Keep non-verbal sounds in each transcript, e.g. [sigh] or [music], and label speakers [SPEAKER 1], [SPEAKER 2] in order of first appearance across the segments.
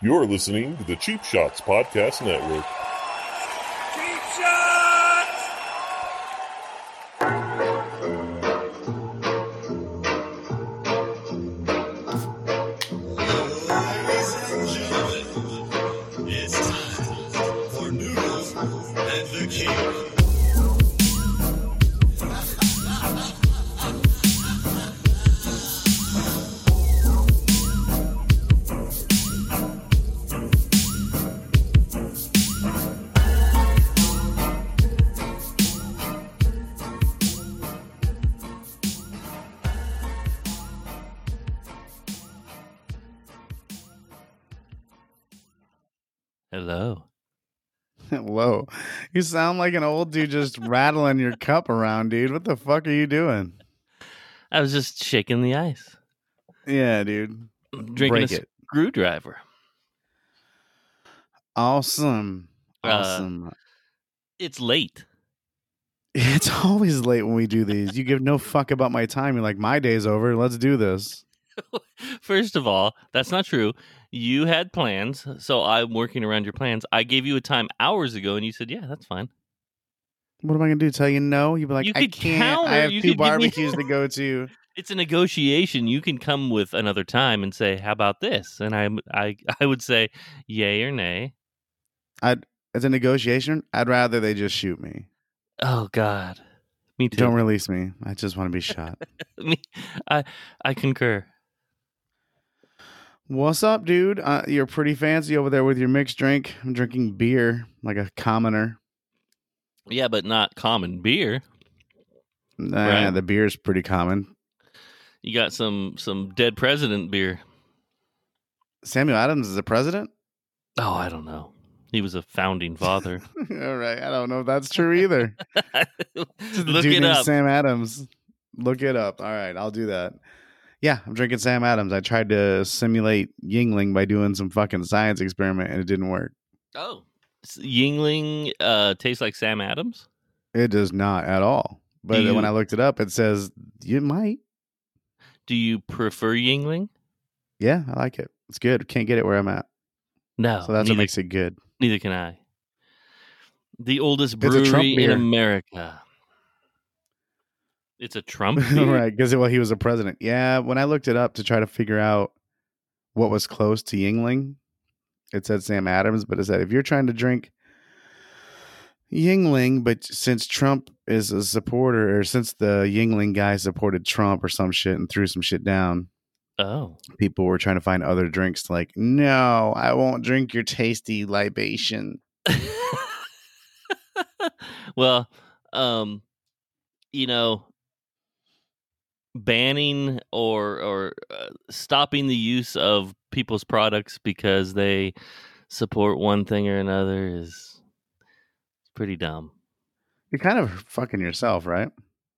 [SPEAKER 1] You're listening to the Cheap Shots Podcast Network.
[SPEAKER 2] Cheap shots!
[SPEAKER 3] Ladies and gentlemen, it's time for Noodles and the King.
[SPEAKER 4] Hello.
[SPEAKER 5] [laughs] Hello. You sound like an old dude just rattling your cup around, dude. What the fuck are you doing?
[SPEAKER 4] I was just shaking the ice,
[SPEAKER 5] Yeah, dude.
[SPEAKER 4] drinking
[SPEAKER 5] Mm, Break
[SPEAKER 4] a
[SPEAKER 5] it.
[SPEAKER 4] screwdriver.
[SPEAKER 5] Awesome.
[SPEAKER 4] Uh,
[SPEAKER 5] Awesome.
[SPEAKER 4] It's late. [laughs]
[SPEAKER 5] it's always late when we do these. You give no fuck about my time. You're like, my day's over. Let's do this.
[SPEAKER 4] First of all, that's not true. You had plans, so I'm working around your plans. I gave you a time hours ago, and you said, "Yeah, that's fine."
[SPEAKER 5] What am I gonna do? Tell you no? You'd be like,
[SPEAKER 4] You
[SPEAKER 5] I
[SPEAKER 4] could
[SPEAKER 5] can't. I
[SPEAKER 4] counter.
[SPEAKER 5] have
[SPEAKER 4] You
[SPEAKER 5] two
[SPEAKER 4] could give me-
[SPEAKER 5] barbecues to go to.
[SPEAKER 4] It's a negotiation. You can come with another time and say, "How about this?" And I, I, [laughs] I would say, "Yay or nay."
[SPEAKER 5] It's a negotiation. I'd rather they just shoot me.
[SPEAKER 4] Oh God, me too.
[SPEAKER 5] Don't release me. I just want to be shot.
[SPEAKER 4] [laughs] me, I, I concur.
[SPEAKER 5] What's up, dude? Uh, you're pretty fancy over there with your mixed drink. I'm drinking beer like a commoner.
[SPEAKER 4] Yeah, but not common beer.
[SPEAKER 5] Nah,
[SPEAKER 4] Right.
[SPEAKER 5] the beer's pretty common.
[SPEAKER 4] You got some some dead president beer.
[SPEAKER 5] Samuel Adams is the president. [laughs]
[SPEAKER 4] Oh, I don't know. He was a founding father.
[SPEAKER 5] [laughs] All right, I don't know if that's true either. Just the
[SPEAKER 4] [laughs] Look
[SPEAKER 5] dude
[SPEAKER 4] it
[SPEAKER 5] named
[SPEAKER 4] up.
[SPEAKER 5] Sam Adams. Look it up. All right, I'll do that. Yeah, I'm drinking Sam Adams. I tried to simulate Yingling by doing some fucking science experiment, and it didn't work.
[SPEAKER 4] oh, S- Yingling uh, tastes like Sam Adams.
[SPEAKER 5] It does not at all. But
[SPEAKER 4] Do
[SPEAKER 5] when
[SPEAKER 4] you-
[SPEAKER 5] I looked it up, it says you might.
[SPEAKER 4] Do you prefer Yingling?
[SPEAKER 5] Yeah, I like it. It's good. Can't get it where I'm at,
[SPEAKER 4] No,
[SPEAKER 5] so that's what
[SPEAKER 4] neither,
[SPEAKER 5] makes it good.
[SPEAKER 4] neither can I. The oldest
[SPEAKER 5] It's a Trump
[SPEAKER 4] brewery in
[SPEAKER 5] beer.
[SPEAKER 4] America. It's a Trump beer.
[SPEAKER 5] [laughs] right? Because well, he was a president. Yeah. When I looked it up to try to figure out what was close to Yingling, it said Sam Adams, but it said if you're trying to drink Yingling, but since Trump is a supporter, or since the Yingling guy supported Trump or some shit and threw some shit down,
[SPEAKER 4] Oh,
[SPEAKER 5] people were trying to find other drinks. Like, no, I won't drink your tasty libation.
[SPEAKER 4] [laughs] well, um, you know, banning or or uh, stopping the use of people's products because they support one thing or another is pretty dumb.
[SPEAKER 5] You're kind of fucking yourself, right?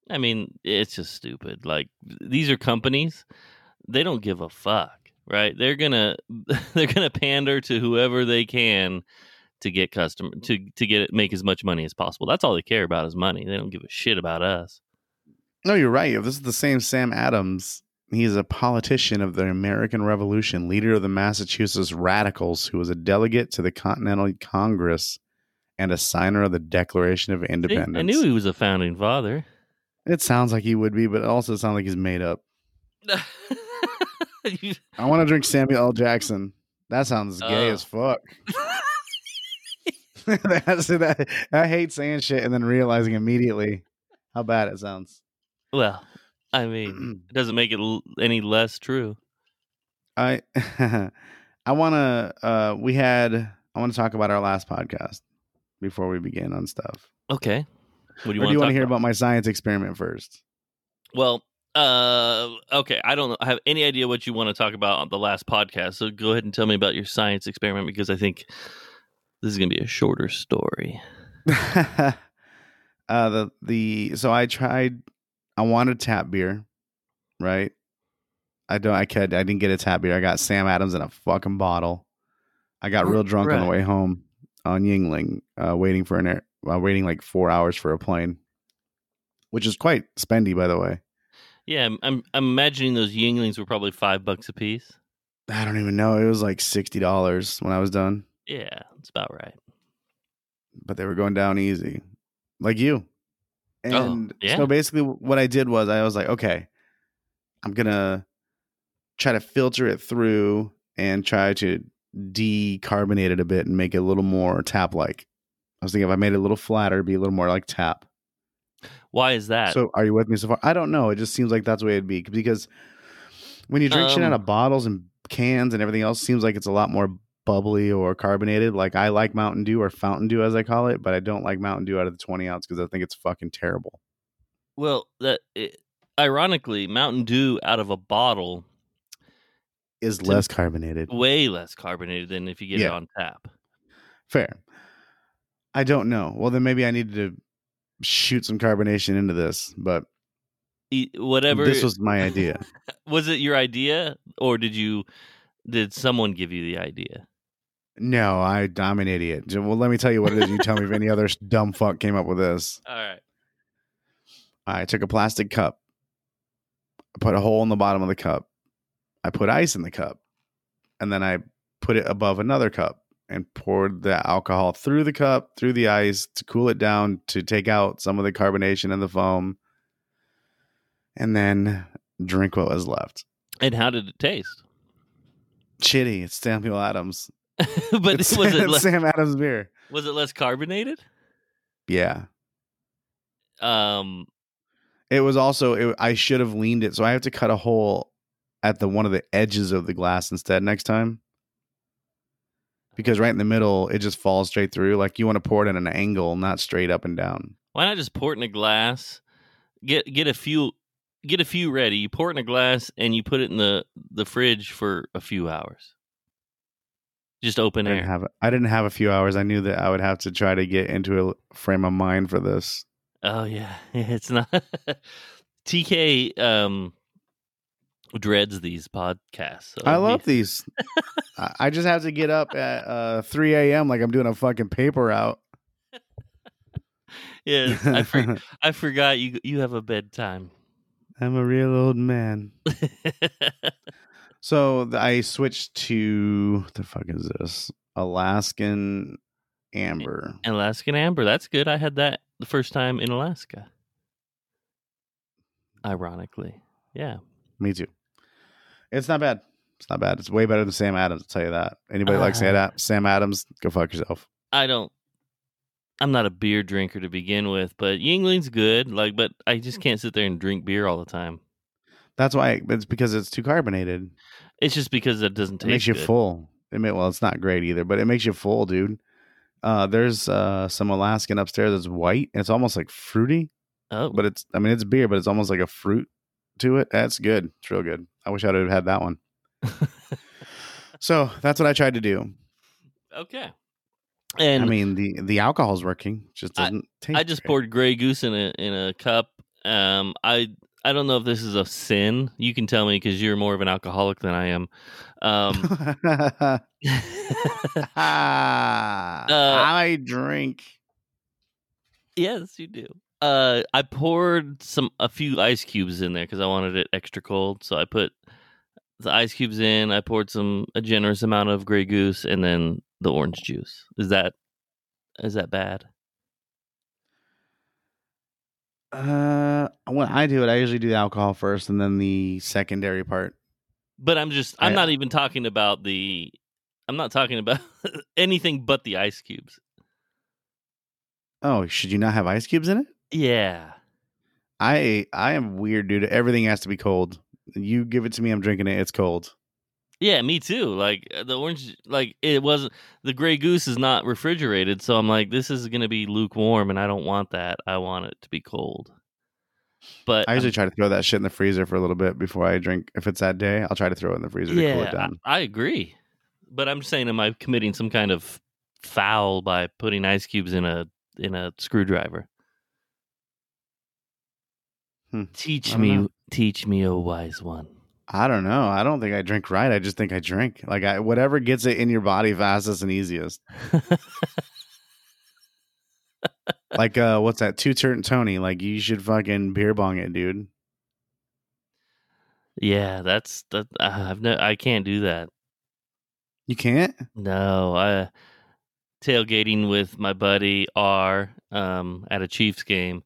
[SPEAKER 4] I mean, it's just stupid. Like these are companies; they don't give a fuck, right? They're gonna [laughs] they're gonna pander to whoever they can to get customer to to get make as much money as possible. That's all they care about is money. They don't give a shit about us.
[SPEAKER 5] No, you're right. If this is the same Sam Adams, he's a politician of the American Revolution, leader of the Massachusetts Radicals, who was a delegate to the Continental Congress and a signer of the Declaration of
[SPEAKER 4] See,
[SPEAKER 5] Independence.
[SPEAKER 4] I knew he was a founding
[SPEAKER 5] [laughs]
[SPEAKER 4] father.
[SPEAKER 5] it sounds like he would be, but it also sounds like he's made up.
[SPEAKER 4] You-
[SPEAKER 5] I want to drink Samuel L. Jackson. That sounds gay
[SPEAKER 4] Oh.
[SPEAKER 5] as
[SPEAKER 4] [laughs]
[SPEAKER 5] fuck. [laughs] That's that. I hate saying shit and then realizing immediately how bad it sounds.
[SPEAKER 4] well, I mean, it doesn't make it l- any less true.
[SPEAKER 5] I [laughs] I want to uh we had I want to talk about our last podcast before we begin on stuff.
[SPEAKER 4] Okay.
[SPEAKER 5] or
[SPEAKER 4] What do you
[SPEAKER 5] do you
[SPEAKER 4] want
[SPEAKER 5] want
[SPEAKER 4] to
[SPEAKER 5] to hear about my science experiment first? [laughs]
[SPEAKER 4] Well, uh, okay. I don't have any idea what you want to talk about on the last podcast. So go ahead and tell me about your science experiment because I think this is going to be a shorter story.
[SPEAKER 5] uh the the so I tried I wanted tap beer, right? I don't I could I didn't get a tap beer. I got Sam Adams in a fucking bottle. I got real drunk on the
[SPEAKER 4] Oh, Right.
[SPEAKER 5] way home on Yingling, uh waiting for an air uh, waiting like 4 hours for a plane, which is quite spendy by the way.
[SPEAKER 4] Yeah, I'm, I'm, I'm imagining those Yinglings were probably five bucks a piece.
[SPEAKER 5] I don't even know. It was like sixty dollars when I was done,
[SPEAKER 4] Yeah, that's about right.
[SPEAKER 5] but they were going down easy, like you.
[SPEAKER 4] Oh,
[SPEAKER 5] And
[SPEAKER 4] yeah.
[SPEAKER 5] so basically, what I did was I was like, okay, I'm gonna try to filter it through and try to decarbonate it a bit and make it a little more tap like. I was thinking if I made it a little flatter, it'd be a little more like tap.
[SPEAKER 4] Why is that?
[SPEAKER 5] So are you with me so far? I don't know. It just seems like that's the way it'd be because when you drink shit out
[SPEAKER 4] Um,
[SPEAKER 5] of bottles and cans and everything else, seems like it's a lot more bubbly or carbonated. Like I like Mountain Dew or Fountain Dew as I call it, but I don't like Mountain Dew out of the twenty ounce because I think it's fucking terrible.
[SPEAKER 4] well, that it, ironically, Mountain Dew out of a bottle
[SPEAKER 5] Is
[SPEAKER 4] To-
[SPEAKER 5] less carbonated.
[SPEAKER 4] way less carbonated than if you get it
[SPEAKER 5] Yeah.
[SPEAKER 4] on tap.
[SPEAKER 5] Fair. I don't know. Well, then maybe I needed to shoot some carbonation into this, but
[SPEAKER 4] E- Whatever
[SPEAKER 5] this was my idea.
[SPEAKER 4] was it your idea or did you did someone give you the idea?
[SPEAKER 5] no, I, I'm an idiot. Well, let me tell you what it is. You tell me if any other dumb fuck came up with this.
[SPEAKER 4] All right.
[SPEAKER 5] I took a plastic cup, I put a hole in the bottom of the cup, I put ice in the cup, and then I put it above another cup and poured the alcohol through the cup, through the ice to cool it down, to take out some of the carbonation and the foam, and then drink what was left.
[SPEAKER 4] And how did it taste? [laughs]
[SPEAKER 5] Chitty, it's Samuel Adams.
[SPEAKER 4] but
[SPEAKER 5] It's
[SPEAKER 4] [laughs] was
[SPEAKER 5] [laughs]
[SPEAKER 4] it
[SPEAKER 5] Sam,
[SPEAKER 4] less,
[SPEAKER 5] Sam Adams beer.
[SPEAKER 4] was it less carbonated?
[SPEAKER 5] Yeah.
[SPEAKER 4] Um
[SPEAKER 5] It was also it, I should have leaned it, so I have to cut a hole at the one of the edges of the glass instead next time. Because right in the middle, it just falls straight through. Like you want to pour it at an angle, not straight up and down.
[SPEAKER 4] why not just pour it in a glass? Get get a few get a few ready. You pour it in a glass and you put it in the the fridge for a few hours. Just open
[SPEAKER 5] I didn't
[SPEAKER 4] air.
[SPEAKER 5] have I didn't have a few hours. I knew that I would have to try to get into a frame of mind for this.
[SPEAKER 4] Oh yeah, [laughs] it's not. TK um dreads these podcasts. so
[SPEAKER 5] I
[SPEAKER 4] he-
[SPEAKER 5] love these. I I just have to get up at uh, 3 a.m. like I'm doing a fucking paper out.
[SPEAKER 4] [laughs] Yeah,
[SPEAKER 5] [laughs]
[SPEAKER 4] I, for, I forgot you you have a bedtime. [laughs]
[SPEAKER 5] I'm a real old man. So th- I switched to what the fuck is this Alaskan amber?
[SPEAKER 4] eh. Alaskan amber, that's good. I had that the first time in Alaska. Ironically, yeah.
[SPEAKER 5] Me too. It's not bad. It's not bad. It's way better than Sam Adams. I'll tell you that. Anybody like Sam, Ad- Sam Adams? Go fuck yourself.
[SPEAKER 4] I don't. I'm not a beer drinker to begin with, but Yingling's good. Like, but I
[SPEAKER 5] Hmm.
[SPEAKER 4] just can't sit there and drink beer all the time.
[SPEAKER 5] That's why it's because it's too carbonated.
[SPEAKER 4] It's just because it doesn't
[SPEAKER 5] It
[SPEAKER 4] taste
[SPEAKER 5] makes you
[SPEAKER 4] good.
[SPEAKER 5] full. It may, well, it's not great either, but it makes you full, dude. Uh, there's uh, some Alaskan upstairs that's white. and It's almost like fruity,
[SPEAKER 4] Oh,
[SPEAKER 5] but it's I mean it's beer, but it's almost like a fruit to it. That's good. It's real good. I wish I'd have had that
[SPEAKER 4] [laughs]
[SPEAKER 5] one. So that's what I tried to do.
[SPEAKER 4] okay. And
[SPEAKER 5] I mean, the the alcohol's working, just
[SPEAKER 4] I-
[SPEAKER 5] doesn't taste.
[SPEAKER 4] I
[SPEAKER 5] [laughs]
[SPEAKER 4] just
[SPEAKER 5] great.
[SPEAKER 4] poured Grey Goose in a in a cup. Um, I I don't know if this is a sin. You can tell me because you're more of an alcoholic than I am.
[SPEAKER 5] [laughs]
[SPEAKER 4] Um, [laughs]
[SPEAKER 5] I drink.
[SPEAKER 4] yes, you do. Uh, I poured some a few ice cubes in there because I wanted it extra cold. So I put the ice cubes in. I poured some a generous amount of Grey Goose and then the orange juice. Is that is that bad?
[SPEAKER 5] Uh, when I do it, I usually do the alcohol first, and then the secondary part.
[SPEAKER 4] But I'm just I'm
[SPEAKER 5] I-
[SPEAKER 4] not even talking about the I'm not talking about [laughs] anything but the ice cubes.
[SPEAKER 5] Oh, should you not have ice cubes in it?
[SPEAKER 4] Yeah.
[SPEAKER 5] I I am weird, dude. Everything has to be cold. You give it to me, I'm drinking it. It's cold.
[SPEAKER 4] Yeah, me too. Like uh, the orange, like it wasn't the Grey Goose is not refrigerated, so I'm like, this is gonna be lukewarm, and I don't want that. I want it to be cold. But
[SPEAKER 5] I usually try to throw that shit in the freezer for a little bit before I drink. If it's that day, I'll try to throw it in the freezer to cool
[SPEAKER 4] yeah,
[SPEAKER 5] it down.
[SPEAKER 4] I, I agree. But I'm saying, am I committing some kind of foul by putting ice cubes in a in a screwdriver?
[SPEAKER 5] Hmm. I
[SPEAKER 4] Teach
[SPEAKER 5] don't
[SPEAKER 4] me,
[SPEAKER 5] know.
[SPEAKER 4] teach me, oh wise one.
[SPEAKER 5] I don't know. I don't think I drink right. I just think I drink like I, whatever gets it in your body fastest and easiest. like uh, what's that? Two turn Tony. Like you should fucking beer bong it, dude.
[SPEAKER 4] Yeah, that's that. uh, I've no, I can't do that.
[SPEAKER 5] You can't?
[SPEAKER 4] No, I tailgating with my buddy R um, at a Chiefs game.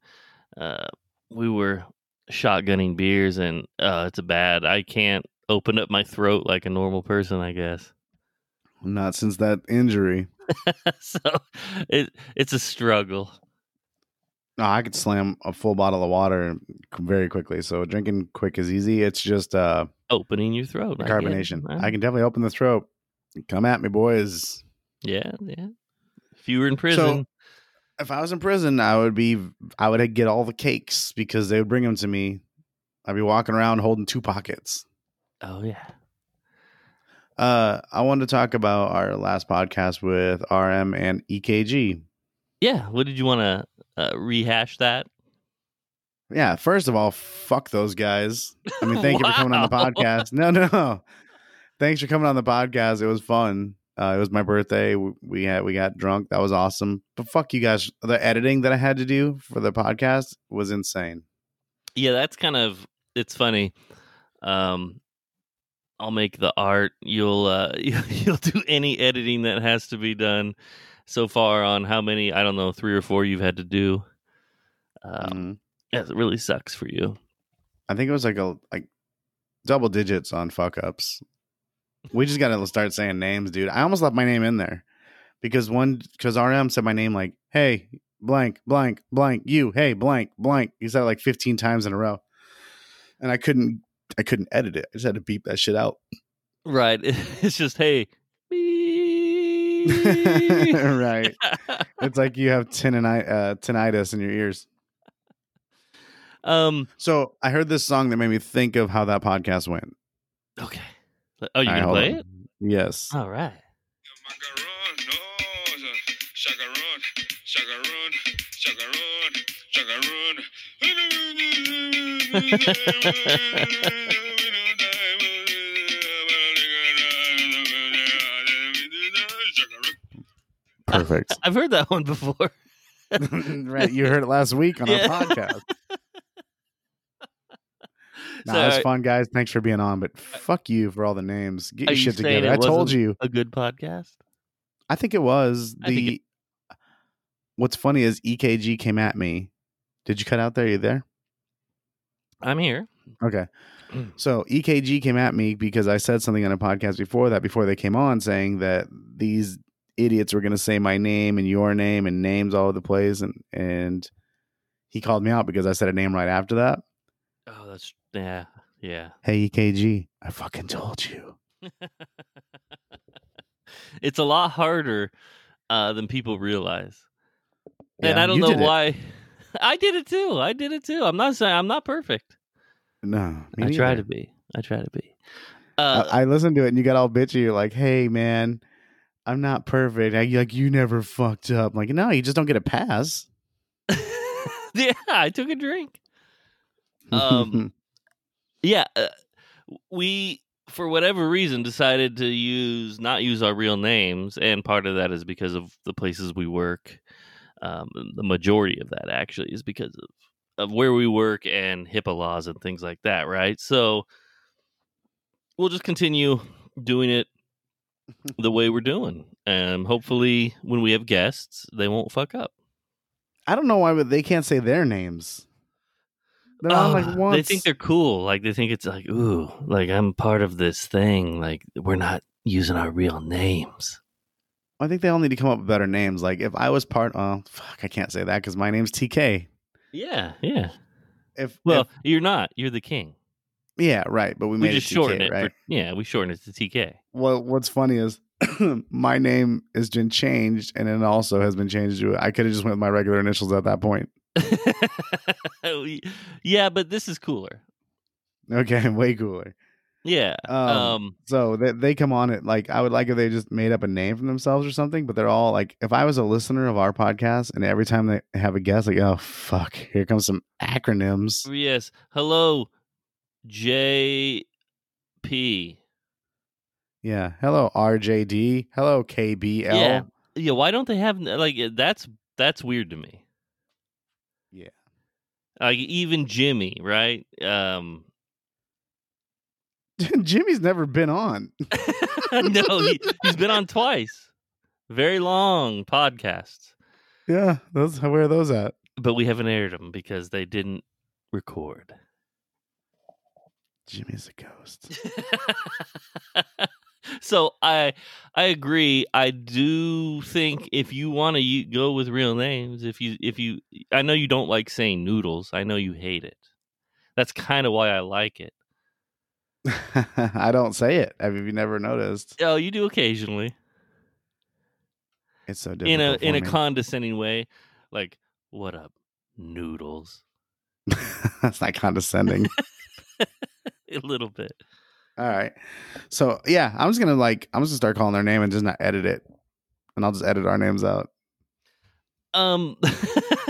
[SPEAKER 4] Uh, we were shotgunning beers, and uh, it's a bad. I can't open up my throat like a normal person. I guess [laughs]
[SPEAKER 5] Not since that injury.
[SPEAKER 4] so. It it's a struggle.
[SPEAKER 5] No, Oh, I could slam a full bottle of water very quickly. So drinking quick is easy. It's just uh
[SPEAKER 4] Opening your throat, I get it.
[SPEAKER 5] carbonation.
[SPEAKER 4] I-
[SPEAKER 5] I can definitely open the throat. Come at me, boys.
[SPEAKER 4] yeah, yeah. If you were in prison,
[SPEAKER 5] If I was in prison, I would be I would get all the cakes because they would bring them to me. I'd be walking around holding two pockets.
[SPEAKER 4] oh yeah,
[SPEAKER 5] Uh I wanted to talk about our last podcast with RM and E EKG.
[SPEAKER 4] yeah. What did you want to uh, rehash that?
[SPEAKER 5] Yeah, first of all, fuck those guys. I mean, thank you for coming on the
[SPEAKER 4] [laughs] Wow.
[SPEAKER 5] podcast. No, no. Thanks for coming on the podcast. It was fun. Uh, it was my birthday. We, we had we got drunk. That was awesome. But fuck you guys. The editing that I had to do for the podcast was insane.
[SPEAKER 4] yeah that's kind of it's funny um i'll make the art you'll uh [laughs] you'll do any editing that has to be done so far on how many i don't know three or four you've had to do uh,
[SPEAKER 5] Mhm.
[SPEAKER 4] yeah, it really sucks for you
[SPEAKER 5] I think it was like a like double digits on fuck ups. We just got to start saying names, dude. I almost left my name in there because one because RM said my name like, hey, blank, blank, blank, you, hey, blank, blank. He said it like fifteen times in a row, and I couldn't I couldn't edit it. I just had to beep that shit out. [laughs]
[SPEAKER 4] right [laughs] it's just hey beep.
[SPEAKER 5] right? It's like you have tinnitus, uh, tinnitus in your ears.
[SPEAKER 4] [laughs] um
[SPEAKER 5] So I heard this song that made me think of how that podcast went.
[SPEAKER 4] okay oh you
[SPEAKER 5] All right,
[SPEAKER 4] can
[SPEAKER 5] hold
[SPEAKER 4] play
[SPEAKER 5] on.
[SPEAKER 4] it Uh,
[SPEAKER 5] Yes.
[SPEAKER 4] all right
[SPEAKER 3] Chagaron, chagaron, chagaron, chagaron.
[SPEAKER 5] Perfect.
[SPEAKER 4] i've heard that [laughs] one before
[SPEAKER 5] [laughs] right, you heard it last week on
[SPEAKER 4] Yeah.
[SPEAKER 5] our
[SPEAKER 4] [laughs]
[SPEAKER 5] podcast. Nah, that was
[SPEAKER 4] Sorry.
[SPEAKER 5] fun, guys. Thanks for being on, but fuck you for all the names. Get
[SPEAKER 4] Are
[SPEAKER 5] your
[SPEAKER 4] you
[SPEAKER 5] shit
[SPEAKER 4] saying
[SPEAKER 5] together.
[SPEAKER 4] it
[SPEAKER 5] I told
[SPEAKER 4] wasn't-
[SPEAKER 5] you.
[SPEAKER 4] a good podcast
[SPEAKER 5] I think it was
[SPEAKER 4] I think
[SPEAKER 5] the. What's funny is EKG came at me. Did you cut out there? you there?
[SPEAKER 4] i'm here
[SPEAKER 5] Okay.
[SPEAKER 4] [clears throat]
[SPEAKER 5] So EKG came at me because I said something on a podcast before that, before they came on, saying that these idiots were going to say my name and your name and names all over the place, and and he called me out because I said a name right after that.
[SPEAKER 4] Oh, that's yeah, yeah.
[SPEAKER 5] Hey EKG, I fucking told you.
[SPEAKER 4] it's a lot harder uh, than people realize, and
[SPEAKER 5] Yeah,
[SPEAKER 4] I don't
[SPEAKER 5] you
[SPEAKER 4] know
[SPEAKER 5] did it.
[SPEAKER 4] why. [laughs] I did it too. I did it too. I'm not saying I'm not perfect.
[SPEAKER 5] No,
[SPEAKER 4] I
[SPEAKER 5] me
[SPEAKER 4] try
[SPEAKER 5] neither.
[SPEAKER 4] to be. I try to be. Uh,
[SPEAKER 5] I, I listened to it and you got all bitchy. You're like, hey man, I'm not perfect. I, like you never fucked up. I'm like no, you just don't get a pass.
[SPEAKER 4] [laughs] yeah, I took a drink. Um, Yeah, uh, we for whatever reason decided to use not use our real names, and part of that is because of the places we work. Um, the majority of that actually is because of of where we work and HIPAA laws and things like that, right? So we'll just continue doing it the way we're doing, and hopefully, when we have guests, they won't fuck up.
[SPEAKER 5] [laughs] I don't know why, but they can't say their names. They're all
[SPEAKER 4] Oh,
[SPEAKER 5] like once.
[SPEAKER 4] They think they're cool. Like they think it's like, ooh, like I'm part of this thing. Like we're not using our real names.
[SPEAKER 5] I think they all need to come up with better names. Like if I was part, oh fuck, I can't say that because my name's TK.
[SPEAKER 4] Yeah, yeah.
[SPEAKER 5] If
[SPEAKER 4] Well,
[SPEAKER 5] if-
[SPEAKER 4] you're not. You're the king.
[SPEAKER 5] yeah, right. But we
[SPEAKER 4] We,
[SPEAKER 5] made
[SPEAKER 4] just
[SPEAKER 5] it
[SPEAKER 4] shorten
[SPEAKER 5] TK,
[SPEAKER 4] it.
[SPEAKER 5] right?
[SPEAKER 4] For, yeah, we shorten it to TK.
[SPEAKER 5] Well, what's funny is [clears throat] my name has been changed, and it also has been changed to. I could have just went with my regular initials at that point.
[SPEAKER 4] [laughs]
[SPEAKER 5] [laughs]
[SPEAKER 4] We- yeah, but this is cooler.
[SPEAKER 5] Okay, way cooler.
[SPEAKER 4] Yeah.
[SPEAKER 5] Um,
[SPEAKER 4] Um.
[SPEAKER 5] so they they come on it like I would like if they just made up a name for themselves or something. But they're all like, if I was a listener of our podcast, and every time they have a guest, like, oh fuck, here comes some acronyms.
[SPEAKER 4] um, yes. Hello, J. P.
[SPEAKER 5] Yeah, hello RJD, hello KBL.
[SPEAKER 4] Yeah. Yeah. Why don't they have like eh, that's that's weird to me.
[SPEAKER 5] Yeah.
[SPEAKER 4] [laughs] Like even Jimmy, right? Um
[SPEAKER 5] [laughs] Jimmy's never been on. [laughs]
[SPEAKER 4] no, he, he's been on twice. Very long podcasts,
[SPEAKER 5] Yeah, those where are those at?
[SPEAKER 4] but we haven't aired them because they didn't record.
[SPEAKER 5] Jimmy's a ghost.
[SPEAKER 4] so I I agree. I do think if you want to go with real names, if you if you I know you don't like saying noodles. I know you hate it. That's kind of why I like it.
[SPEAKER 5] [laughs] I don't say it. Have you never noticed?
[SPEAKER 4] Oh, you do occasionally
[SPEAKER 5] It's so difficult.
[SPEAKER 4] in a in a
[SPEAKER 5] for [laughs]
[SPEAKER 4] condescending way, like what up noodles [laughs]
[SPEAKER 5] me. That's not condescending.
[SPEAKER 4] a little bit.
[SPEAKER 5] All right. So yeah, I'm just gonna like I'm just gonna start calling their name and just not edit it, and I'll just edit our names out.
[SPEAKER 4] Um,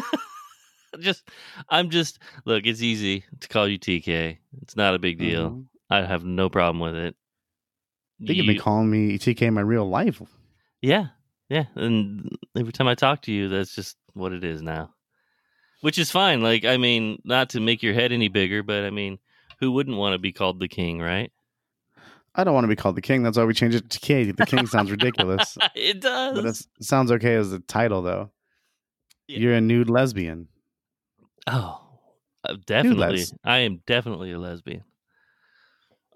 [SPEAKER 4] [laughs] just I'm just look. It's easy to call you TK. It's not a big deal.
[SPEAKER 5] Mhm.
[SPEAKER 4] I have no problem with it.
[SPEAKER 5] They could be
[SPEAKER 4] You-
[SPEAKER 5] calling me TK in my real life.
[SPEAKER 4] Yeah, yeah. And every time I talk to you, that's just what it is now, which is fine. Like, I mean, not to make your head any bigger, but I mean, who wouldn't want to be called the king, right? [laughs]
[SPEAKER 5] I don't want to be called the king. That's why we changed it to TK. The
[SPEAKER 4] [laughs]
[SPEAKER 5] king sounds ridiculous,
[SPEAKER 4] it does.
[SPEAKER 5] but
[SPEAKER 4] [laughs]
[SPEAKER 5] it's, it sounds okay as a title though.
[SPEAKER 4] Yeah.
[SPEAKER 5] You're a nude lesbian.
[SPEAKER 4] Oh, uh, definitely.
[SPEAKER 5] les-
[SPEAKER 4] I am definitely a lesbian.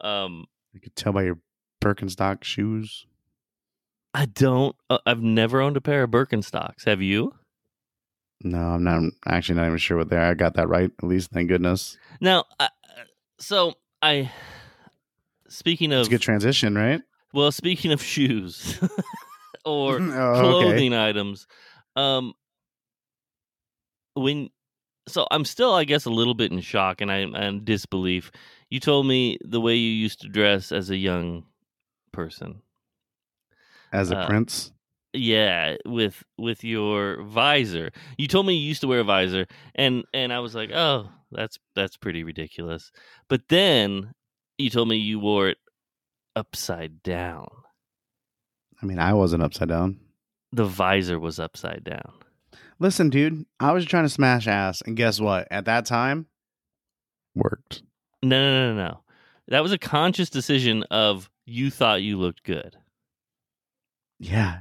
[SPEAKER 4] Um,
[SPEAKER 5] I could tell by your Birkenstock shoes.
[SPEAKER 4] I don't. Uh, I've never owned a pair of Birkenstocks. Have you?
[SPEAKER 5] No, I'm not I'm actually not even sure what they are. I got that right, at least. Thank goodness.
[SPEAKER 4] Now, I, so I. Speaking
[SPEAKER 5] It's
[SPEAKER 4] of
[SPEAKER 5] a good transition, right?
[SPEAKER 4] well, speaking of shoes [laughs] or
[SPEAKER 5] [laughs] Oh, okay.
[SPEAKER 4] clothing items, um, when so I'm still, I guess, a little bit in shock and I and disbelief. You told me the way you used to dress as a young person.
[SPEAKER 5] As a
[SPEAKER 4] Uh,
[SPEAKER 5] prince,
[SPEAKER 4] yeah with with your visor you told me you used to wear a visor and and i was like oh that's that's pretty ridiculous but then you told me you wore it upside down
[SPEAKER 5] I mean, I wasn't upside down.
[SPEAKER 4] the visor was upside down
[SPEAKER 5] Listen, dude, I was trying to smash ass, and guess what? At that time, worked.
[SPEAKER 4] no no no no, no that was a conscious decision of you thought you looked good
[SPEAKER 5] Yeah,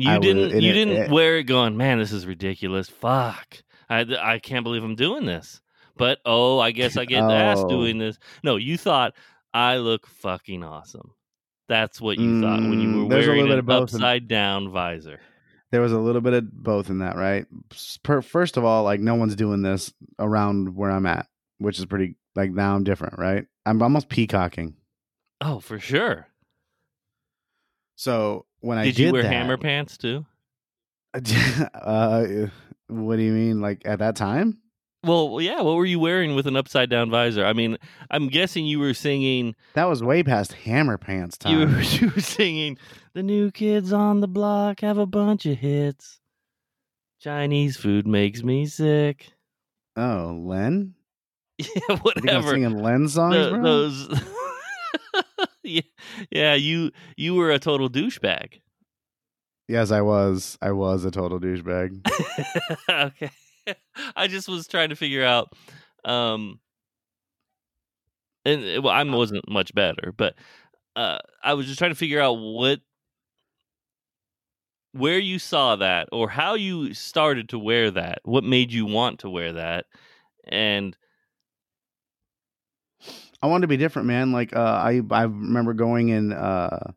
[SPEAKER 4] you
[SPEAKER 5] I was-
[SPEAKER 4] didn't
[SPEAKER 5] and
[SPEAKER 4] you
[SPEAKER 5] it-
[SPEAKER 4] didn't
[SPEAKER 5] it-
[SPEAKER 4] wear it going man this is ridiculous fuck i i can't believe i'm doing this but oh i
[SPEAKER 5] [laughs]
[SPEAKER 4] guess i get asked
[SPEAKER 5] Oh.
[SPEAKER 4] doing this no you thought i look fucking awesome that's what you thought when you
[SPEAKER 5] Mm,
[SPEAKER 4] were
[SPEAKER 5] there's a little
[SPEAKER 4] wearing
[SPEAKER 5] bit
[SPEAKER 4] an
[SPEAKER 5] of both in-
[SPEAKER 4] upside down visor
[SPEAKER 5] there was a little bit of both in that, right? S- per- First of all, like no one's doing this around where I'm at, which is pretty. Like now I'm different, right? I'm almost peacocking.
[SPEAKER 4] oh for sure
[SPEAKER 5] So when I
[SPEAKER 4] did
[SPEAKER 5] did
[SPEAKER 4] you wear
[SPEAKER 5] that-
[SPEAKER 4] hammer pants too
[SPEAKER 5] [laughs] uh, what do you mean? Like at that time?
[SPEAKER 4] well yeah what were you wearing with an upside down visor i mean i'm guessing you were singing
[SPEAKER 5] That was way past hammer pants
[SPEAKER 4] you
[SPEAKER 5] time.
[SPEAKER 4] were, [laughs] you were singing the new kids on the block have a bunch of hits chinese food makes me sick [laughs]
[SPEAKER 5] Oh, Len.
[SPEAKER 4] yeah
[SPEAKER 5] You think I'm
[SPEAKER 4] whatever
[SPEAKER 5] singing Len songs,
[SPEAKER 4] The-
[SPEAKER 5] bro?
[SPEAKER 4] those [laughs] yeah, yeah you you were a total douchebag
[SPEAKER 5] Yes, I was. I was a total douchebag.
[SPEAKER 4] [laughs] okay i just was trying to figure out um and uh, well i
[SPEAKER 5] Uh-huh.
[SPEAKER 4] wasn't much better but uh i was just trying to figure out what where you saw that or how you started to wear that what made you want to wear that and
[SPEAKER 5] I wanted to be different, man. Like uh, I, I remember going in. Uh,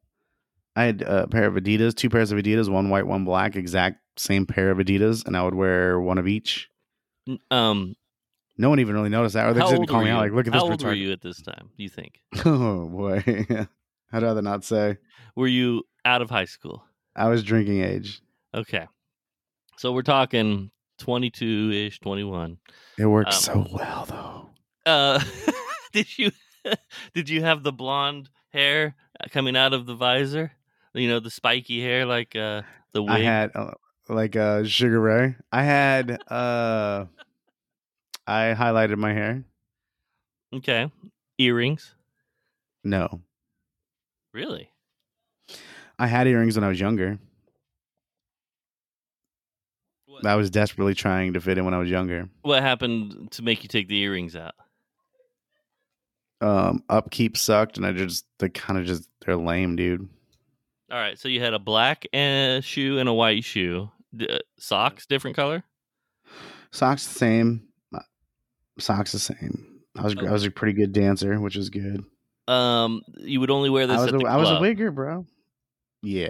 [SPEAKER 5] I had a pair of Adidas, two pairs of Adidas, one white, one black, exact same pair of Adidas, and I would wear one of each.
[SPEAKER 4] um
[SPEAKER 5] No one even really noticed that, or they
[SPEAKER 4] how
[SPEAKER 5] just
[SPEAKER 4] old
[SPEAKER 5] didn't call
[SPEAKER 4] were
[SPEAKER 5] me
[SPEAKER 4] you?
[SPEAKER 5] out. Like, look at this
[SPEAKER 4] how old were
[SPEAKER 5] retard.
[SPEAKER 4] you at this time do you think
[SPEAKER 5] [laughs] Oh boy, [laughs] I'd rather not say.
[SPEAKER 4] were you out of high school
[SPEAKER 5] I was drinking age.
[SPEAKER 4] okay so we're talking 22ish 21
[SPEAKER 5] It worked
[SPEAKER 4] Um,
[SPEAKER 5] so well though.
[SPEAKER 4] uh [laughs] did you [laughs] did you have the blonde hair uh, coming out of the visor you know the spiky hair like uh the wig
[SPEAKER 5] I had uh, like uh, Sugar Ray. I had uh, I highlighted my hair.
[SPEAKER 4] okay earrings
[SPEAKER 5] No,
[SPEAKER 4] really
[SPEAKER 5] I had earrings when I was younger.
[SPEAKER 4] what,
[SPEAKER 5] I was desperately trying to fit in when I was younger.
[SPEAKER 4] what happened to make you take the earrings out
[SPEAKER 5] um, upkeep sucked, and I just they kind of just they're lame, dude.
[SPEAKER 4] All right, so you had a black uh, shoe and a white shoe. D- uh, socks different color?
[SPEAKER 5] Socks the same. Uh, Socks the same. I was
[SPEAKER 4] Oh.
[SPEAKER 5] I was a pretty good dancer, which is good.
[SPEAKER 4] Um you would only wear this
[SPEAKER 5] I was
[SPEAKER 4] at
[SPEAKER 5] a,
[SPEAKER 4] the
[SPEAKER 5] I was a
[SPEAKER 4] club.
[SPEAKER 5] wigger, bro. Yeah,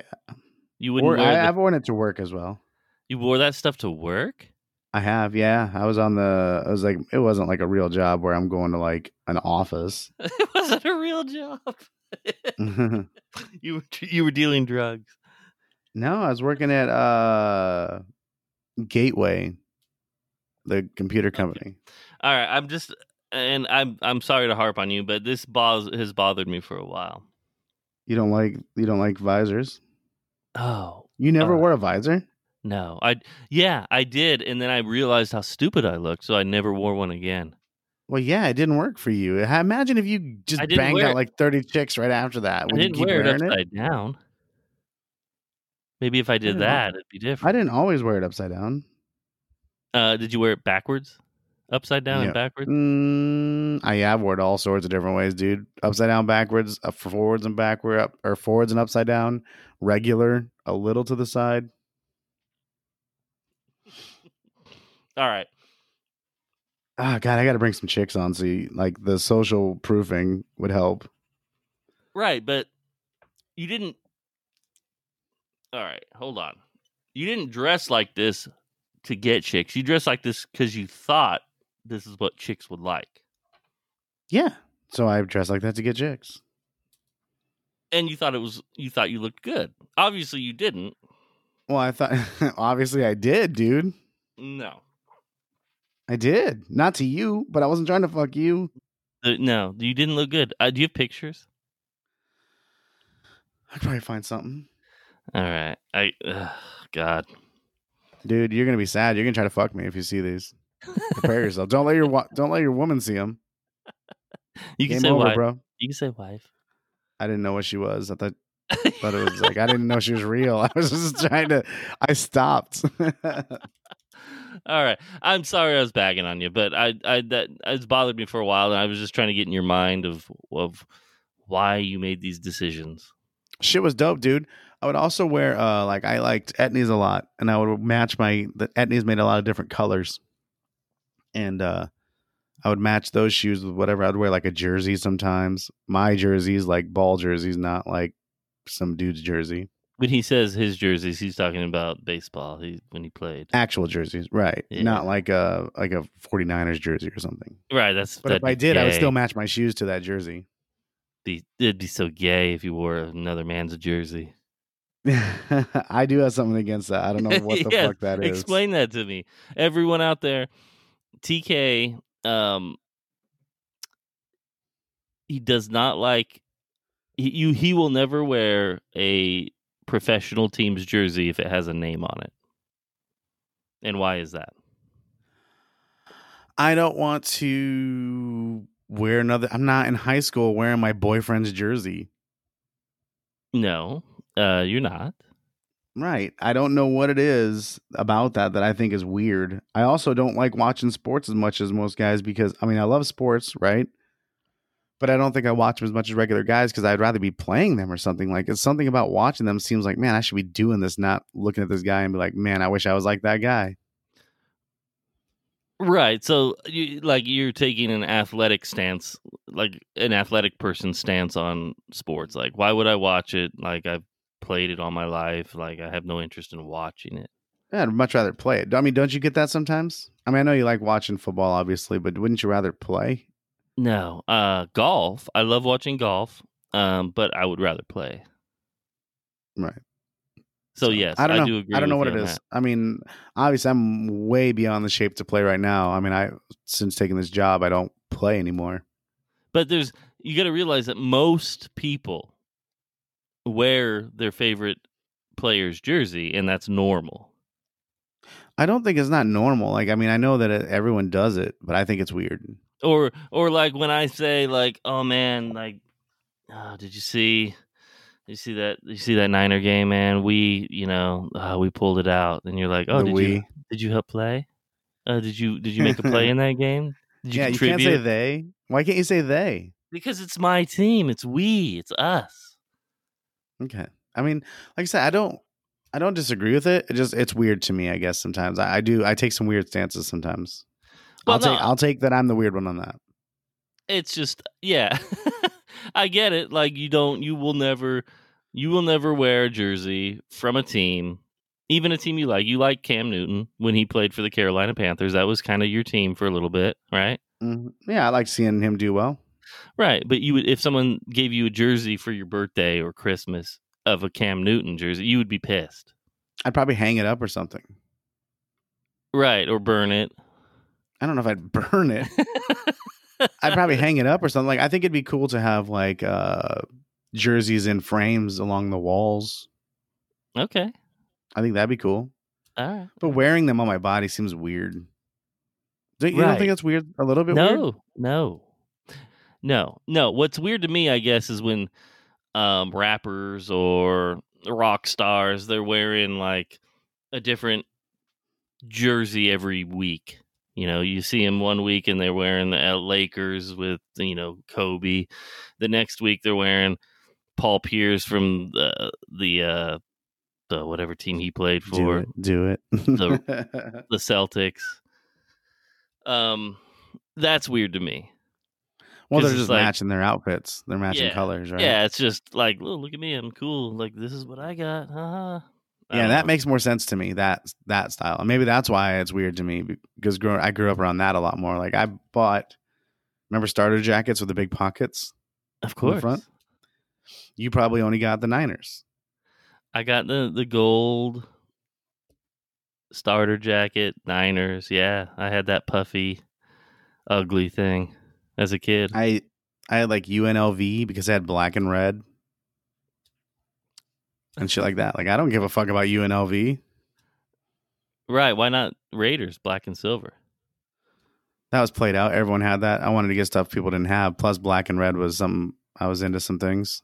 [SPEAKER 4] You wouldn't
[SPEAKER 5] or
[SPEAKER 4] wear
[SPEAKER 5] I,
[SPEAKER 4] the-
[SPEAKER 5] I've worn it to work as well.
[SPEAKER 4] [laughs] you wore that stuff to work? [laughs]
[SPEAKER 5] I have, yeah. I was on the. I was like, it wasn't like a real job where I'm going to like an office. [laughs]
[SPEAKER 4] it wasn't a real job. [laughs]
[SPEAKER 5] no,
[SPEAKER 4] you were you were dealing drugs.
[SPEAKER 5] I was working at uh Gateway, the computer company.
[SPEAKER 4] All right, I'm just and I'm I'm sorry to harp on you, but this bothers has bothered me for a while.
[SPEAKER 5] You don't like you don't like visors.
[SPEAKER 4] Oh,
[SPEAKER 5] You never
[SPEAKER 4] Uh,
[SPEAKER 5] wore a visor.
[SPEAKER 4] No, I yeah, I did, and then I realized how stupid I looked, so I never wore one again.
[SPEAKER 5] Well, yeah, it didn't work for you. I- Imagine if you just
[SPEAKER 4] I didn't
[SPEAKER 5] banged
[SPEAKER 4] wear
[SPEAKER 5] out
[SPEAKER 4] it.
[SPEAKER 5] like thirty chicks right after that. Would
[SPEAKER 4] I
[SPEAKER 5] you
[SPEAKER 4] didn't
[SPEAKER 5] keep
[SPEAKER 4] wear it
[SPEAKER 5] wearing
[SPEAKER 4] upside down. Maybe if I did
[SPEAKER 5] didn't know.
[SPEAKER 4] that, it'd be different.
[SPEAKER 5] Mm, I didn't always wear it upside down.
[SPEAKER 4] Uh, did you wear it backwards, upside down
[SPEAKER 5] Yeah.
[SPEAKER 4] and backwards?
[SPEAKER 5] Mm, I yeah, I've worn it all sorts of different ways, dude. Upside down, backwards, up forwards and backward, up or forwards and upside down, regular, a little to the side.
[SPEAKER 4] All right,
[SPEAKER 5] Ah, God, I got to bring some chicks on. So, you, like, the social proofing would help.
[SPEAKER 4] right, but you didn't. All right, hold on. You didn't dress like this to get chicks. You dressed like this because you thought this is what chicks would like,
[SPEAKER 5] Yeah. So I dress like that to get chicks.
[SPEAKER 4] and you thought it was. You thought you looked good. Obviously, you didn't.
[SPEAKER 5] Well, I thought [laughs] obviously I did, dude.
[SPEAKER 4] No.
[SPEAKER 5] I did. Not to you, but I wasn't trying to fuck you.
[SPEAKER 4] Uh, no, you didn't look good. Uh, do you have pictures?
[SPEAKER 5] I could probably find something.
[SPEAKER 4] All right. I ugh, God.
[SPEAKER 5] Dude, you're gonna be sad. You're gonna try to fuck me if you see
[SPEAKER 4] [laughs]
[SPEAKER 5] these. Prepare yourself. Don't let your wa- don't let your woman see them.
[SPEAKER 4] You can
[SPEAKER 5] Game
[SPEAKER 4] say
[SPEAKER 5] over,
[SPEAKER 4] wife.
[SPEAKER 5] bro.
[SPEAKER 4] You can say wife.
[SPEAKER 5] I didn't know what she was. I thought thought it was like I didn't know she was real. [laughs] I was just trying to. I stopped. [laughs]
[SPEAKER 4] All right. I'm sorry I was bagging on you, but I, I that it's bothered me for a while, and I was just trying to get in your mind of of why you made these decisions.
[SPEAKER 5] Shit was dope, dude. I would also wear uh like I liked etnies a lot, and I would match my the etnies made a lot of different colors, and uh I would match those shoes with whatever. I'd wear like a jersey sometimes. My jerseys like ball jerseys, not like some dude's jersey.
[SPEAKER 4] When he says his jerseys, he's talking about baseball. He when he played.
[SPEAKER 5] Actual jerseys, right?
[SPEAKER 4] Yeah.
[SPEAKER 5] Not like a like a 49ers jersey or something.
[SPEAKER 4] Right. That's.
[SPEAKER 5] But if
[SPEAKER 4] that'd
[SPEAKER 5] I
[SPEAKER 4] be
[SPEAKER 5] did, I would
[SPEAKER 4] gay.
[SPEAKER 5] still match my shoes to that jersey.
[SPEAKER 4] Be, it'd be so gay if you wore another man's jersey.
[SPEAKER 5] [laughs] I do have something against that. I don't know
[SPEAKER 4] [laughs]
[SPEAKER 5] what the
[SPEAKER 4] Yeah,
[SPEAKER 5] fuck that is.
[SPEAKER 4] Explain that to me. Everyone out there, TK, um, he does not like he, you. He will never wear a professional team's jersey if it has a name on it. And why is that?
[SPEAKER 5] I don't want to wear another. I'm not in high school wearing my boyfriend's jersey.
[SPEAKER 4] No, uh, you're not.
[SPEAKER 5] Right. I don't know what it is about that that I think is weird. I also don't like watching sports as much as most guys because I mean I love sports, right? But I don't think I watch them as much as regular guys because I'd rather be playing them or something. Like it's something about watching them seems like man I should be doing this, not looking at this guy and be like man I wish I was like that guy.
[SPEAKER 4] Right. So, you, like, you're taking an athletic stance, like an athletic person's stance on sports. Like, why would I watch it? Like, I've played it all my life. Like, I have no interest in watching it.
[SPEAKER 5] Yeah, I'd much rather play it. I mean, don't you get that sometimes? I mean, I know you like watching football, obviously, but wouldn't you rather play?
[SPEAKER 4] No. Uh, golf. I love watching golf. Um, but I would rather play.
[SPEAKER 5] Right.
[SPEAKER 4] So, Oh, yes,
[SPEAKER 5] I
[SPEAKER 4] I,
[SPEAKER 5] don't know.
[SPEAKER 4] do agree.
[SPEAKER 5] I don't know
[SPEAKER 4] with
[SPEAKER 5] what it
[SPEAKER 4] you on
[SPEAKER 5] is.
[SPEAKER 4] that.
[SPEAKER 5] I mean, obviously, I'm way beyond the shape to play right now. I mean, I since taking this job, I don't play anymore.
[SPEAKER 4] But there's, you got to realize that most people wear their favorite player's jersey, and that's normal.
[SPEAKER 5] I don't think it's not normal. Like, I mean, I know that it, everyone does it, but I think it's weird.
[SPEAKER 4] or or like when I say like, oh man, like, oh, did you see, did you see that, did you see that Niner game, man? We, you know, uh, we pulled it out, and you're like, oh,
[SPEAKER 5] The
[SPEAKER 4] did
[SPEAKER 5] we.
[SPEAKER 4] you did you help play?
[SPEAKER 5] [laughs]
[SPEAKER 4] Uh, did you did you make a play in that game? Did you
[SPEAKER 5] yeah, you can't say
[SPEAKER 4] contribute?
[SPEAKER 5] they. Why can't you say they?
[SPEAKER 4] Because it's my team. It's we. It's us.
[SPEAKER 5] Okay. I mean, like I said, I don't I don't disagree with it. It just it's weird to me, I guess, sometimes. I, I do I take some weird stances sometimes.
[SPEAKER 4] Well,
[SPEAKER 5] I'll
[SPEAKER 4] no,
[SPEAKER 5] take I'll take that I'm the weird one on that.
[SPEAKER 4] it's just yeah. [laughs] I get it. Like you don't. You will never. You will never wear a jersey from a team, even a team you like. You like Cam Newton when he played for the Carolina Panthers. That was kind of your team for a little bit, right?
[SPEAKER 5] Mhm. Yeah, I like seeing him do well.
[SPEAKER 4] Right, but you would if someone gave you a jersey for your birthday or Christmas of a Cam Newton jersey, you would be pissed.
[SPEAKER 5] I'd probably hang it up or something.
[SPEAKER 4] Right, or burn it. [laughs]
[SPEAKER 5] I don't know if I'd [laughs] burn it. I'd probably hang it up or something. Like I think it'd be cool to have like uh jerseys in frames along the walls.
[SPEAKER 4] Okay.
[SPEAKER 5] I think that'd be cool.
[SPEAKER 4] All right.
[SPEAKER 5] But wearing them on my body seems weird. Do you don't
[SPEAKER 4] Right.
[SPEAKER 5] think that's weird? A little bit
[SPEAKER 4] no,
[SPEAKER 5] weird?
[SPEAKER 4] no, no, no. What's weird to me, I guess, is when um, rappers or rock stars they're wearing like a different jersey every week. You know, you see them one week and they're wearing the uh, Lakers with you know Kobe. The next week they're wearing Paul Pierce from the the uh, the whatever team he played
[SPEAKER 5] Do
[SPEAKER 4] for
[SPEAKER 5] it. Do it. [laughs]
[SPEAKER 4] the- the Celtics. Um, that's weird to me.
[SPEAKER 5] well,
[SPEAKER 4] 'cause
[SPEAKER 5] they're
[SPEAKER 4] it's
[SPEAKER 5] just
[SPEAKER 4] like-
[SPEAKER 5] matching their outfits. They're matching
[SPEAKER 4] Yeah,
[SPEAKER 5] colors, right?
[SPEAKER 4] Yeah, it's just like, oh, look at me, I'm cool. Like this is what I got. Haha. I
[SPEAKER 5] Yeah,
[SPEAKER 4] don't
[SPEAKER 5] that
[SPEAKER 4] know.
[SPEAKER 5] makes more sense to me. That that style, and maybe that's why it's weird to me because grow, I grew up around that a lot more. Like I bought, remember starter jackets with the big pockets.
[SPEAKER 4] of
[SPEAKER 5] on
[SPEAKER 4] course.
[SPEAKER 5] the front. You probably only got the Niners.
[SPEAKER 4] I got the the gold starter jacket, Niners. Yeah, I had that puffy, ugly thing as a kid.
[SPEAKER 5] I I had like UNLV because I had black and red and shit like that. Like I don't give a fuck about UNLV.
[SPEAKER 4] right? Why not Raiders, black
[SPEAKER 5] [laughs]
[SPEAKER 4] and silver? [laughs]
[SPEAKER 5] That was played out. Everyone had that. I wanted to get stuff people didn't have. Plus, black and red was some. I was into some things.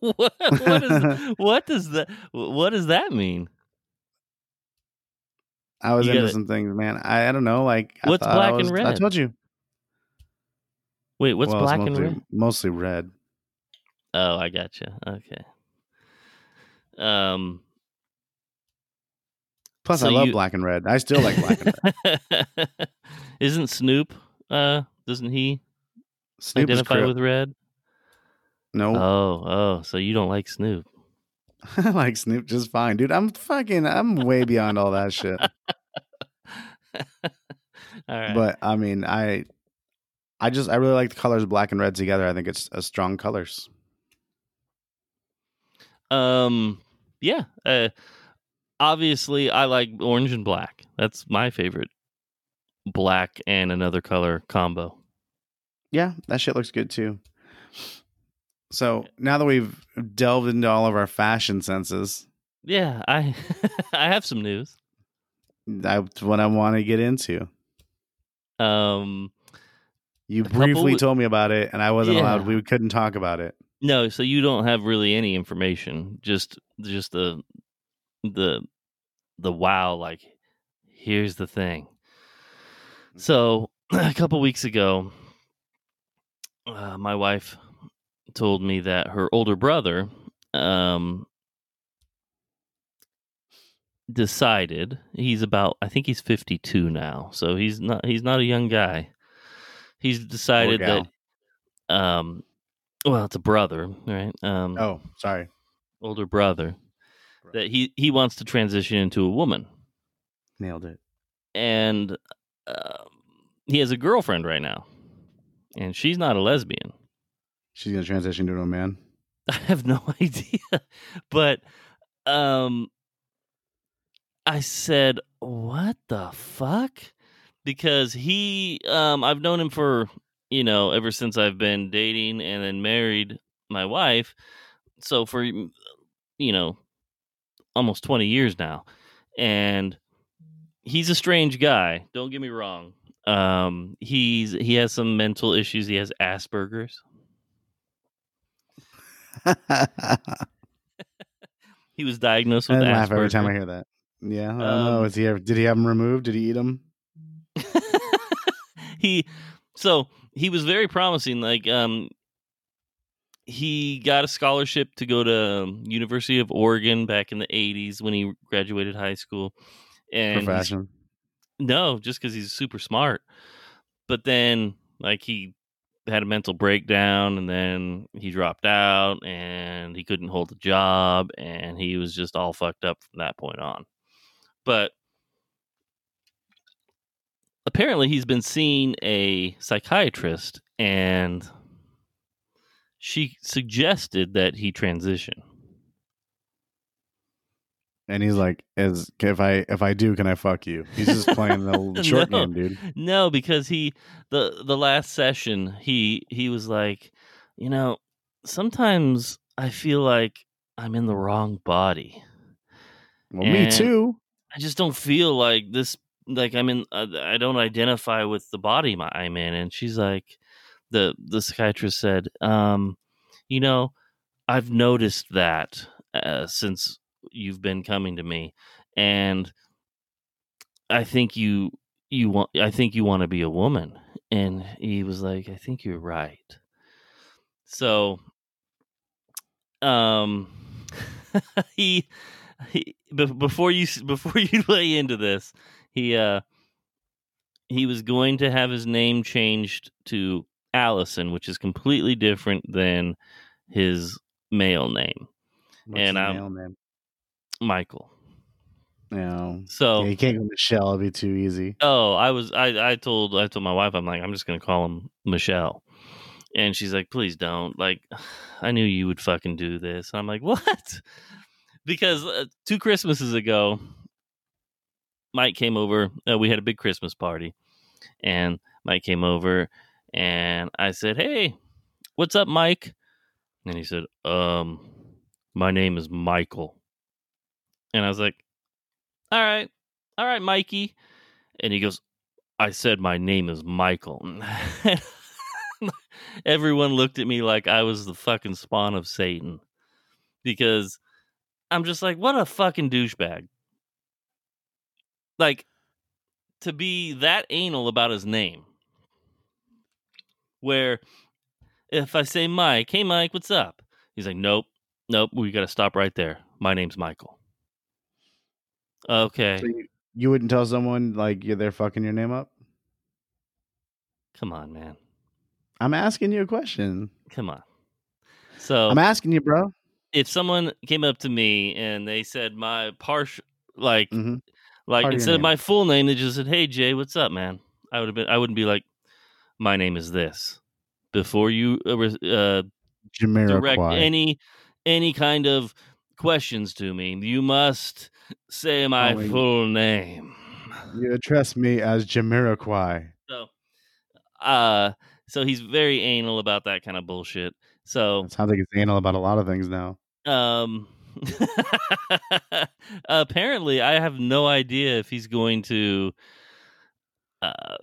[SPEAKER 4] what, what, is, what does that? What does that mean?
[SPEAKER 5] I was
[SPEAKER 4] You
[SPEAKER 5] into
[SPEAKER 4] gotta-
[SPEAKER 5] some things, man. I, I don't know. Like I
[SPEAKER 4] What's
[SPEAKER 5] thought I
[SPEAKER 4] black and
[SPEAKER 5] was- I
[SPEAKER 4] red?
[SPEAKER 5] told you.
[SPEAKER 4] Wait, what's
[SPEAKER 5] Well, it's
[SPEAKER 4] black and
[SPEAKER 5] mostly-
[SPEAKER 4] red?
[SPEAKER 5] Mostly red.
[SPEAKER 4] Oh, I gotcha. Okay. Um.
[SPEAKER 5] Plus,
[SPEAKER 4] So
[SPEAKER 5] I love
[SPEAKER 4] you-
[SPEAKER 5] black and red. I still like black and
[SPEAKER 4] [laughs]
[SPEAKER 5] red.
[SPEAKER 4] Isn't Snoop? Uh, doesn't he
[SPEAKER 5] Snoop is
[SPEAKER 4] identify
[SPEAKER 5] crip.
[SPEAKER 4] with red?
[SPEAKER 5] no,
[SPEAKER 4] Oh, oh, so you don't like Snoop?
[SPEAKER 5] [laughs] I like Snoop just fine, dude. I'm fucking. I'm way beyond all that
[SPEAKER 4] [laughs]
[SPEAKER 5] shit.
[SPEAKER 4] All right.
[SPEAKER 5] But I mean, I, I just I really like the colors black and red together. I think it's a strong colors.
[SPEAKER 4] um, yeah. Uh, obviously, I like orange and black. That's my favorite. Black and another color combo.
[SPEAKER 5] Yeah, that shit looks good too. So now that we've delved into all of our fashion senses,
[SPEAKER 4] Yeah, I [laughs] I have some news.
[SPEAKER 5] that's what I want to get into.
[SPEAKER 4] Um,
[SPEAKER 5] You
[SPEAKER 4] couple
[SPEAKER 5] briefly
[SPEAKER 4] w-
[SPEAKER 5] told me about it, and I wasn't
[SPEAKER 4] Yeah.
[SPEAKER 5] allowed. We couldn't talk about it.
[SPEAKER 4] No, so you don't have really any information. Just just the the the wow like here's the thing. So, [clears throat] a couple weeks ago, uh, my wife told me that her older brother um decided he's about I think he's 52 now. So he's not he's not a young guy. He's decided
[SPEAKER 5] gal.
[SPEAKER 4] that um well, it's a brother, right? Um
[SPEAKER 5] Oh, sorry.
[SPEAKER 4] older brother
[SPEAKER 5] Right.
[SPEAKER 4] that he he wants to transition into a woman
[SPEAKER 5] Nailed it.
[SPEAKER 4] and uh, he has a girlfriend right now and she's not a lesbian
[SPEAKER 5] She's gonna transition to a man.
[SPEAKER 4] [laughs] i have no idea but um i said what the fuck because he um i've known him for you know ever since i've been dating and then married my wife so for you know almost 20 years now and he's a strange guy don't get me wrong um he's he has some mental issues he has asperger's
[SPEAKER 5] I
[SPEAKER 4] he was diagnosed with
[SPEAKER 5] laugh
[SPEAKER 4] asperger's
[SPEAKER 5] every time I hear that. Yeah, I don't know.
[SPEAKER 4] Um,
[SPEAKER 5] Is he
[SPEAKER 4] [laughs]
[SPEAKER 5] ever, did he have them removed? Did he eat them?
[SPEAKER 4] he so he was very promising. Like, um, he got a scholarship to go to um, University of Oregon back in the '80s when he graduated high school, and
[SPEAKER 5] for
[SPEAKER 4] he's-
[SPEAKER 5] fashion.
[SPEAKER 4] no, just because he's super smart. But then, like, he had a mental breakdown and then he dropped out and he couldn't hold a job and he was just all fucked up from that point on. But apparently, he's been seeing a psychiatrist and she suggested that he transition.
[SPEAKER 5] And he's like, "Is if I if I do, can I fuck you?" He's just playing
[SPEAKER 4] [laughs]
[SPEAKER 5] the, the short
[SPEAKER 4] No.
[SPEAKER 5] game, dude.
[SPEAKER 4] No, because he the the last session he he was like, you know, sometimes I feel like I'm in the wrong body.
[SPEAKER 5] Well, me
[SPEAKER 4] And-
[SPEAKER 5] too.
[SPEAKER 4] I just don't feel like this. Like I'm in. Uh, I don't identify with the body my, I'm in. And she's like, the the psychiatrist said, um, you know, I've noticed that uh, since you've been coming to me, and I think you you want. I think you want to be a woman. And he was like, I think you're right. So, um, [laughs] he he, be- before you s- before [laughs] you lay into this, he uh he was going to have his name changed to Allison, which is completely different than his male name,
[SPEAKER 5] What's
[SPEAKER 4] And,
[SPEAKER 5] the
[SPEAKER 4] um,
[SPEAKER 5] nail, man?
[SPEAKER 4] Michael.
[SPEAKER 5] No.
[SPEAKER 4] So
[SPEAKER 5] Yeah, you can't go Michelle. It'd be too easy.
[SPEAKER 4] Oh, I was I I told I told my wife I'm like I'm just gonna call him Michelle, and she's like, please don't. Like, [sighs] I knew you would fucking do this. I'm like, [laughs] what? Because uh, two Christmases ago, Mike came over. Uh, we had a big Christmas party, and Mike came over, and I said, hey, what's up, Mike? And he said, um, my name is Michael, and I was like, all right, all right, Mikey. And he goes, I said my name is Michael. [laughs] Everyone looked at me like I was the fucking spawn of Satan because I'm just like, what a fucking douchebag. Like, to be that anal about his name, where if I say Mike, hey, Mike, what's up? He's like, nope, nope, we got to stop right there. My name's Michael. Okay.
[SPEAKER 5] So you, you wouldn't tell someone like you're they're fucking your name up.
[SPEAKER 4] Come on, man.
[SPEAKER 5] I'm asking you a question.
[SPEAKER 4] Come on. So
[SPEAKER 5] I'm asking you, bro.
[SPEAKER 4] if someone came up to me and they said my partial, like,
[SPEAKER 5] hmm
[SPEAKER 4] like
[SPEAKER 5] part of your
[SPEAKER 4] instead of
[SPEAKER 5] name.
[SPEAKER 4] my full name, they just said, "Hey Jay, what's up, man?" I would have been, I wouldn't be like, "My name is this." Before you uh, res- uh, direct
[SPEAKER 5] Jamiroquai.
[SPEAKER 4] any any kind of questions to me, you must say my
[SPEAKER 5] Oh, wait.
[SPEAKER 4] full name.
[SPEAKER 5] you address me as Jamiroquai.
[SPEAKER 4] So, uh, so he's very anal about that kind of bullshit. So,
[SPEAKER 5] It sounds like it's anal about a lot of things now.
[SPEAKER 4] Um, [laughs] apparently, I have no idea if he's going to. Uh,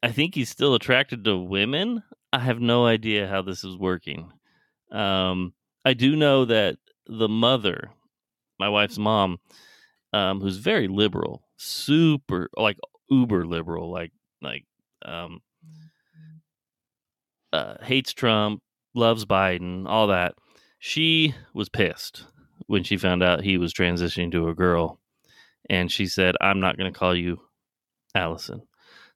[SPEAKER 4] I think he's still attracted to women. I have no idea how this is working. Um, I do know that the mother, my wife's mom, um, who's very liberal, super like uber liberal, like like um, uh, hates Trump, loves Biden, all that she was pissed when she found out he was transitioning to a girl and she said i'm not going to call you allison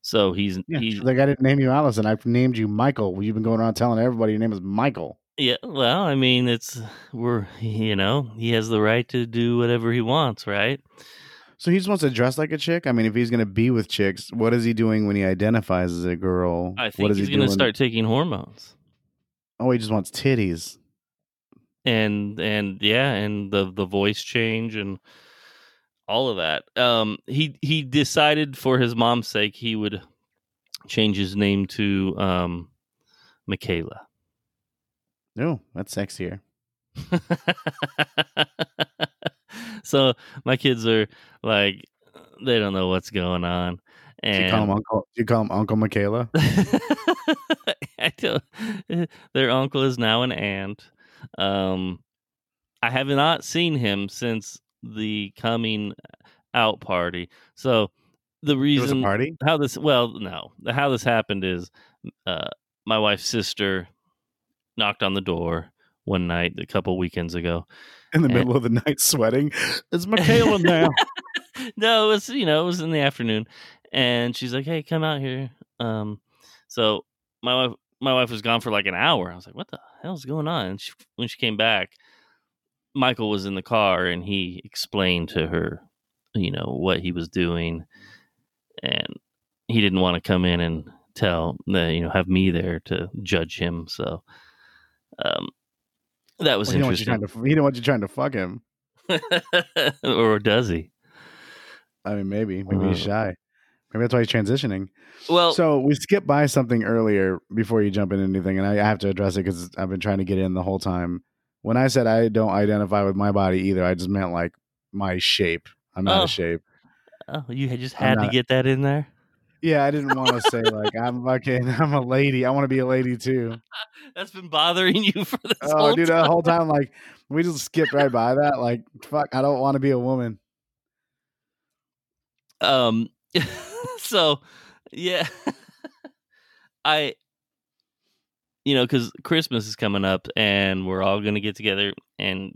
[SPEAKER 4] so he's
[SPEAKER 5] Yeah,
[SPEAKER 4] he,
[SPEAKER 5] she's like I didn't name you Allison. I've named you Michael. You've been going around telling everybody your name is Michael.
[SPEAKER 4] yeah well i mean it's we're you know he has the right to do whatever he wants right
[SPEAKER 5] So he just wants to dress like a chick. I mean, if he's going to be with chicks, what is he doing when he identifies as a girl?
[SPEAKER 4] i
[SPEAKER 5] what
[SPEAKER 4] think
[SPEAKER 5] is
[SPEAKER 4] he's
[SPEAKER 5] he
[SPEAKER 4] going to
[SPEAKER 5] doing-
[SPEAKER 4] start taking hormones
[SPEAKER 5] Oh, he just wants titties.
[SPEAKER 4] and and yeah and the the voice change and all of that um he he decided for his mom's sake he would change his name to um michaela [laughs]
[SPEAKER 5] No, that's sexier.
[SPEAKER 4] so my kids are like they don't know what's going on
[SPEAKER 5] Do you call him
[SPEAKER 4] and
[SPEAKER 5] Uncle? Do you call him Uncle Michaela?
[SPEAKER 4] [laughs] I don't, eh, their uncle is now an aunt um i have not seen him since the coming out party so the
[SPEAKER 5] It was a
[SPEAKER 4] reason
[SPEAKER 5] party.
[SPEAKER 4] how this well no how this happened is uh my wife's sister knocked on the door one night a couple weekends ago.
[SPEAKER 5] in the
[SPEAKER 4] Eh.
[SPEAKER 5] middle of the [laughs] night sweating. It's
[SPEAKER 4] [laughs]
[SPEAKER 5] Michaela now.
[SPEAKER 4] no, it was you know, it was in the afternoon. And she's like, Hey, come out here. Um so my wife my wife was gone for like an hour. I was like, What the hell's going on? And she, when she came back, Michael was in the car and he explained to her, you know, what he was doing and he didn't want to come in and tell the you know, have me there to judge him. So um that was
[SPEAKER 5] He don't want you
[SPEAKER 4] interesting.
[SPEAKER 5] trying to. He don't want you trying to fuck him.
[SPEAKER 4] [laughs] or does he?
[SPEAKER 5] I mean, maybe, maybe he's
[SPEAKER 4] Uh.
[SPEAKER 5] shy. Maybe that's why he's transitioning.
[SPEAKER 4] Well,
[SPEAKER 5] So we skipped by something earlier before you jump into anything, and I, I have to address it because I've been trying to get in the whole time. When I said I don't identify with my body either, I just meant like my shape. I'm out
[SPEAKER 4] Oh.
[SPEAKER 5] of shape.
[SPEAKER 4] Oh, you had just
[SPEAKER 5] I'm
[SPEAKER 4] had to
[SPEAKER 5] not-
[SPEAKER 4] get that in there.
[SPEAKER 5] Yeah, I didn't want to say like I'm fucking. [laughs] I'm a lady. I want to be a lady too.
[SPEAKER 4] That's been bothering [laughs] you for [laughs] this
[SPEAKER 5] Oh,
[SPEAKER 4] whole
[SPEAKER 5] dude,
[SPEAKER 4] time.
[SPEAKER 5] the whole time
[SPEAKER 4] [laughs]
[SPEAKER 5] like we just skipped right by that. Like, fuck, I don't want to be a woman.
[SPEAKER 4] [laughs] Um, so yeah, [laughs] I, you know, because Christmas is coming up and we're all gonna get together and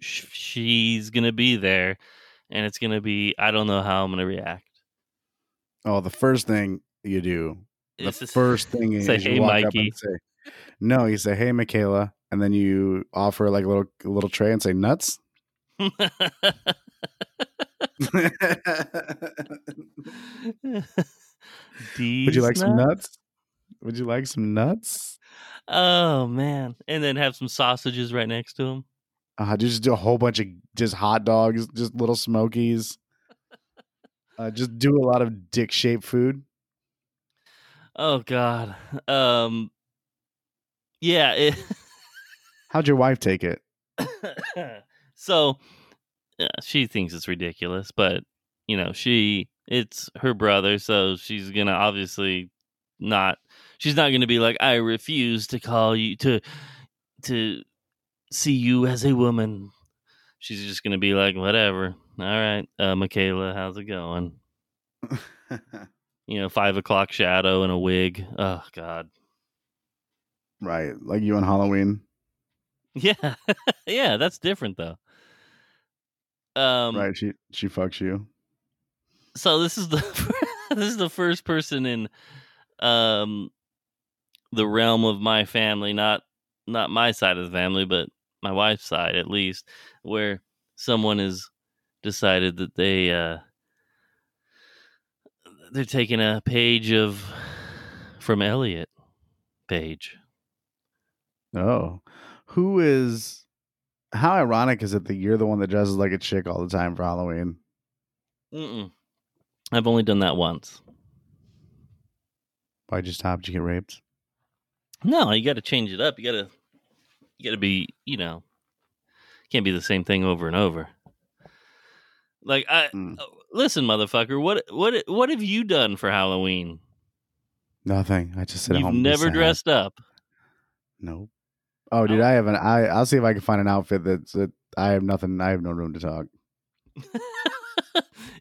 [SPEAKER 4] sh- she's gonna be there, and it's gonna be I don't know how I'm gonna react.
[SPEAKER 5] Oh, the first thing you do the
[SPEAKER 4] It's just- [laughs]
[SPEAKER 5] first thing is
[SPEAKER 4] say,
[SPEAKER 5] you
[SPEAKER 4] "Hey,
[SPEAKER 5] walk up
[SPEAKER 4] Mikey."
[SPEAKER 5] and say, no, you say, "Hey, Michaela," and then you offer like a little a little tray and say, "Nuts." [laughs] Would
[SPEAKER 4] These
[SPEAKER 5] you like some
[SPEAKER 4] nuts?
[SPEAKER 5] nuts? Would you like some nuts?
[SPEAKER 4] Oh man! And then have some sausages right next to him.
[SPEAKER 5] Uh, just do a whole bunch of just hot dogs, just little smokies. Uh, just do a lot of dick shaped food.
[SPEAKER 4] Oh God. Um. Yeah. It, [coughs]
[SPEAKER 5] How'd your wife take it? [laughs]
[SPEAKER 4] so uh, she thinks it's ridiculous, but you know she it's her brother, so she's gonna obviously not. She's not gonna be like I refuse to call you to to see you as a woman. She's just gonna be like whatever. All right, uh, Michaela, how's it going? You know, five o'clock shadow and a wig. Oh God.
[SPEAKER 5] right, like you on Halloween,
[SPEAKER 4] Yeah, [laughs] yeah, that's different though. Um,
[SPEAKER 5] right? She she fucks you.
[SPEAKER 4] So this is the [laughs] this is the first person in um the realm of my family, not not my side of the family, but my wife's side at least, where someone has decided that they uh they're taking a page of from Elliot page.
[SPEAKER 5] Oh, who is? How ironic is it that you're the one that dresses like a chick all the time for Halloween?
[SPEAKER 4] Mm-mm. I've only done that once.
[SPEAKER 5] Why'd you stop? Did you get raped?
[SPEAKER 4] No, you got to change it up. You got to you got to be, you know, can't be the same thing over and over. Like I uh,
[SPEAKER 5] Mm.
[SPEAKER 4] listen, motherfucker, what what what have you done for Halloween?
[SPEAKER 5] Nothing. I just sit at
[SPEAKER 4] You've
[SPEAKER 5] home. and be
[SPEAKER 4] never
[SPEAKER 5] sad.
[SPEAKER 4] dressed up. [laughs]
[SPEAKER 5] Nope. Oh, dude, I have an. I I'll see if I can find an outfit that's that. I have nothing. I have no room to talk.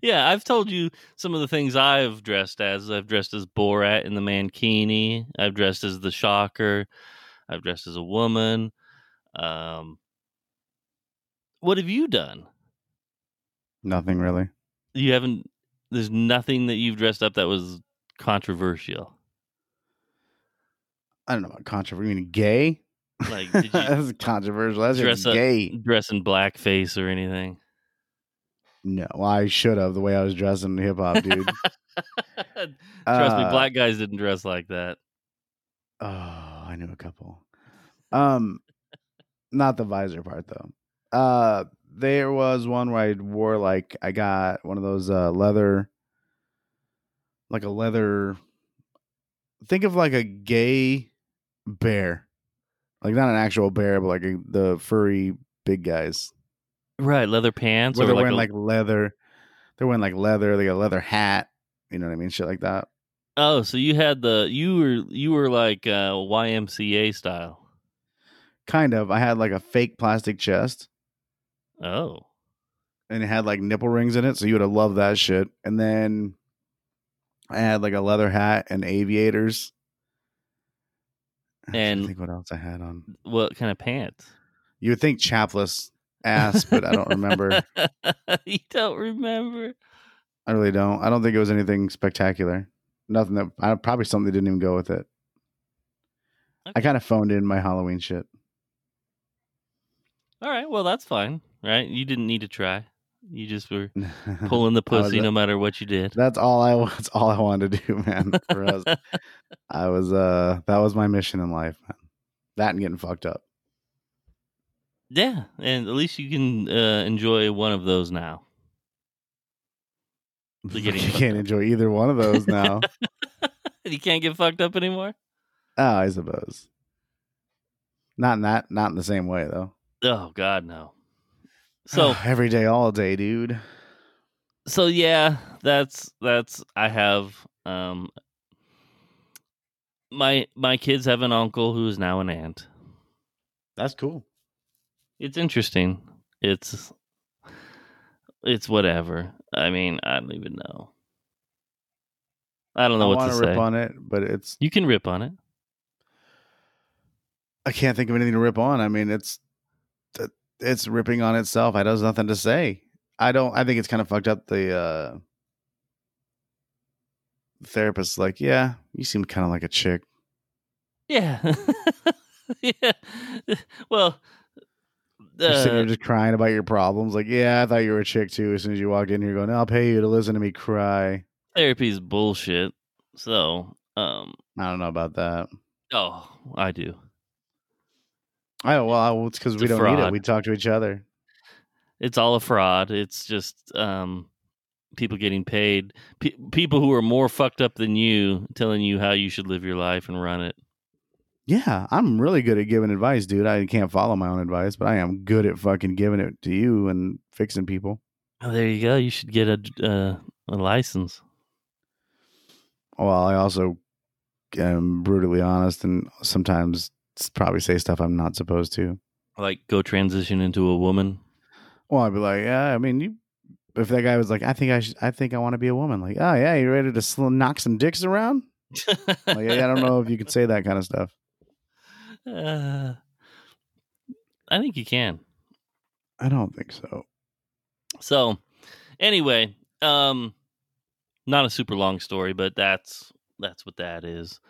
[SPEAKER 4] yeah, I've told you some of the things I've dressed as. I've dressed as Borat in the mankini. I've dressed as the Shocker. I've dressed as a woman. Um, what have you done?
[SPEAKER 5] Nothing really.
[SPEAKER 4] you haven't there's nothing that you've dressed up that was controversial
[SPEAKER 5] I don't know about controversial. You mean gay? [laughs]
[SPEAKER 4] like did you
[SPEAKER 5] that's controversial. That's
[SPEAKER 4] dress
[SPEAKER 5] just
[SPEAKER 4] up-
[SPEAKER 5] gay.
[SPEAKER 4] dress in blackface or anything
[SPEAKER 5] No, I should have the way I was dressed in hip hop, dude.
[SPEAKER 4] trust me
[SPEAKER 5] Uh,
[SPEAKER 4] black guys didn't dress like that
[SPEAKER 5] Oh, I knew a couple. Um, not the visor part though. Uh, there was one where I wore like I got one of those uh leather, like a leather. Think of like a gay bear, like not an actual bear, but like a, the furry big guys.
[SPEAKER 4] right leather pants
[SPEAKER 5] where
[SPEAKER 4] or
[SPEAKER 5] they're
[SPEAKER 4] like,
[SPEAKER 5] wearing
[SPEAKER 4] a-
[SPEAKER 5] like leather. They're wearing like leather. They got a leather hat. You know what I mean? Shit like that.
[SPEAKER 4] oh so you had the you were you were like uh ymca style
[SPEAKER 5] Kind of. I had like a fake plastic chest.
[SPEAKER 4] oh
[SPEAKER 5] and it had like nipple rings in it, so you would have loved that shit. And then I had like a leather hat and aviators, And
[SPEAKER 4] And-
[SPEAKER 5] think what else I had on.
[SPEAKER 4] What kind of pants?
[SPEAKER 5] You would think chapless ass, but I don't [laughs] remember.
[SPEAKER 4] [laughs] you don't remember?
[SPEAKER 5] I really don't. I don't think it was anything spectacular. Nothing that I probably something that didn't even go with it. I
[SPEAKER 4] Okay.
[SPEAKER 5] kind of phoned in my Halloween shit.
[SPEAKER 4] All right. Well, that's fine. Right? You didn't need to try. You just were
[SPEAKER 5] Pull
[SPEAKER 4] pulling the
[SPEAKER 5] was
[SPEAKER 4] pussy
[SPEAKER 5] a-
[SPEAKER 4] no matter what you did.
[SPEAKER 5] [laughs] That's all I. That's all I wanted to do, man. For [laughs] us, I was. Uh, that was my mission in life, man. That and getting fucked up.
[SPEAKER 4] Yeah, and at least you can uh, enjoy one of those now.
[SPEAKER 5] [laughs]
[SPEAKER 4] So
[SPEAKER 5] You
[SPEAKER 4] getting fucked
[SPEAKER 5] can't
[SPEAKER 4] up.
[SPEAKER 5] enjoy either one of those
[SPEAKER 4] [laughs]
[SPEAKER 5] now.
[SPEAKER 4] You can't get fucked up anymore.
[SPEAKER 5] oh, I suppose. Not in that. Not in the same way though. Ah,
[SPEAKER 4] Oh God, no. So,
[SPEAKER 5] every day, all day, dude.
[SPEAKER 4] so yeah, that's that's I have um my my kids have an uncle who is now an aunt.
[SPEAKER 5] That's cool.
[SPEAKER 4] It's interesting. It's it's whatever. I mean, I don't even know. I don't know
[SPEAKER 5] I
[SPEAKER 4] what
[SPEAKER 5] want
[SPEAKER 4] to
[SPEAKER 5] to
[SPEAKER 4] say.
[SPEAKER 5] rip on it, but it's
[SPEAKER 4] you can rip on it.
[SPEAKER 5] I can't think of anything to rip on. I mean, it's th- it's ripping on itself. I there's nothing to say. I don't. I think it's kind of fucked up. The uh, therapist's like, yeah, you seem kind of like a chick.
[SPEAKER 4] Yeah. [laughs] yeah. [laughs] Well,
[SPEAKER 5] You're sitting
[SPEAKER 4] uh,
[SPEAKER 5] here just crying about your problems. Like, yeah, I thought you were a chick too. As soon as you walked in here, going, I'll pay you to listen to me cry.
[SPEAKER 4] therapy is bullshit. So, um,
[SPEAKER 5] I don't know about that.
[SPEAKER 4] oh, I do.
[SPEAKER 5] I don't, well, I- it's because
[SPEAKER 4] It's
[SPEAKER 5] we
[SPEAKER 4] a
[SPEAKER 5] don't need it.
[SPEAKER 4] fraud.
[SPEAKER 5] We talk to each other.
[SPEAKER 4] It's all a fraud. It's just um, people getting paid. Pe- people who are more fucked up than you telling you how you should live your life and run it.
[SPEAKER 5] Yeah, I'm really good at giving advice, dude. I can't follow my own advice, but I am good at fucking giving it to you and fixing people.
[SPEAKER 4] Oh, there you go. You should get a uh, a license.
[SPEAKER 5] Well, I also am brutally honest and sometimes s- probably say stuff I'm not supposed to.
[SPEAKER 4] Like go transition into a woman.
[SPEAKER 5] Well, I'd be like, yeah, I mean, you. If that guy was like, I think I should, I think I want to be a woman. Like, oh yeah, you ready to sl- knock some dicks around? Like, yeah, I don't know if you could say that kind of stuff.
[SPEAKER 4] [laughs] Uh, I think you can.
[SPEAKER 5] I don't think so.
[SPEAKER 4] So, anyway, um, not a super long story, but that's that's what that is,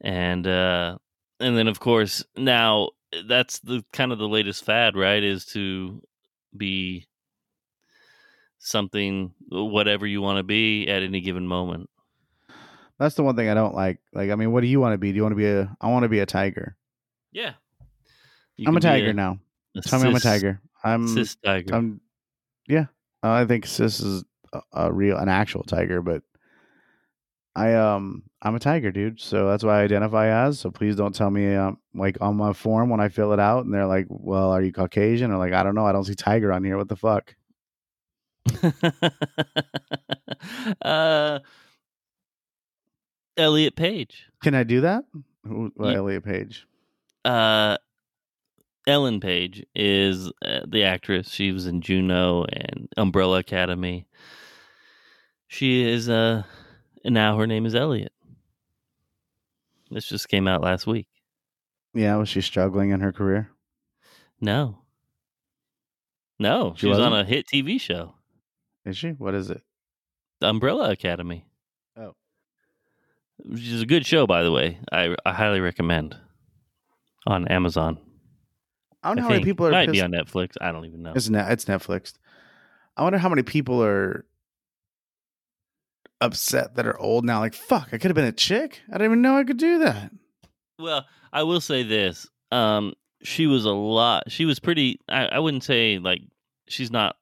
[SPEAKER 4] and uh, and then of course now eh, that's the kind of the latest fad, right? Is to be something, uh, whatever you want to be at any given moment.
[SPEAKER 5] That's the one thing I don't like. Like, I mean, what do you want to be? Do you want to be a? I want to be a tiger.
[SPEAKER 4] Yeah,
[SPEAKER 5] I'm a tiger now. Tell me I'm a tiger. Mm, I'm.
[SPEAKER 4] Cis tiger.
[SPEAKER 5] I'm. Yeah, Uh, I think sis is a, a real, an actual tiger, but I um, I'm a tiger, dude. So that's what I identify as. So please don't tell me um, like on my form when I fill it out, and they're like, "Well, are you Caucasian?" Or like, "I don't know. I don't see tiger on here. What the fuck?"
[SPEAKER 4] [laughs] uh, Elliot Page.
[SPEAKER 5] Can I do that? Who, well,
[SPEAKER 4] Ye-
[SPEAKER 5] Elliot Page.
[SPEAKER 4] uh Ellen Page is uh, the actress. She was in Juno and Umbrella Academy. She is uh and now her name is Elliot. This just came out last week.
[SPEAKER 5] Yeah, was she struggling in her career?
[SPEAKER 4] No. No,
[SPEAKER 5] She
[SPEAKER 4] she, was on a
[SPEAKER 5] wasn't?
[SPEAKER 4] hit TV show,
[SPEAKER 5] Is she? What is it?
[SPEAKER 4] The Umbrella Academy.
[SPEAKER 5] Oh.
[SPEAKER 4] Which is a good show by the way. I I highly recommend on Amazon.
[SPEAKER 5] I don't
[SPEAKER 4] I
[SPEAKER 5] know how
[SPEAKER 4] think.
[SPEAKER 5] many people are
[SPEAKER 4] might
[SPEAKER 5] pissed
[SPEAKER 4] be on Netflix. I don't even know.
[SPEAKER 5] It's ne- it's Netflix. I wonder how many people are upset that are old now. Like, fuck, I could have been a chick. I didn't even know I could do that.
[SPEAKER 4] Well, I will say this. Um, she was a lot. She was pretty. I, I wouldn't say like she's not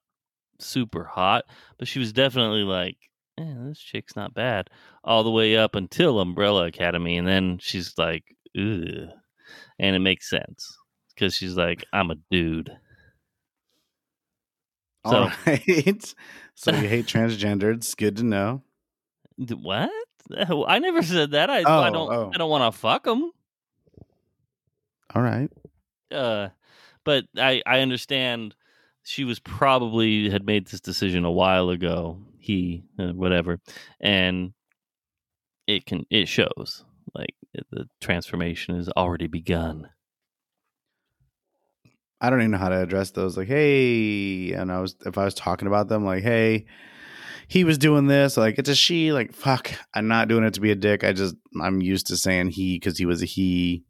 [SPEAKER 4] super hot, but she was definitely like, eh, this chick's not bad. All the way up until Umbrella Academy, and then she's like, ugh, and it makes sense because she's like, I'm a dude. So-
[SPEAKER 5] All right. [laughs] so you hate transgendered. It's good to know.
[SPEAKER 4] D- What? [laughs] I never said that. I, I
[SPEAKER 5] Oh,
[SPEAKER 4] don't.
[SPEAKER 5] oh.
[SPEAKER 4] I don't want to fuck them.
[SPEAKER 5] All right.
[SPEAKER 4] uh but i i understand she was probably had made this decision a while ago he uh, whatever and it can it shows Like the transformation has already begun.
[SPEAKER 5] I don't even know how to address those. Like, hey, and I was if I was talking about them, like, hey, he was doing this. Like, it's a she. Like, fuck, I'm not doing it to be a dick. I just I'm used to saying he because he was a he.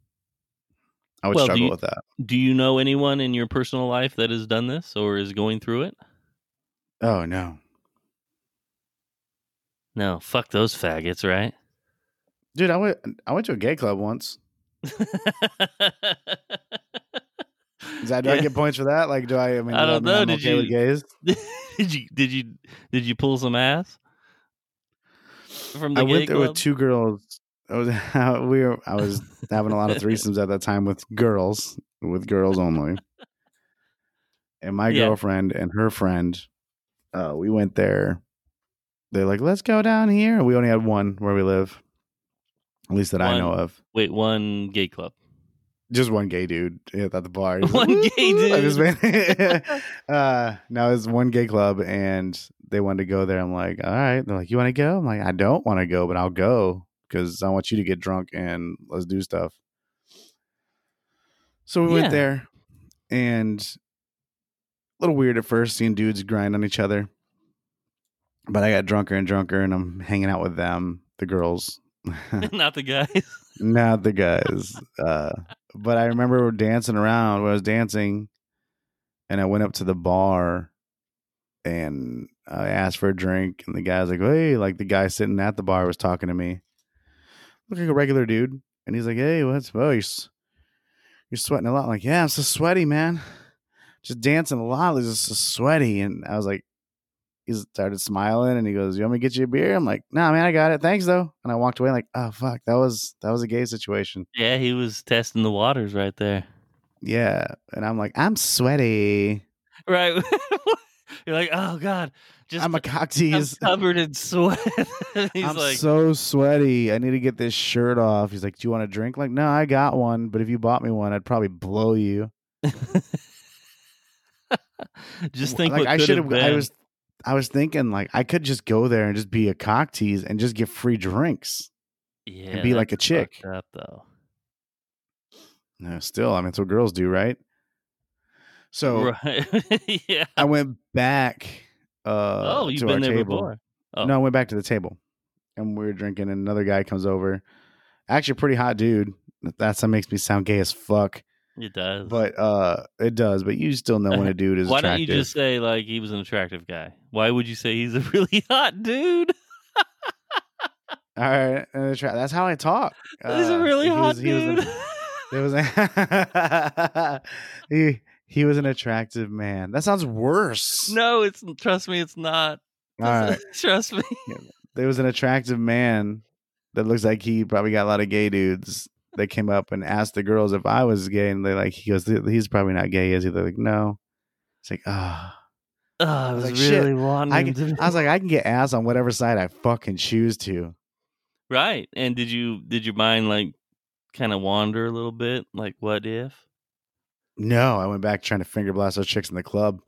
[SPEAKER 5] I would
[SPEAKER 4] Well, do
[SPEAKER 5] struggle
[SPEAKER 4] you-
[SPEAKER 5] with that.
[SPEAKER 4] Do you know anyone in your personal life that has done this or is going through it?
[SPEAKER 5] Oh no,
[SPEAKER 4] No, fuck those faggots, right?
[SPEAKER 5] dude, I went I went to a gay club once. Is that, do I
[SPEAKER 4] [laughs] Yeah.
[SPEAKER 5] get points for that? Like, do I? I, mean,
[SPEAKER 4] I
[SPEAKER 5] do
[SPEAKER 4] don't
[SPEAKER 5] mean
[SPEAKER 4] know.
[SPEAKER 5] I'm
[SPEAKER 4] Did
[SPEAKER 5] okay with
[SPEAKER 4] you-
[SPEAKER 5] gays?
[SPEAKER 4] did you did you did you pull some ass from the
[SPEAKER 5] I
[SPEAKER 4] gay
[SPEAKER 5] went there
[SPEAKER 4] club?
[SPEAKER 5] with two girls. I was [laughs] we were, I was having a
[SPEAKER 4] [laughs]
[SPEAKER 5] lot of threesomes at that time with girls, with girls only. And my
[SPEAKER 4] Yeah.
[SPEAKER 5] girlfriend and her friend, uh, we went there. They're like, "Let's go down here." We only had one where we live, at least that I know
[SPEAKER 4] One.
[SPEAKER 5] of.
[SPEAKER 4] Wait, one gay club.
[SPEAKER 5] Just one gay dude at the bar. He's
[SPEAKER 4] [laughs] One
[SPEAKER 5] [laughs]
[SPEAKER 4] gay
[SPEAKER 5] "Woo-hoo." I just
[SPEAKER 4] dude.
[SPEAKER 5] made- [laughs] uh, no, it's one gay club, and they wanted to go there. I'm like, all right. They're like, you want to go? I'm like, I don't want to go, but I'll go because I want you to get drunk and let's do stuff. So we
[SPEAKER 4] Yeah.
[SPEAKER 5] went there, and a little weird at first seeing dudes grind on each other. But I got drunker and drunker, and I'm hanging out with them, the girls, [laughs]
[SPEAKER 4] [laughs] Not the guys.
[SPEAKER 5] not the guys. uh, but I remember we're dancing around. When I was dancing, and I went up to the bar, and I asked for a drink, and the guy's like, "Hey!" Like the guy sitting at the bar was talking to me, looked like a regular dude, and he's like, "Hey, what's oh you're, s- you're sweating a lot?" I'm like, "Yeah, I'm so sweaty, man. Just dancing a lot. It's just so sweaty." And I was like. He started smiling and he goes, "You want me to get you a beer?" I'm like, "Nah, man, I got it. Thanks, though." And I walked away like, "Oh fuck, that was that was a gay situation."
[SPEAKER 4] Yeah, he was testing the waters right there.
[SPEAKER 5] Yeah. And I'm like, I'm sweaty.
[SPEAKER 4] Right. [laughs] You're like, oh god,
[SPEAKER 5] [laughs]
[SPEAKER 4] just
[SPEAKER 5] I'm a cock
[SPEAKER 4] I'm
[SPEAKER 5] tease. I'm,
[SPEAKER 4] covered in sweat. And [laughs] He's like,
[SPEAKER 5] so sweaty. I need to get this shirt off. He's like, Do you want a drink? Like, no, I got one. But if you bought me one, I'd probably blow you.
[SPEAKER 4] just think
[SPEAKER 5] like
[SPEAKER 4] what
[SPEAKER 5] I
[SPEAKER 4] could
[SPEAKER 5] should
[SPEAKER 4] have
[SPEAKER 5] have
[SPEAKER 4] been.
[SPEAKER 5] I was I was thinking like I could just go there and just be a cock tease and just get free drinks.
[SPEAKER 4] yeah,
[SPEAKER 5] be like
[SPEAKER 4] that's
[SPEAKER 5] a chick.
[SPEAKER 4] fucked Up, though. [laughs]
[SPEAKER 5] No, still, I mean it's what girls do, right? So
[SPEAKER 4] Right. [laughs] yeah.
[SPEAKER 5] I went back uh
[SPEAKER 4] oh, you've
[SPEAKER 5] to
[SPEAKER 4] been
[SPEAKER 5] our
[SPEAKER 4] there
[SPEAKER 5] table.
[SPEAKER 4] before. Oh.
[SPEAKER 5] No, I went back to the table and we were drinking. And another guy comes over, actually, a pretty hot dude. That's that makes me sound gay as fuck,
[SPEAKER 4] It does.
[SPEAKER 5] but uh, it does. But you still know when a dude is
[SPEAKER 4] [laughs] Why
[SPEAKER 5] attractive.
[SPEAKER 4] don't you just say like he was an attractive guy? Why would you say he's a [laughs] really hot dude? [laughs]
[SPEAKER 5] All right, and it's right. that's how I talk.
[SPEAKER 4] he's a
[SPEAKER 5] Uh,
[SPEAKER 4] really
[SPEAKER 5] he
[SPEAKER 4] hot
[SPEAKER 5] was- he was an-
[SPEAKER 4] dude. [laughs]
[SPEAKER 5] There was a [laughs] he he was an attractive man. That sounds worse.
[SPEAKER 4] no, it's trust me, it's not.
[SPEAKER 5] All right.
[SPEAKER 4] [laughs] trust me.
[SPEAKER 5] there was an attractive man that looks like he probably got a lot of gay dudes that came up and asked the girls if I was gay, and they like he goes, he's probably not gay, is he? They're like, no. It's like, ah,
[SPEAKER 4] Oh, I was
[SPEAKER 5] was like, shit,
[SPEAKER 4] really wanting
[SPEAKER 5] I,
[SPEAKER 4] him to.
[SPEAKER 5] can-
[SPEAKER 4] be-
[SPEAKER 5] I was like, I can get ass on whatever side I fucking choose to.
[SPEAKER 4] right. And did you did your mind like kind of wander a little bit? Like, what if?
[SPEAKER 5] No, I went back trying to finger blast those chicks in the club.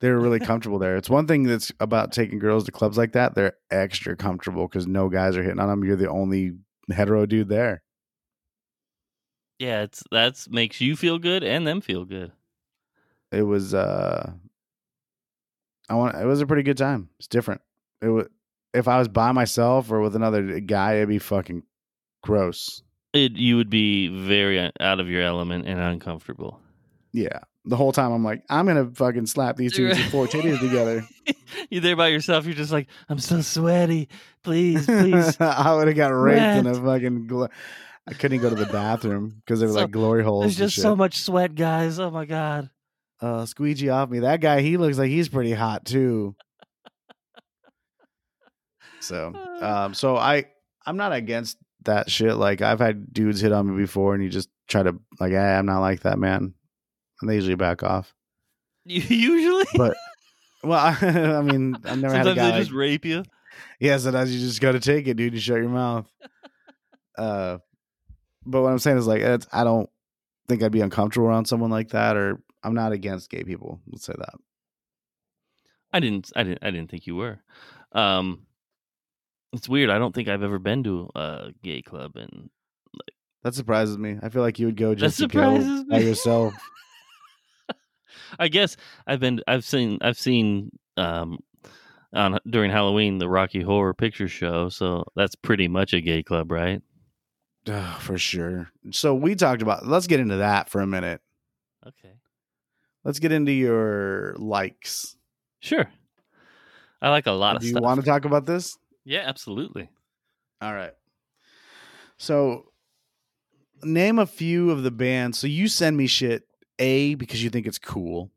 [SPEAKER 5] They were really comfortable there. It's one thing that's about taking girls to clubs like that; they're extra comfortable because no guys are hitting on them. You're the only hetero dude there.
[SPEAKER 4] Yeah, it's that's makes you feel good and them feel good.
[SPEAKER 5] it was uh i want it was a pretty good time it's different it was if i was by myself or with another guy it'd be fucking gross
[SPEAKER 4] It you would be very uh, out of your element and uncomfortable.
[SPEAKER 5] yeah the whole time i'm like i'm gonna fucking slap these two four titties
[SPEAKER 4] [laughs]
[SPEAKER 5] together [laughs]
[SPEAKER 4] you're there by yourself. You're just like, I'm so sweaty. Please,
[SPEAKER 5] [laughs]
[SPEAKER 4] please.
[SPEAKER 5] i would have got raped in a
[SPEAKER 4] Rats.
[SPEAKER 5] fucking glo- i couldn't go to the bathroom because they were
[SPEAKER 4] So-
[SPEAKER 5] like glory holes
[SPEAKER 4] There's
[SPEAKER 5] and
[SPEAKER 4] just
[SPEAKER 5] shit.
[SPEAKER 4] so much sweat, guys. Oh my [laughs] god.
[SPEAKER 5] uh squeegee off me that guy he looks like he's pretty hot too so
[SPEAKER 4] Uh.
[SPEAKER 5] um so i i'm not against that shit like i've had dudes hit on me before and you just try to like hey, i'm not like that man and they usually back off
[SPEAKER 4] You- Usually,
[SPEAKER 5] but well [laughs] i, mean i've never had a
[SPEAKER 4] sometimes
[SPEAKER 5] guy
[SPEAKER 4] they
[SPEAKER 5] like-
[SPEAKER 4] just rape you.
[SPEAKER 5] yeah, sometimes you just gotta take it, dude, and shut your
[SPEAKER 4] [laughs]
[SPEAKER 5] mouth. Uh, but what I'm saying is like, it's, I don't think I'd be uncomfortable around someone like that, or I'm not against gay people. Let's say that.
[SPEAKER 4] I didn't. I didn't. I didn't think you were. Um, it's weird. I don't think I've ever been to a gay club and
[SPEAKER 5] That surprises me. I feel like you would go just to
[SPEAKER 4] surprises
[SPEAKER 5] go
[SPEAKER 4] me.
[SPEAKER 5] by yourself.
[SPEAKER 4] [laughs] I guess I've been I've seen I've seen um on during Halloween the Rocky Horror Picture Show, so that's pretty much a gay club, right?
[SPEAKER 5] Ugh, for sure. So we talked about. Let's get into that for a minute.
[SPEAKER 4] Okay.
[SPEAKER 5] Let's get into your likes.
[SPEAKER 4] Sure. I like a lot of
[SPEAKER 5] Do you
[SPEAKER 4] stuff.
[SPEAKER 5] want to talk about this?
[SPEAKER 4] yeah, absolutely.
[SPEAKER 5] All right. So name a few of the bands. So you send me shit A because you think it's cool.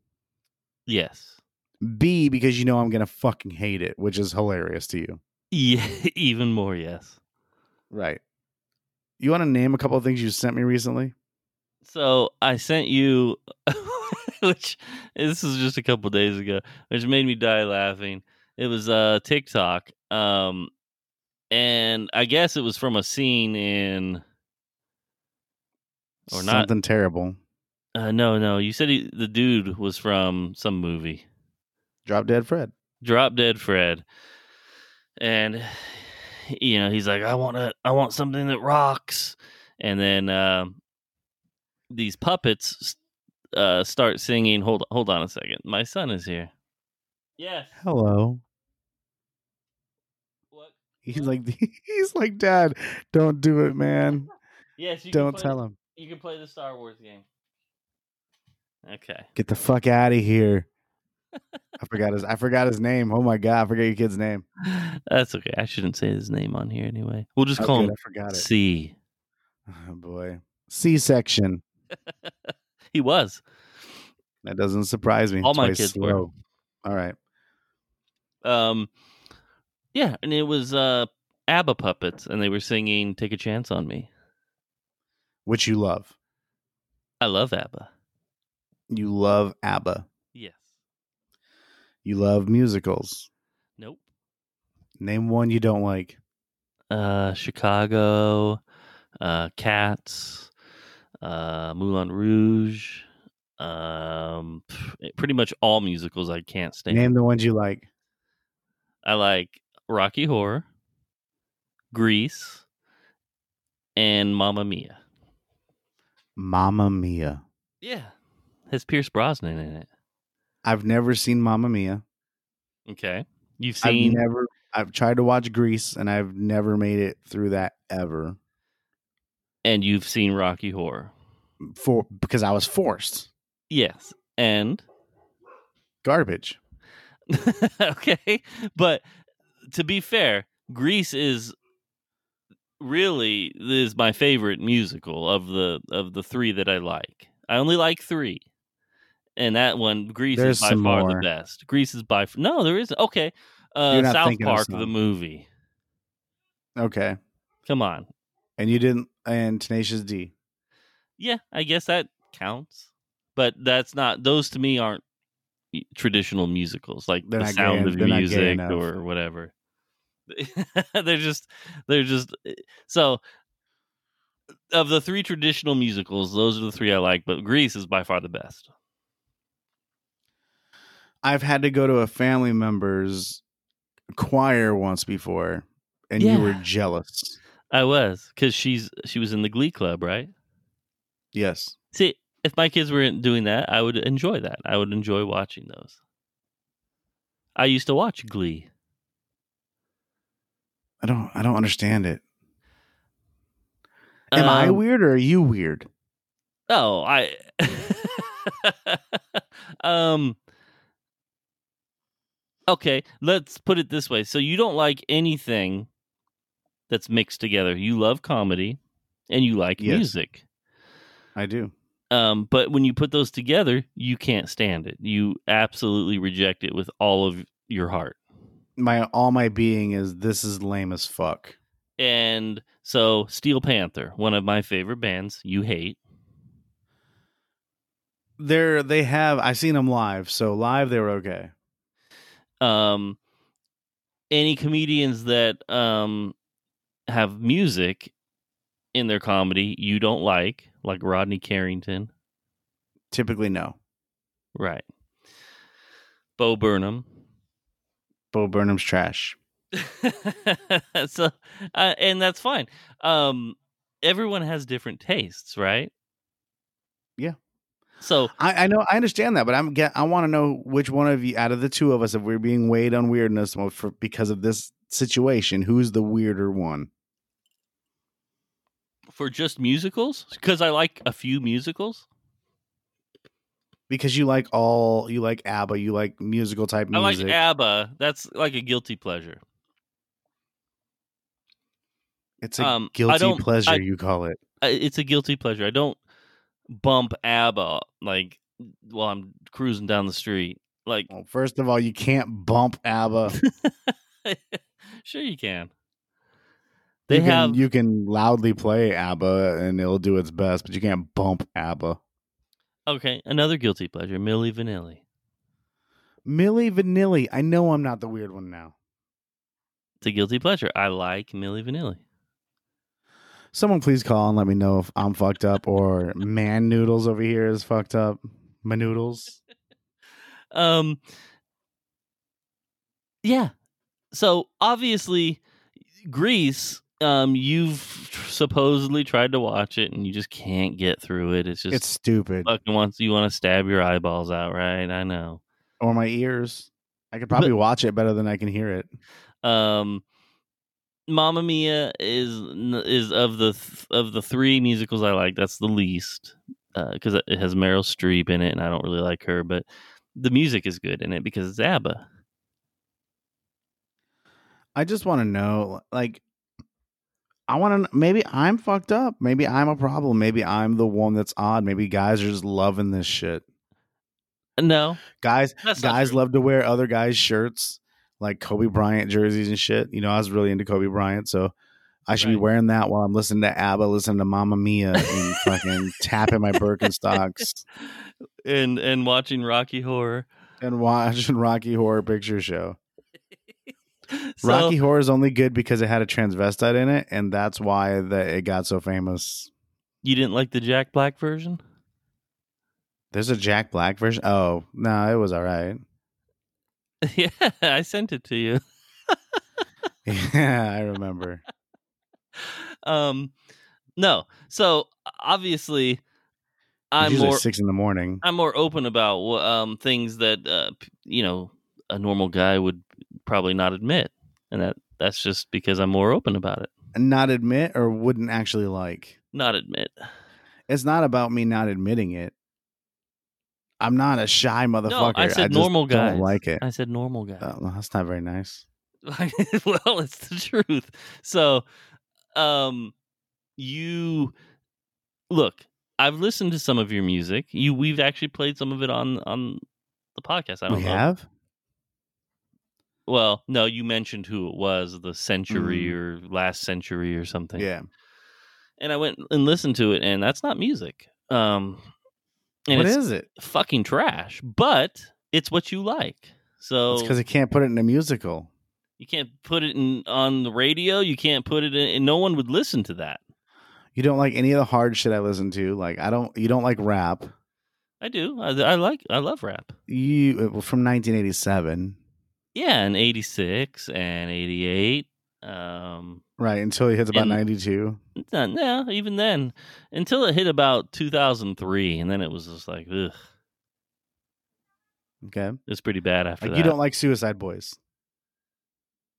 [SPEAKER 4] Yes. [laughs]
[SPEAKER 5] B because you know I'm gonna fucking hate it, which is hilarious to you.
[SPEAKER 4] Yeah, even more yes.
[SPEAKER 5] Right. You want to name a couple of things you sent me recently?
[SPEAKER 4] So I sent you, [laughs] which this was just a couple days ago, which made me die laughing. It was uh, TikTok, um, and I guess it was from a scene in, Or not.
[SPEAKER 5] Something terrible.
[SPEAKER 4] uh, no, no, you said he, the dude was from some movie,
[SPEAKER 5] Drop Dead Fred.
[SPEAKER 4] Drop Dead Fred, and you know he's like, I want to, I want something that rocks, and then um these puppets uh, start singing. Hold, hold on a second, my son is here. Yes.
[SPEAKER 5] Hello.
[SPEAKER 4] What?
[SPEAKER 5] He's like [laughs] he's like dad. Don't do it, man.
[SPEAKER 4] Yes. You
[SPEAKER 5] Don't tell him.
[SPEAKER 4] You can play the Star Wars game. Okay.
[SPEAKER 5] Get the fuck out of here. I forgot his I forgot his name. Oh my god, I forgot your kid's name.
[SPEAKER 4] That's okay. I shouldn't say his name on here anyway. We'll just
[SPEAKER 5] Oh,
[SPEAKER 4] call
[SPEAKER 5] good,
[SPEAKER 4] him
[SPEAKER 5] I forgot it.
[SPEAKER 4] C.
[SPEAKER 5] Oh boy. C section.
[SPEAKER 4] He was.
[SPEAKER 5] That doesn't surprise me.
[SPEAKER 4] All my
[SPEAKER 5] why he's
[SPEAKER 4] kids were.
[SPEAKER 5] slow. All right.
[SPEAKER 4] Um, yeah, and it was uh ABBA puppets, and they were singing "Take a Chance on Me."
[SPEAKER 5] Which you love.
[SPEAKER 4] I love ABBA.
[SPEAKER 5] You love ABBA.
[SPEAKER 4] Yes.
[SPEAKER 5] You love musicals.
[SPEAKER 4] Nope.
[SPEAKER 5] Name one you don't like.
[SPEAKER 4] Uh, Chicago, uh, Cats, uh, Moulin Rouge. Um, pff, pretty much all musicals I can't stand.
[SPEAKER 5] Name the ones you like.
[SPEAKER 4] I like Rocky Horror, Grease, and Mamma Mia.
[SPEAKER 5] Mamma Mia.
[SPEAKER 4] Yeah, has Pierce Brosnan in it.
[SPEAKER 5] I've never seen Mamma Mia.
[SPEAKER 4] Okay, you've seen.
[SPEAKER 5] I've never I've tried to watch Grease and I've never made it through that ever.
[SPEAKER 4] and you've seen Rocky Horror.
[SPEAKER 5] For because I was forced.
[SPEAKER 4] Yes. And [laughs]
[SPEAKER 5] Garbage.
[SPEAKER 4] okay, but to be fair, Grease is really is my favorite musical of the of the 3 that I like. I only like 3. And that one Grease
[SPEAKER 5] There's
[SPEAKER 4] is by
[SPEAKER 5] some
[SPEAKER 4] far the
[SPEAKER 5] more.
[SPEAKER 4] best. Grease is by f- No, there is okay. Uh
[SPEAKER 5] You're not
[SPEAKER 4] South
[SPEAKER 5] thinking of
[SPEAKER 4] Park the
[SPEAKER 5] some.
[SPEAKER 4] movie.
[SPEAKER 5] Okay.
[SPEAKER 4] Come on.
[SPEAKER 5] And you didn't and Tenacious D.
[SPEAKER 4] Yeah, I guess that counts. But that's not those to me aren't traditional musicals like
[SPEAKER 5] They're
[SPEAKER 4] the
[SPEAKER 5] not gay
[SPEAKER 4] sound
[SPEAKER 5] en-
[SPEAKER 4] of
[SPEAKER 5] they're not gay
[SPEAKER 4] music
[SPEAKER 5] enough.
[SPEAKER 4] or whatever. [laughs] they're just they're just eh, so of the three traditional musicals, those are the three I like, but Grease is by far the best.
[SPEAKER 5] I've had to go to a family member's choir once before, and you were
[SPEAKER 4] Yeah.
[SPEAKER 5] jealous.
[SPEAKER 4] I was cuz she's she was in the glee club, right?
[SPEAKER 5] Yes.
[SPEAKER 4] See, if my kids were doing that, I would enjoy that. I would enjoy watching those. I used to watch glee.
[SPEAKER 5] I don't I don't understand it. Am I
[SPEAKER 4] Um,
[SPEAKER 5] weird or are you weird?
[SPEAKER 4] Oh, I [laughs] um Okay, let's put it this way. So you don't like anything that's mixed together. You love comedy and you like
[SPEAKER 5] Yes.
[SPEAKER 4] music.
[SPEAKER 5] I do.
[SPEAKER 4] Um but when you put those together, you can't stand it. You absolutely reject it with all of your heart.
[SPEAKER 5] My all my being is this is lame as fuck.
[SPEAKER 4] And so Steel Panther, one of my favorite bands, you hate.
[SPEAKER 5] They're they have I've seen them live, so live they were okay.
[SPEAKER 4] um any comedians that um have music in their comedy you don't like like rodney carrington
[SPEAKER 5] Typically no.
[SPEAKER 4] right bo burnham [laughs]
[SPEAKER 5] Bo Burnham's trash.
[SPEAKER 4] so uh, and that's fine um everyone has different tastes, right?
[SPEAKER 5] Yeah.
[SPEAKER 4] So
[SPEAKER 5] I, I know I understand that, but I'm get I want to know which one of you out of the two of us, if we're being weighed on weirdness mo- for because of this situation, who's the weirder one?
[SPEAKER 4] for just musicals, because I like a few musicals,
[SPEAKER 5] Because you like all you like ABBA, you like musical type
[SPEAKER 4] I like
[SPEAKER 5] music.
[SPEAKER 4] ABBA. That's like a guilty pleasure.
[SPEAKER 5] it's a
[SPEAKER 4] um, I
[SPEAKER 5] guilty
[SPEAKER 4] don't-
[SPEAKER 5] pleasure,
[SPEAKER 4] I-
[SPEAKER 5] you call it.
[SPEAKER 4] I- It's a guilty pleasure. I don't bump ABBA like while I'm cruising down the street.
[SPEAKER 5] [laughs]
[SPEAKER 4] Like, [laughs]
[SPEAKER 5] Well, first of all, you can't bump ABBA.
[SPEAKER 4] sure you can. [laughs] They
[SPEAKER 5] you can,
[SPEAKER 4] have
[SPEAKER 5] you can loudly play ABBA and it'll do its best, but you can't bump ABBA.
[SPEAKER 4] okay another guilty pleasure, Millie Vanilli.
[SPEAKER 5] Millie Vanilli. I know I'm not the weird one now.
[SPEAKER 4] It's a guilty pleasure. I like Millie Vanilli.
[SPEAKER 5] Someone please call and let me know if I'm fucked up or man noodles over here is fucked up. Manoodles.
[SPEAKER 4] Um Yeah. So obviously Greece, um you've supposedly tried to watch it and you just can't get through it. It's just
[SPEAKER 5] It's stupid.
[SPEAKER 4] fucking wants you want to stab your eyeballs out, right? I know.
[SPEAKER 5] Or my ears. I could probably watch it better than I can hear it.
[SPEAKER 4] Um Mamma Mia is n- is of the th- of the three musicals I like. That's the least because it has Meryl Streep in it, and I don't really like her. But the music is good in it because it's ABBA.
[SPEAKER 5] I just want to know, like, I want to. Maybe I'm fucked up. Maybe I'm a problem. Maybe I'm the one that's odd. Maybe guys are just loving this shit.
[SPEAKER 4] No,
[SPEAKER 5] Guys,
[SPEAKER 4] that's not
[SPEAKER 5] guys
[SPEAKER 4] true.
[SPEAKER 5] love to wear other guys' shirts, like Kobe Bryant jerseys and shit. You know, I was really into Kobe Bryant, so I should be
[SPEAKER 4] Right.
[SPEAKER 5] wearing that while I'm listening to ABBA, listening to Mamma Mia, and fucking tapping my
[SPEAKER 4] [laughs]
[SPEAKER 5] Birkenstocks
[SPEAKER 4] and and watching Rocky Horror.
[SPEAKER 5] and watching Rocky Horror Picture Show.
[SPEAKER 4] So,
[SPEAKER 5] Rocky Horror is only good because it had a transvestite in it, and that's why that it got so famous.
[SPEAKER 4] you didn't like the Jack Black version? [laughs]
[SPEAKER 5] There's a Jack Black version. Oh no, it was all right.
[SPEAKER 4] yeah, I sent it to you.
[SPEAKER 5] [laughs] Yeah, I remember.
[SPEAKER 4] Um, no, so obviously,
[SPEAKER 5] I'm
[SPEAKER 4] I'm
[SPEAKER 5] usually
[SPEAKER 4] more
[SPEAKER 5] six in the morning.
[SPEAKER 4] I'm more open about wh- um things that uh, p- you know a normal guy would probably not admit, and that that's just because I'm more open about it.
[SPEAKER 5] Not admit or wouldn't actually like.
[SPEAKER 4] Not admit.
[SPEAKER 5] it's not about me not admitting it. I'm not a shy motherfucker.
[SPEAKER 4] No, I
[SPEAKER 5] just
[SPEAKER 4] said normal
[SPEAKER 5] don't
[SPEAKER 4] guys.
[SPEAKER 5] like it.
[SPEAKER 4] I said normal guy. [laughs]
[SPEAKER 5] Oh, well, that's not very nice.
[SPEAKER 4] well, it's the truth. So, um, you look. I've listened to some of your music. You, we've actually played some of it on on the podcast. I don't
[SPEAKER 5] We
[SPEAKER 4] know.
[SPEAKER 5] have
[SPEAKER 4] Well, no, you mentioned who it was, the century
[SPEAKER 5] Mm.
[SPEAKER 4] or last century or something.
[SPEAKER 5] yeah.
[SPEAKER 4] And I went and listened to it, and that's not music. Um, and
[SPEAKER 5] What
[SPEAKER 4] it's
[SPEAKER 5] is it?
[SPEAKER 4] fucking trash, but it's what you like. So
[SPEAKER 5] It's because I can't put it in a musical.
[SPEAKER 4] You can't put it in on the radio. You can't put it in, and no one would listen to that.
[SPEAKER 5] You don't like any of the hard shit I listen to. Like I don't. You don't like rap.
[SPEAKER 4] I do. I, I like. I love rap.
[SPEAKER 5] You uh, well, from 1987,
[SPEAKER 4] Yeah, in '86 and '88. Um,
[SPEAKER 5] right? Until he hits about
[SPEAKER 4] And-
[SPEAKER 5] 92.
[SPEAKER 4] it's not now. Even then, until it hit about 2003, and then it was just like, ugh,
[SPEAKER 5] Okay.
[SPEAKER 4] it's pretty bad after
[SPEAKER 5] Like
[SPEAKER 4] that.
[SPEAKER 5] you don't like Suicide Boys.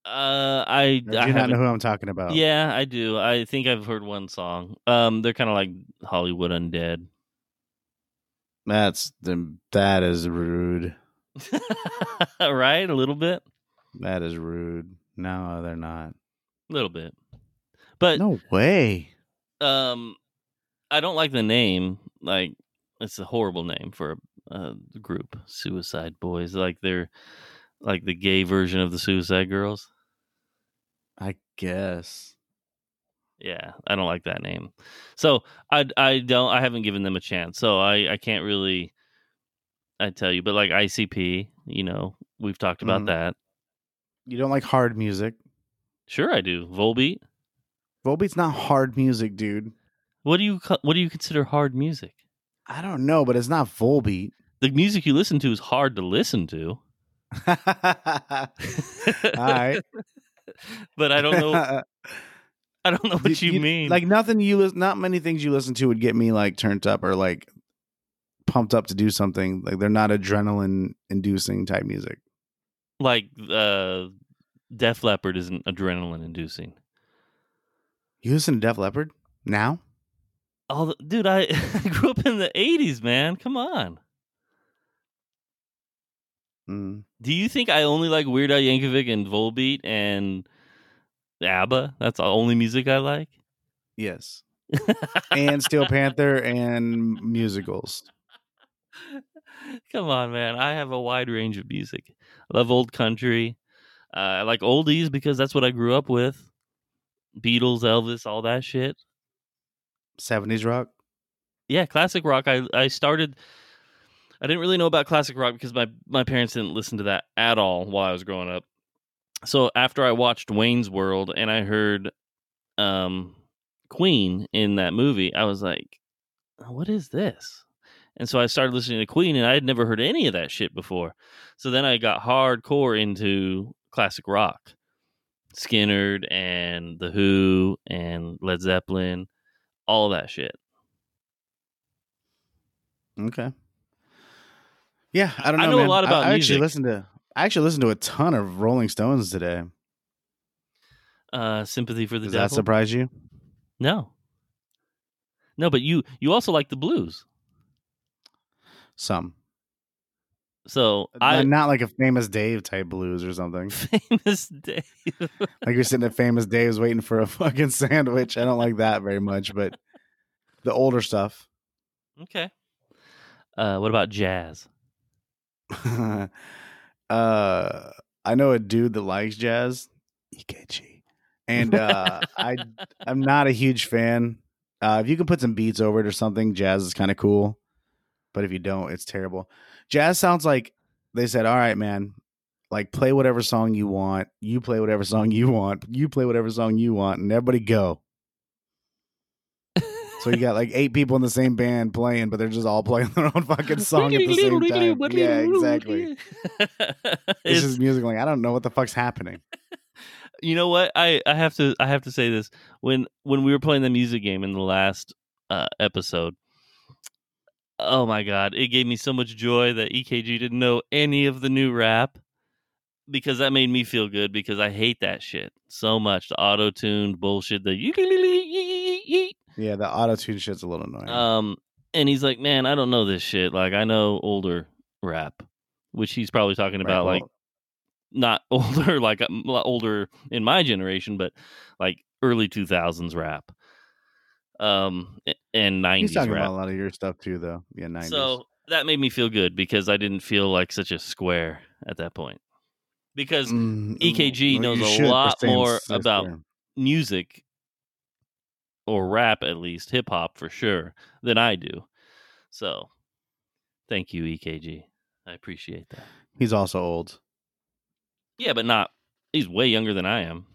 [SPEAKER 4] Uh, I.
[SPEAKER 5] Do
[SPEAKER 4] I
[SPEAKER 5] you not know
[SPEAKER 4] haven't-
[SPEAKER 5] who I'm talking about?
[SPEAKER 4] Yeah, I do. I think I've heard one song. Um, they're kind of like Hollywood Undead. [laughs]
[SPEAKER 5] That's that is rude.
[SPEAKER 4] right? A little bit.
[SPEAKER 5] That is rude. No, they're not.
[SPEAKER 4] A little bit. But
[SPEAKER 5] No way.
[SPEAKER 4] um i don't like the name like it's a horrible name for a, a group suicide boys like they're like the gay version of the suicide girls
[SPEAKER 5] I guess.
[SPEAKER 4] yeah i don't like that name so i i don't i haven't given them a chance so i i can't really i tell you but like icp you know we've talked about
[SPEAKER 5] Mhm.
[SPEAKER 4] that
[SPEAKER 5] You don't like hard music.
[SPEAKER 4] sure i do volbeat
[SPEAKER 5] Volbeat's not hard music, dude.
[SPEAKER 4] what do you co- what do you consider hard music
[SPEAKER 5] I don't know, but it's not [laughs] Volbeat.
[SPEAKER 4] the music you listen to is hard to listen to
[SPEAKER 5] All right.
[SPEAKER 4] [laughs]
[SPEAKER 5] [laughs]
[SPEAKER 4] but i don't know I don't know what you, mean.
[SPEAKER 5] Like nothing you listen, not many things you listen to would get me like turned up or like pumped up to do something. Like they're not adrenaline inducing type music.
[SPEAKER 4] like uh, Def Leppard isn't adrenaline inducing.
[SPEAKER 5] You listen to Def Leppard now?
[SPEAKER 4] All the, dude, I, [laughs] I grew up in the '80s, man. Come on.
[SPEAKER 5] Mm.
[SPEAKER 4] Do you think I only like Weird Al Yankovic and Volbeat and ABBA? That's the only music I like. [laughs]
[SPEAKER 5] Yes. and Steel Panther and musicals.
[SPEAKER 4] Come on, man. I have a wide range of music. I love old country. Uh, I like oldies because that's what I grew up with. Beatles, Elvis, all that shit.
[SPEAKER 5] 70s rock.
[SPEAKER 4] yeah classic rock i i started i didn't really know about classic rock because my my parents didn't listen to that at all while i was growing up so after i watched wayne's world and i heard um queen in that movie i was like what is this and so i started listening to queen and i had never heard any of that shit before so then i got hardcore into classic rock skinnerd and the who and led zeppelin all that shit
[SPEAKER 5] Okay. Yeah, I don't
[SPEAKER 4] I
[SPEAKER 5] know.
[SPEAKER 4] know a
[SPEAKER 5] man.
[SPEAKER 4] lot about
[SPEAKER 5] I, I
[SPEAKER 4] music.
[SPEAKER 5] actually listened to I actually listened to a ton of Rolling Stones today.
[SPEAKER 4] uh sympathy for the
[SPEAKER 5] Does
[SPEAKER 4] devil
[SPEAKER 5] that surprise you?
[SPEAKER 4] no no but you you also like the blues
[SPEAKER 5] Some.
[SPEAKER 4] so
[SPEAKER 5] Uh,
[SPEAKER 4] i
[SPEAKER 5] not like a famous Dave type blues or something.
[SPEAKER 4] [laughs] famous dave
[SPEAKER 5] like you're sitting at famous Dave's waiting for a fucking [laughs] sandwich. I don't like that very much, but the older stuff.
[SPEAKER 4] okay uh what about jazz
[SPEAKER 5] uh [laughs] I know a dude that likes jazz, EKG. And uh I I'm not a huge fan. Uh if you can put some beats over it or something, jazz is kind of cool. But if you don't, it's terrible. Jazz sounds like they said, "All right, man, like play whatever song you want. You play whatever song you want. You play whatever song you want and everybody go." So you got like eight people in the same band playing, but they're just all [laughs] playing their own
[SPEAKER 4] [laughs]
[SPEAKER 5] fucking song at the same time. Yeah, exactly.
[SPEAKER 4] It's-
[SPEAKER 5] It's just music. Like I don't know what the fuck's happening.
[SPEAKER 4] you know what I, I have to i have to say this when when we were playing the music game in the last uh episode oh my god it gave me so much joy that ekg didn't know any of the new rap because that made me feel good because i hate that shit so much the auto-tuned bullshit the ukulele.
[SPEAKER 5] Yeah, the auto tune shit's a little annoying.
[SPEAKER 4] um and he's like man i don't know this shit like i know older rap which he's probably talking
[SPEAKER 5] Right,
[SPEAKER 4] about like
[SPEAKER 5] well,
[SPEAKER 4] not [laughs] older like I'm a lot older in my generation but like early 2000s rap um a- and 90s
[SPEAKER 5] he's talking
[SPEAKER 4] rap
[SPEAKER 5] about a lot of your stuff too, though. Yeah, nineties.
[SPEAKER 4] so that made me feel good because i didn't feel like such a square at that point because
[SPEAKER 5] Mm.
[SPEAKER 4] EKG E knows a lot more about- music or rap at least hip hop for sure than i do so thank you ekg i appreciate that
[SPEAKER 5] He's also old.
[SPEAKER 4] yeah but not he's way younger than i am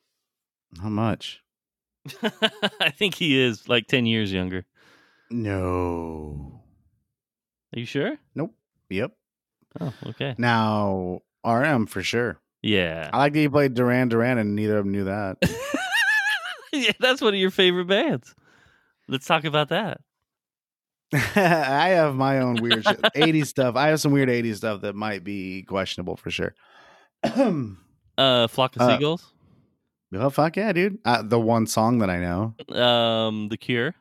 [SPEAKER 4] [laughs]
[SPEAKER 5] How much?
[SPEAKER 4] I think he is like 10 years younger.
[SPEAKER 5] No.
[SPEAKER 4] Are you sure?
[SPEAKER 5] Yep.
[SPEAKER 4] Oh, okay.
[SPEAKER 5] Now RM for sure.
[SPEAKER 4] Yeah. [laughs]
[SPEAKER 5] I like that you played Duran Duran, and neither of them knew that. [laughs]
[SPEAKER 4] yeah. That's one of your favorite bands. Let's talk about that.
[SPEAKER 5] I have my own weird shit. 80s stuff. I have some weird 80s stuff that might be questionable for sure. [clears throat] well,
[SPEAKER 4] Uh, Flock of
[SPEAKER 5] Uh,
[SPEAKER 4] Seagulls,
[SPEAKER 5] fuck yeah, dude. Uh, the one song that I know.
[SPEAKER 4] [laughs] um, The Cure.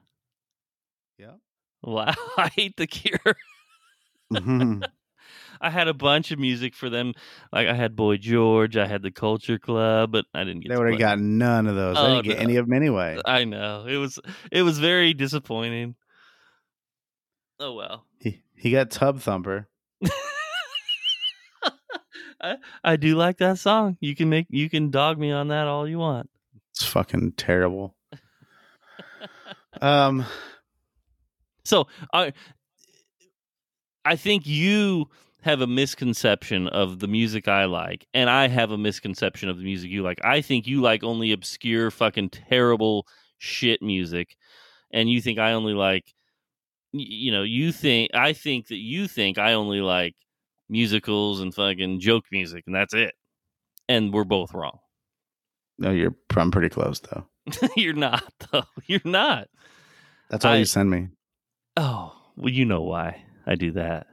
[SPEAKER 5] Yeah.
[SPEAKER 4] Wow. [laughs] I hate The Cure.
[SPEAKER 5] Mhm.
[SPEAKER 4] I had a bunch of music for them. Like I had Boy George, I had The Culture Club, but I didn't get
[SPEAKER 5] They
[SPEAKER 4] to
[SPEAKER 5] would have
[SPEAKER 4] play.
[SPEAKER 5] got none of those. I
[SPEAKER 4] Oh,
[SPEAKER 5] didn't get
[SPEAKER 4] no.
[SPEAKER 5] any of them anyway.
[SPEAKER 4] I know. It was it was very disappointing. Oh well.
[SPEAKER 5] He, he got Tub Thumper.
[SPEAKER 4] [laughs] I, I do like that song. You can make you can dog me on that all you want.
[SPEAKER 5] It's fucking terrible. um,
[SPEAKER 4] So I I think you have a misconception of the music I like, and I have a misconception of the music you like. I think you like only obscure fucking terrible shit music, and you think I only like y- you know, you think I think that you think I only like musicals and fucking joke music and that's it. And we're both wrong.
[SPEAKER 5] no, you're I'm pretty close though.
[SPEAKER 4] [laughs] You're not though. You're not.
[SPEAKER 5] That's all
[SPEAKER 4] I-
[SPEAKER 5] you send me
[SPEAKER 4] Oh, well, you know why I do that.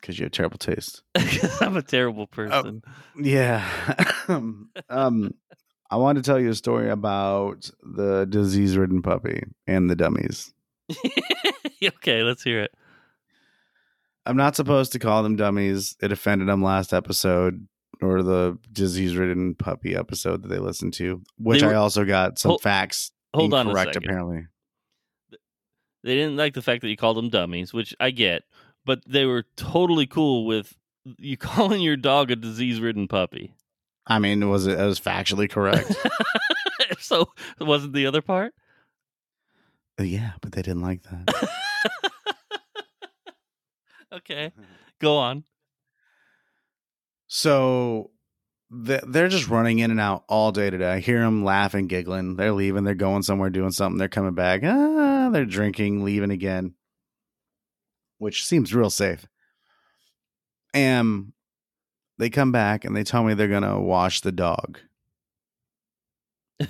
[SPEAKER 4] [laughs]
[SPEAKER 5] because you have terrible taste.
[SPEAKER 4] 'Cause I'm a
[SPEAKER 5] Oh.
[SPEAKER 4] terrible [laughs] person.
[SPEAKER 5] Yeah. [laughs] um, I want to tell you a story about the disease-ridden puppy and the dummies.
[SPEAKER 4] okay, let's hear it.
[SPEAKER 5] I'm not supposed to call them dummies. It offended them last episode or the disease-ridden puppy episode that they listened to, which
[SPEAKER 4] They were-
[SPEAKER 5] I also got some
[SPEAKER 4] Hold-
[SPEAKER 5] facts
[SPEAKER 4] Hold on a
[SPEAKER 5] incorrect
[SPEAKER 4] second.
[SPEAKER 5] apparently.
[SPEAKER 4] They didn't like the fact that you called them dummies, which I get, but they were totally cool with you [laughs] calling your dog a disease-ridden puppy.
[SPEAKER 5] I mean, was it, it was factually correct?
[SPEAKER 4] [laughs] so wasn't the other part?
[SPEAKER 5] yeah, but they didn't like that.
[SPEAKER 4] [laughs]
[SPEAKER 5] [laughs]
[SPEAKER 4] Okay, go on.
[SPEAKER 5] So th- they're just running in and out all day today. I hear them laughing, giggling. They're leaving. They're going somewhere, doing something. They're coming back. Ah, they're drinking, leaving again, which seems real safe. And they come back and they tell me they're going to wash the
[SPEAKER 4] [laughs]
[SPEAKER 5] dog.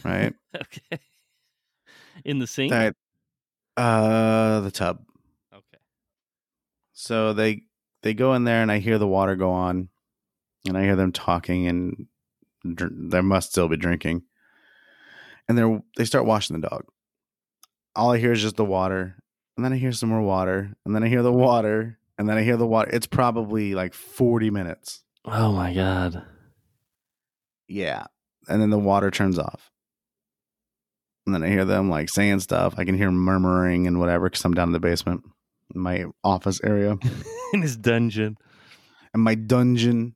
[SPEAKER 5] Right?
[SPEAKER 4] Okay. In the sink.
[SPEAKER 5] that, uh, the tub.
[SPEAKER 4] Okay.
[SPEAKER 5] So they they go in there, and I hear the water go on, and I hear them talking, and dr- they must still be drinking. And they are they start washing the dog. All I hear is just the water, and then I hear some more water, and then I hear the water, and then I hear the water. It's probably like forty minutes.
[SPEAKER 4] Oh my god.
[SPEAKER 5] Yeah, and then the water turns off. And then I hear them like saying stuff. I can hear murmuring and whatever because I'm down in the basement, in my office area.
[SPEAKER 4] [laughs] In his dungeon.
[SPEAKER 5] in my dungeon,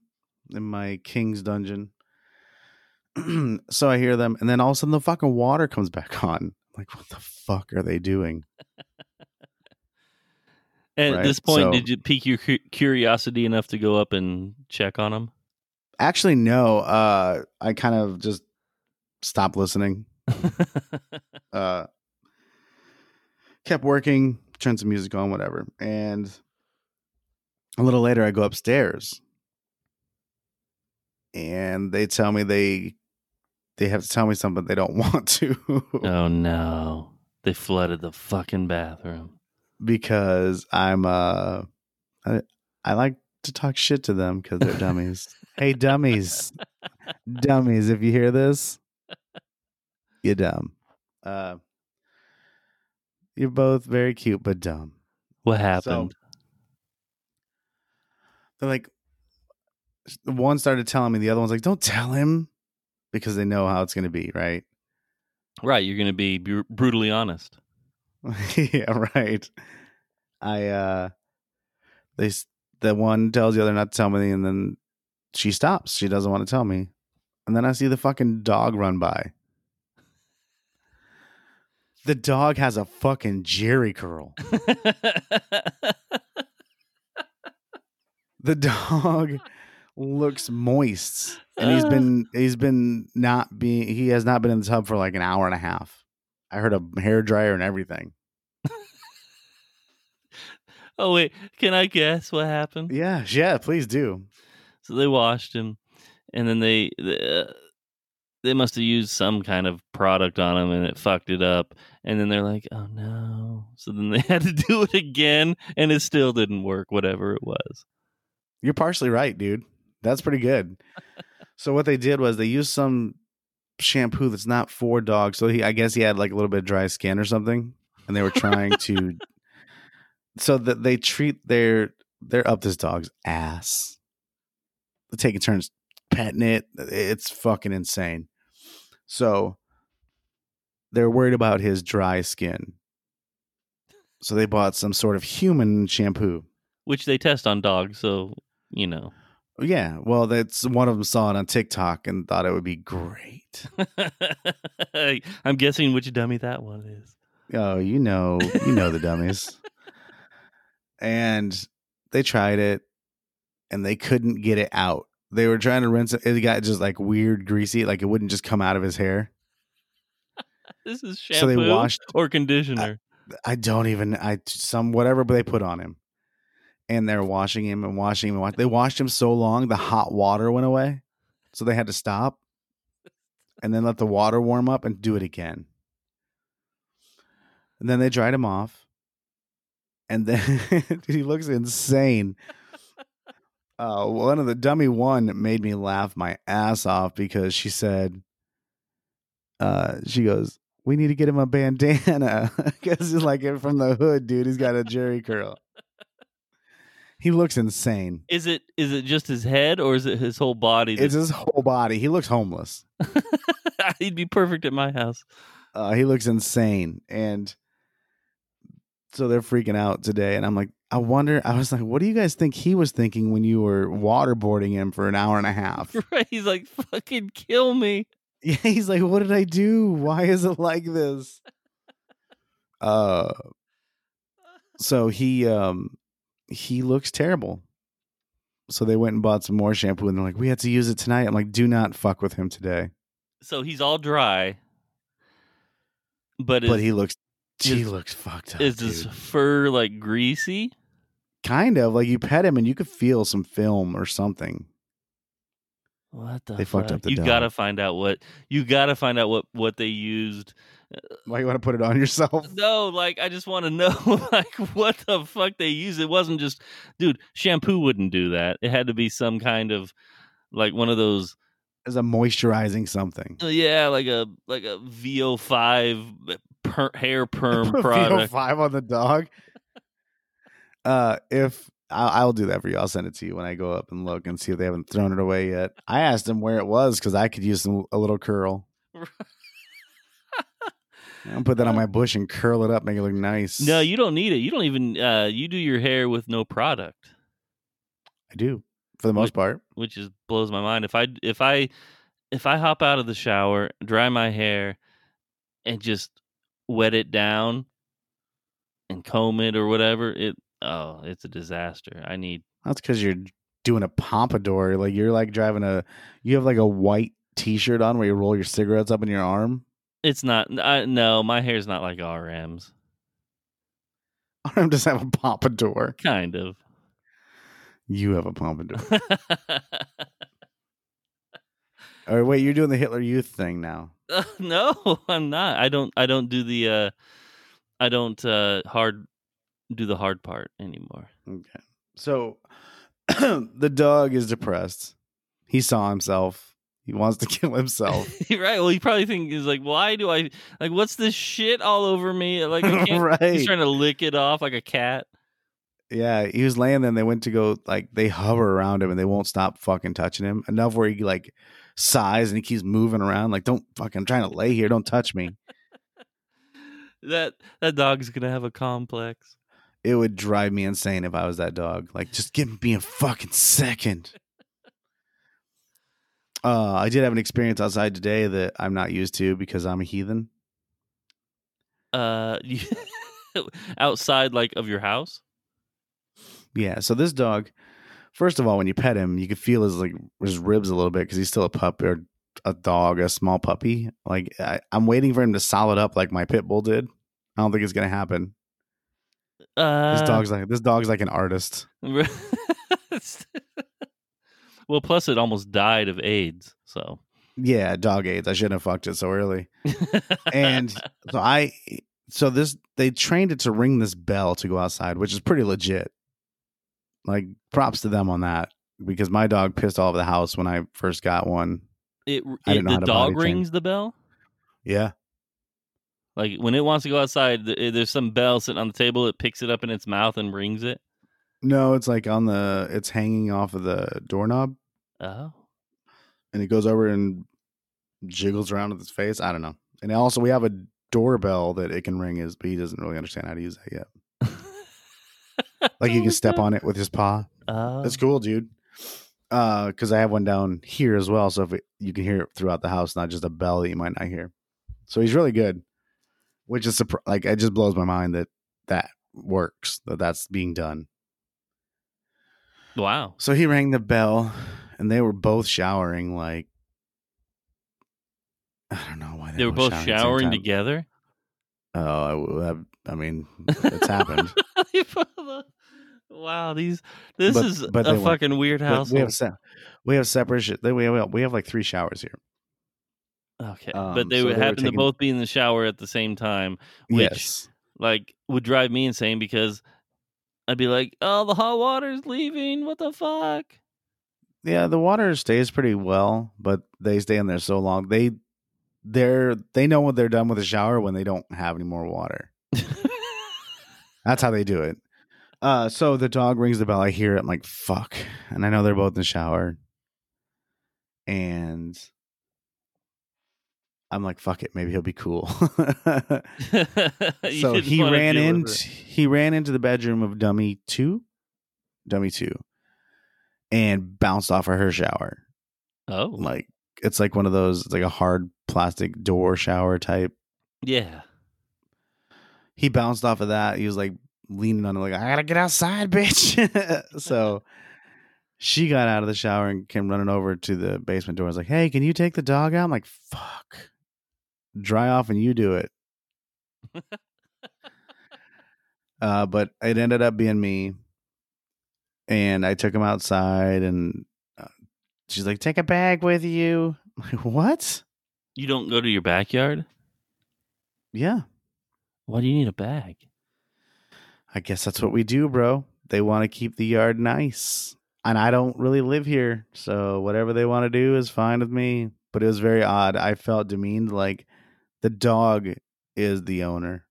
[SPEAKER 5] in my king's dungeon. [clears throat] so I hear them, and then all of a sudden the fucking water comes back [laughs] on. like, what the fuck are they doing?
[SPEAKER 4] And at
[SPEAKER 5] Right,
[SPEAKER 4] this point,
[SPEAKER 5] so-
[SPEAKER 4] did you pique your cu- curiosity enough to go up and check on him?
[SPEAKER 5] Actually, no. Uh, I kind of just stopped listening. Uh, kept working, turned some music on, whatever. And a little later, I go upstairs, and they tell me they they have to tell me something they don't [laughs] want to.
[SPEAKER 4] oh no. They flooded the fucking bathroom.
[SPEAKER 5] because I'm uh I, I like to talk shit to them because they're dummies. hey dummies. dummies, if you hear this, you're dumb. Uh you're both very cute but dumb.
[SPEAKER 4] What happened?
[SPEAKER 5] They're like the one started telling me, the other one's like, Don't tell him because they know how it's gonna be, right?
[SPEAKER 4] right, you're going to be br- brutally honest.
[SPEAKER 5] [laughs]
[SPEAKER 4] [laughs]
[SPEAKER 5] yeah, right. I uh they s- the one tells the other not to tell me and then she stops. She doesn't want to tell me. And then I see the fucking dog run by. The dog has a fucking jerry curl. The dog looks moist. And he's been he's been not being he has not been in the tub for like an hour and a half. I heard a hair dryer and everything.
[SPEAKER 4] oh wait, can I guess what happened?
[SPEAKER 5] Yeah, yeah, please do.
[SPEAKER 4] So they washed him, and then they the, uh, they must have used some kind of product on him, and it fucked it up. And then they're like, "Oh no!" So then they [laughs] had to do it again, and it still didn't work. Whatever it was.
[SPEAKER 5] You're partially right, dude. That's pretty good. so what they did was they used some shampoo that's not for dogs. So he, I guess he had like a little bit of dry skin or something, and they were trying to. So that they treat their they're up this dog's ass. They're taking turns petting it. It's fucking insane. So they're worried about his dry skin. So they bought some sort of human shampoo.
[SPEAKER 4] Which they test on dogs, so you know. [laughs]
[SPEAKER 5] Yeah, well, that's one of them saw it on TikTok and thought it would be great.
[SPEAKER 4] I'm guessing which dummy that one is.
[SPEAKER 5] Oh, you know, you know the dummies. And they tried it, and they couldn't get it out. They were trying to rinse it. It got just like weird, greasy, like it wouldn't just come out of his hair.
[SPEAKER 4] This is
[SPEAKER 5] So
[SPEAKER 4] shampoo
[SPEAKER 5] they washed.
[SPEAKER 4] or conditioner.
[SPEAKER 5] I don't even. I some whatever, but they put on him, and they're washing him and washing him and wash. They washed him so long, the hot water went away, so they had to stop. and then let the water warm up and do it again. And then they dried him off. And then [laughs] dude, he looks insane. Uh, one of the dummy one made me laugh my ass off because she said, uh, she goes, we need to get him a bandana [laughs] because he's like from the hood, dude. He's got a jerry curl. He looks insane.
[SPEAKER 4] Is it is it just his head or is it his whole body?
[SPEAKER 5] It's
[SPEAKER 4] that-
[SPEAKER 5] his whole body. He looks homeless.
[SPEAKER 4] [laughs] He'd be perfect at my house. [laughs]
[SPEAKER 5] Uh, he looks insane, and so they're freaking out today. And I'm like, I wonder. I was like, what do you guys think he was thinking when you were waterboarding him for an hour and a half?
[SPEAKER 4] Right? He's like, fucking kill me.
[SPEAKER 5] [laughs] Yeah, he's like, what did I do? Why is it like this? Uh, so he um he looks terrible. So they went and bought some more shampoo, and they're like, we had to use it tonight. I'm like, do not fuck with him today.
[SPEAKER 4] So he's all dry, but is,
[SPEAKER 5] But he looks. He
[SPEAKER 4] is-
[SPEAKER 5] looks fucked up.
[SPEAKER 4] is his
[SPEAKER 5] dude.
[SPEAKER 4] fur like greasy?
[SPEAKER 5] kind of like you pet him and you could feel some film or something.
[SPEAKER 4] What the
[SPEAKER 5] They fucked up
[SPEAKER 4] fuck?
[SPEAKER 5] the
[SPEAKER 4] You
[SPEAKER 5] dog.
[SPEAKER 4] gotta find out what you gotta find out what what they used.
[SPEAKER 5] Why you want to put it on yourself?
[SPEAKER 4] No, like I just want to know [laughs] like what the fuck they used. It wasn't just dude. Shampoo wouldn't do that. It had to be some kind of like one of those
[SPEAKER 5] As a moisturizing something.
[SPEAKER 4] Uh, Yeah, like a like a VO5 uh, per, hair
[SPEAKER 5] [laughs]
[SPEAKER 4] perm
[SPEAKER 5] Put
[SPEAKER 4] product.
[SPEAKER 5] VO5 on the dog. Uh, if I, I'll do that for you, I'll send it to you when I go up and look and see if they haven't thrown it away yet. I asked him where it was because I could use some, a little
[SPEAKER 4] [laughs]
[SPEAKER 5] curl. I'll put that on my bush and curl it up, make it look nice.
[SPEAKER 4] No, you don't need it. You don't even uh you do your hair with no product,
[SPEAKER 5] I do for the most part.
[SPEAKER 4] which is blows my mind. If I if I if I hop out of the shower, dry my hair and just wet it down and comb it or whatever, it oh, it's a disaster. I need
[SPEAKER 5] That's because you're doing a pompadour. Like you're like driving a, you have like a white t-shirt on where you roll your cigarettes up in your arm. [laughs]
[SPEAKER 4] it's not I, no, my hair's not like RM's.
[SPEAKER 5] Arm does have a pompadour.
[SPEAKER 4] Kind of. [laughs]
[SPEAKER 5] You have a pompadour. Or wait, you're doing the Hitler Youth thing now.
[SPEAKER 4] Uh, no, [laughs] I'm not. I don't. I don't do the. uh I don't uh hard do the hard part anymore. [laughs]
[SPEAKER 5] Okay. So [clears throat] the dog is depressed. He saw himself. He wants to [laughs] kill
[SPEAKER 4] [laughs]
[SPEAKER 5] himself.
[SPEAKER 4] right. Well, you probably think is like, why do I like? What's this shit all over me? Like, I can't, he's
[SPEAKER 5] right.
[SPEAKER 4] trying to lick it off like a cat.
[SPEAKER 5] Yeah, he was laying there and they went to go like they hover around him and they won't stop fucking touching him. Enough where he like sighs and he keeps moving around like don't fucking I'm trying to lay here, don't touch me.
[SPEAKER 4] That that dog's gonna have a complex.
[SPEAKER 5] It would drive me insane if I was that dog. Like just give me a fucking second. Uh, I did have an experience outside today that I'm not used to because I'm a heathen.
[SPEAKER 4] Uh, [laughs] outside like of your house.
[SPEAKER 5] Yeah. So this dog, first of all, when you pet him, you could feel his like his ribs a little bit because he's still a pup or a dog, a small puppy. Like I, I'm waiting for him to solid up like my pit bull did. I don't think it's gonna happen.
[SPEAKER 4] Uh,
[SPEAKER 5] This
[SPEAKER 4] [laughs]
[SPEAKER 5] dog's like this dog's like an artist.
[SPEAKER 4] well, plus it almost died of AIDS. So.
[SPEAKER 5] Yeah, dog aids. I shouldn't have fucked it so early. And so I, so this they trained it to ring this bell to go outside, which is pretty legit. Like props to them on that because my dog pissed all over the house when I first got one.
[SPEAKER 4] [laughs] It, it
[SPEAKER 5] I didn't know
[SPEAKER 4] the
[SPEAKER 5] how to
[SPEAKER 4] dog
[SPEAKER 5] body train.
[SPEAKER 4] rings the bell.
[SPEAKER 5] Yeah.
[SPEAKER 4] Like when it wants to go outside, th- there's some bell sitting on the table. It picks it up in its mouth and rings it.
[SPEAKER 5] No, it's like on the it's hanging off of the doorknob
[SPEAKER 4] Oh,
[SPEAKER 5] and it goes over and jiggles around with its face. I don't know. And also we have a doorbell that it can ring is but he doesn't really understand how to use that yet. Like you
[SPEAKER 4] Oh my
[SPEAKER 5] can step
[SPEAKER 4] God.
[SPEAKER 5] on it with his paw.
[SPEAKER 4] Oh.
[SPEAKER 5] That's cool, dude. Uh, cuz I have one down here as well, so if it, you can hear it throughout the house, not just a bell that you might not hear. So he's really good. Which is surpri- like it just blows my mind that that works, that that's being done.
[SPEAKER 4] Wow.
[SPEAKER 5] So he rang the bell, and they were both showering. Like, I don't know why they,
[SPEAKER 4] They were both
[SPEAKER 5] at the same
[SPEAKER 4] showering
[SPEAKER 5] time.
[SPEAKER 4] together.
[SPEAKER 5] Oh, I w- I, I
[SPEAKER 4] [laughs]
[SPEAKER 5] mean, it's happened.
[SPEAKER 4] wow. These. This
[SPEAKER 5] But-
[SPEAKER 4] is
[SPEAKER 5] but they
[SPEAKER 4] a
[SPEAKER 5] went-
[SPEAKER 4] fucking weird
[SPEAKER 5] But
[SPEAKER 4] house.
[SPEAKER 5] we have se- we have separate. Sh- we have we have like three showers here.
[SPEAKER 4] Okay,
[SPEAKER 5] Um,
[SPEAKER 4] but they
[SPEAKER 5] so
[SPEAKER 4] would
[SPEAKER 5] they were
[SPEAKER 4] happen to
[SPEAKER 5] taking-
[SPEAKER 4] both be in the shower at the same time, which
[SPEAKER 5] yes.
[SPEAKER 4] like would drive me insane because I'd be like, "Oh, the hot water's leaving. What the fuck?" [laughs]
[SPEAKER 5] Yeah, the water stays pretty well, but they stay in there so long. They they're they know when they're done with the shower when they don't have any more water. That's how they do it. Uh, so the dog rings the bell. I hear it. I'm like, fuck. And I know they're both in the shower. And I'm like, fuck it. Maybe he'll be cool.
[SPEAKER 4] [laughs] You
[SPEAKER 5] so
[SPEAKER 4] didn't
[SPEAKER 5] he
[SPEAKER 4] wanna
[SPEAKER 5] ran
[SPEAKER 4] deal
[SPEAKER 5] in.
[SPEAKER 4] with it.
[SPEAKER 5] He ran into the bedroom of Dummy Two, Dummy Two, and bounced off of her shower.
[SPEAKER 4] Oh,
[SPEAKER 5] Like it's like one of those, it's like a hard plastic door shower type.
[SPEAKER 4] yeah.
[SPEAKER 5] he bounced off of that. He was like leaning on it, like, I gotta get outside, bitch. [laughs] so she got out of the shower and came running over to the basement door. I was like, Hey, can you take the dog out? I'm like, fuck. Dry off and you do it. uh, but it ended up being me. And I took him outside and uh, she's like, Take a bag with you. [laughs] I'm like, what?
[SPEAKER 4] You don't go to your backyard.
[SPEAKER 5] Yeah.
[SPEAKER 4] Why do you need a bag?
[SPEAKER 5] I guess that's what we do, bro. They want to keep the yard nice. And I don't really live here. So whatever they want to do is fine with me. But it was very odd. I felt demeaned like the dog is the owner.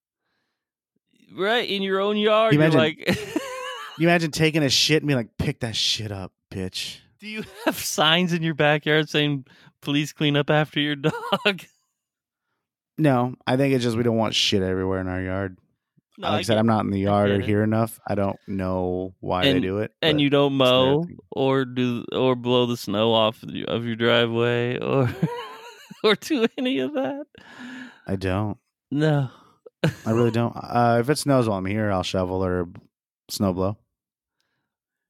[SPEAKER 4] Right in your own yard.
[SPEAKER 5] You
[SPEAKER 4] You're
[SPEAKER 5] imagine-
[SPEAKER 4] like, [laughs]
[SPEAKER 5] You imagine taking a shit and being like, pick that shit up, bitch.
[SPEAKER 4] do you have signs in your backyard saying "Please clean up after your dog"? [laughs]
[SPEAKER 5] No, I think it's just we don't want shit everywhere in our yard.
[SPEAKER 4] No,
[SPEAKER 5] like I,
[SPEAKER 4] I
[SPEAKER 5] said,
[SPEAKER 4] get-
[SPEAKER 5] I'm not in the
[SPEAKER 4] I
[SPEAKER 5] yard
[SPEAKER 4] get
[SPEAKER 5] or
[SPEAKER 4] it.
[SPEAKER 5] here enough. I don't know why they do it.
[SPEAKER 4] and
[SPEAKER 5] but-
[SPEAKER 4] you don't
[SPEAKER 5] their
[SPEAKER 4] mow
[SPEAKER 5] thing.
[SPEAKER 4] or do or blow the snow off of your- of your driveway or [laughs] or do any of that.
[SPEAKER 5] I don't.
[SPEAKER 4] No.
[SPEAKER 5] I really don't. Uh, if it snows while I'm here, I'll shovel or snow blow.
[SPEAKER 4] [laughs]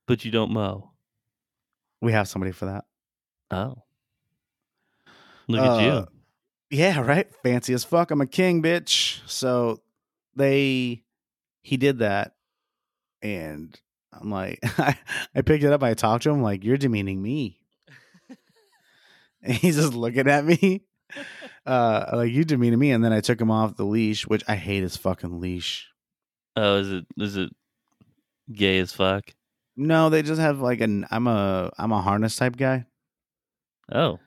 [SPEAKER 4] But you don't mow.
[SPEAKER 5] We have somebody for that.
[SPEAKER 4] Oh. Look at
[SPEAKER 5] Uh,
[SPEAKER 4] you.
[SPEAKER 5] Yeah, right. Fancy as fuck. I'm a king, bitch. So they he did that and I'm like [laughs] I, I picked it up, I talked to him like, You're demeaning me. and he's just looking at
[SPEAKER 4] [laughs]
[SPEAKER 5] me. Uh like you demeaning me. And then I took him off the leash, which I hate his fucking leash.
[SPEAKER 4] Oh, is it is it gay as fuck?
[SPEAKER 5] No, they just have like an I'm a I'm a harness type guy.
[SPEAKER 4] Oh.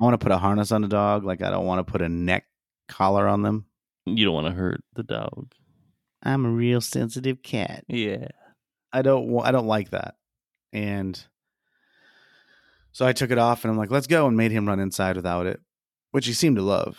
[SPEAKER 5] I want to put a harness on the dog, like I don't want to put a neck collar on them.
[SPEAKER 4] You don't want to hurt the dog.
[SPEAKER 5] I'm a real sensitive cat.
[SPEAKER 4] Yeah.
[SPEAKER 5] I don't wa- I don't like that. And so I took it off and I'm like, let's go and made him run inside without it, which he seemed to love.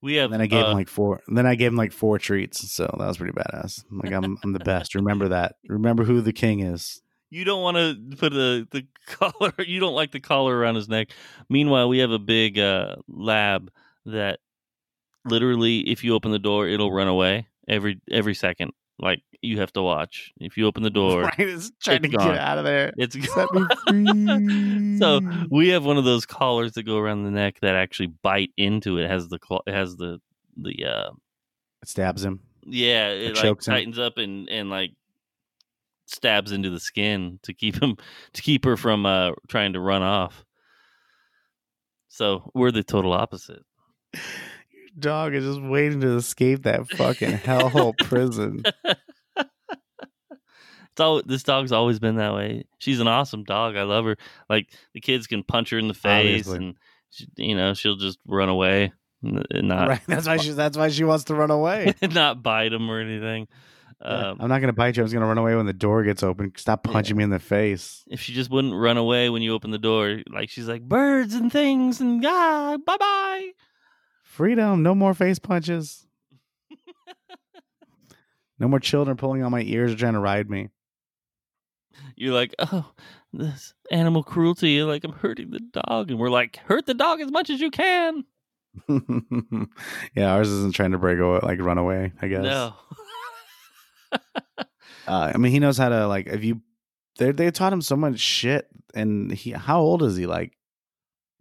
[SPEAKER 4] We have
[SPEAKER 5] And then I gave
[SPEAKER 4] uh,
[SPEAKER 5] him like four then I gave him like four treats. So that was pretty badass. I'm like I'm I'm the best. Remember that. Remember who the king is. [laughs]
[SPEAKER 4] You don't want to put the the [laughs] collar. You don't like the collar around his neck. Meanwhile, we have a big uh, lab that literally, if you open the door, it'll run away every every second. Like you have to watch. If you open the door,
[SPEAKER 5] Right, is trying to
[SPEAKER 4] it's gone.
[SPEAKER 5] get out of
[SPEAKER 4] [laughs]
[SPEAKER 5] there.
[SPEAKER 4] it's
[SPEAKER 5] Set me free.
[SPEAKER 4] so we have one of those collars that go around the neck that actually bite into it. it has the claw, it has the the uh,
[SPEAKER 5] it stabs him.
[SPEAKER 4] yeah it, like
[SPEAKER 5] chokes him.
[SPEAKER 4] tightens up and and like stabs into the skin to keep him to keep her from uh trying to run off so we're the total opposite
[SPEAKER 5] Dog is just waiting to escape that fucking
[SPEAKER 4] [laughs]
[SPEAKER 5] hellhole prison.
[SPEAKER 4] it's all this dog's always been that way she's an awesome dog i love her like the kids can punch her in the face
[SPEAKER 5] Obviously.
[SPEAKER 4] and she, you know she'll just run away and and not [laughs]
[SPEAKER 5] right. That's why she that's why she wants to run away.
[SPEAKER 4] not bite him or anything
[SPEAKER 5] Yeah,
[SPEAKER 4] um,
[SPEAKER 5] I'm not gonna bite you. I'm just gonna run away when the door gets open. Stop punching me in the face.
[SPEAKER 4] if she just wouldn't run away when you open the door like she's like birds and things and ah, god bye bye
[SPEAKER 5] Freedom. No more face
[SPEAKER 4] [laughs]
[SPEAKER 5] punches. no more children pulling on my ears or trying to ride me. [laughs]
[SPEAKER 4] you're like, oh, this animal cruelty. You're like, I'm hurting the dog. And we're like, hurt the dog as much as you can.
[SPEAKER 5] yeah, ours isn't trying to break away, like run away. I guess.
[SPEAKER 4] No. [laughs]
[SPEAKER 5] Uh, I mean, he knows how to like. If you, they they taught him so much shit. And he, how old is he? Like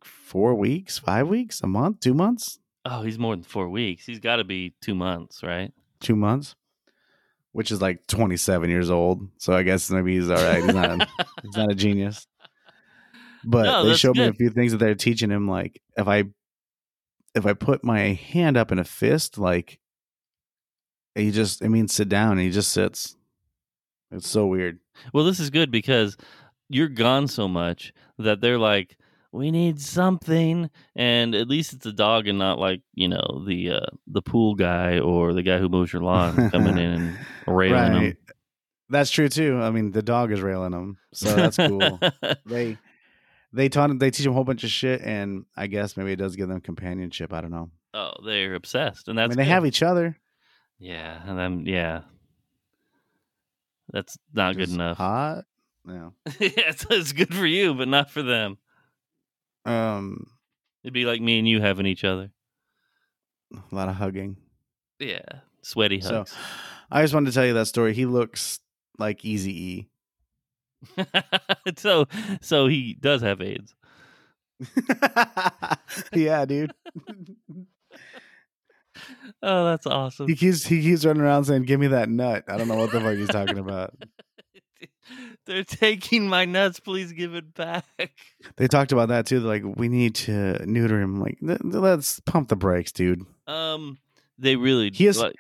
[SPEAKER 5] four weeks, five weeks, a month, two months,
[SPEAKER 4] oh, he's more than four weeks. He's got to be two months, right?
[SPEAKER 5] [laughs] two months, which is like 27 years old. So I guess maybe he's all right. He's
[SPEAKER 4] [laughs]
[SPEAKER 5] not. He's not a genius. But
[SPEAKER 4] No,
[SPEAKER 5] they
[SPEAKER 4] that's
[SPEAKER 5] showed me a
[SPEAKER 4] good.
[SPEAKER 5] few things that they're teaching him. Like if I if I put my hand up in a fist, like he just, I mean, sit down. And he just sits. It's so weird.
[SPEAKER 4] Well, this is good because you're gone so much that they're like, we need something, and at least it's a dog and not like you know the uh, the pool guy or the guy who mows your lawn coming
[SPEAKER 5] [laughs]
[SPEAKER 4] in and railing them.
[SPEAKER 5] That's true too. I mean, the dog is railing him, so Oh, that's cool. they they taught they teach him a whole bunch of shit, and I guess maybe it does give them companionship. I don't know.
[SPEAKER 4] [laughs] oh, they're obsessed, and
[SPEAKER 5] I
[SPEAKER 4] that's
[SPEAKER 5] mean, they
[SPEAKER 4] good.
[SPEAKER 5] have each other.
[SPEAKER 4] yeah, and I'm yeah. That's not good
[SPEAKER 5] Just
[SPEAKER 4] enough.
[SPEAKER 5] Hot. Yeah.
[SPEAKER 4] [laughs] yeah, it's, it's good for you, but not for them.
[SPEAKER 5] Um,
[SPEAKER 4] It'd be like me and you having each other.
[SPEAKER 5] a lot of hugging.
[SPEAKER 4] Yeah, sweaty
[SPEAKER 5] So,
[SPEAKER 4] hugs.
[SPEAKER 5] I just wanted to tell you that story. He looks like Easy E.
[SPEAKER 4] [laughs] so so he does have AIDS.
[SPEAKER 5] [laughs] yeah, dude.
[SPEAKER 4] [laughs] Oh, that's awesome.
[SPEAKER 5] He keeps he keeps running around saying, "Give me that nut." I don't know what the fuck he's talking
[SPEAKER 4] [laughs]
[SPEAKER 5] about.
[SPEAKER 4] They're taking my nuts. Please give it back. [laughs]
[SPEAKER 5] They talked about that too. They're like, "We need to neuter him." Like, th- th- let's pump the brakes, dude.
[SPEAKER 4] Um, they really
[SPEAKER 5] He is-
[SPEAKER 4] like,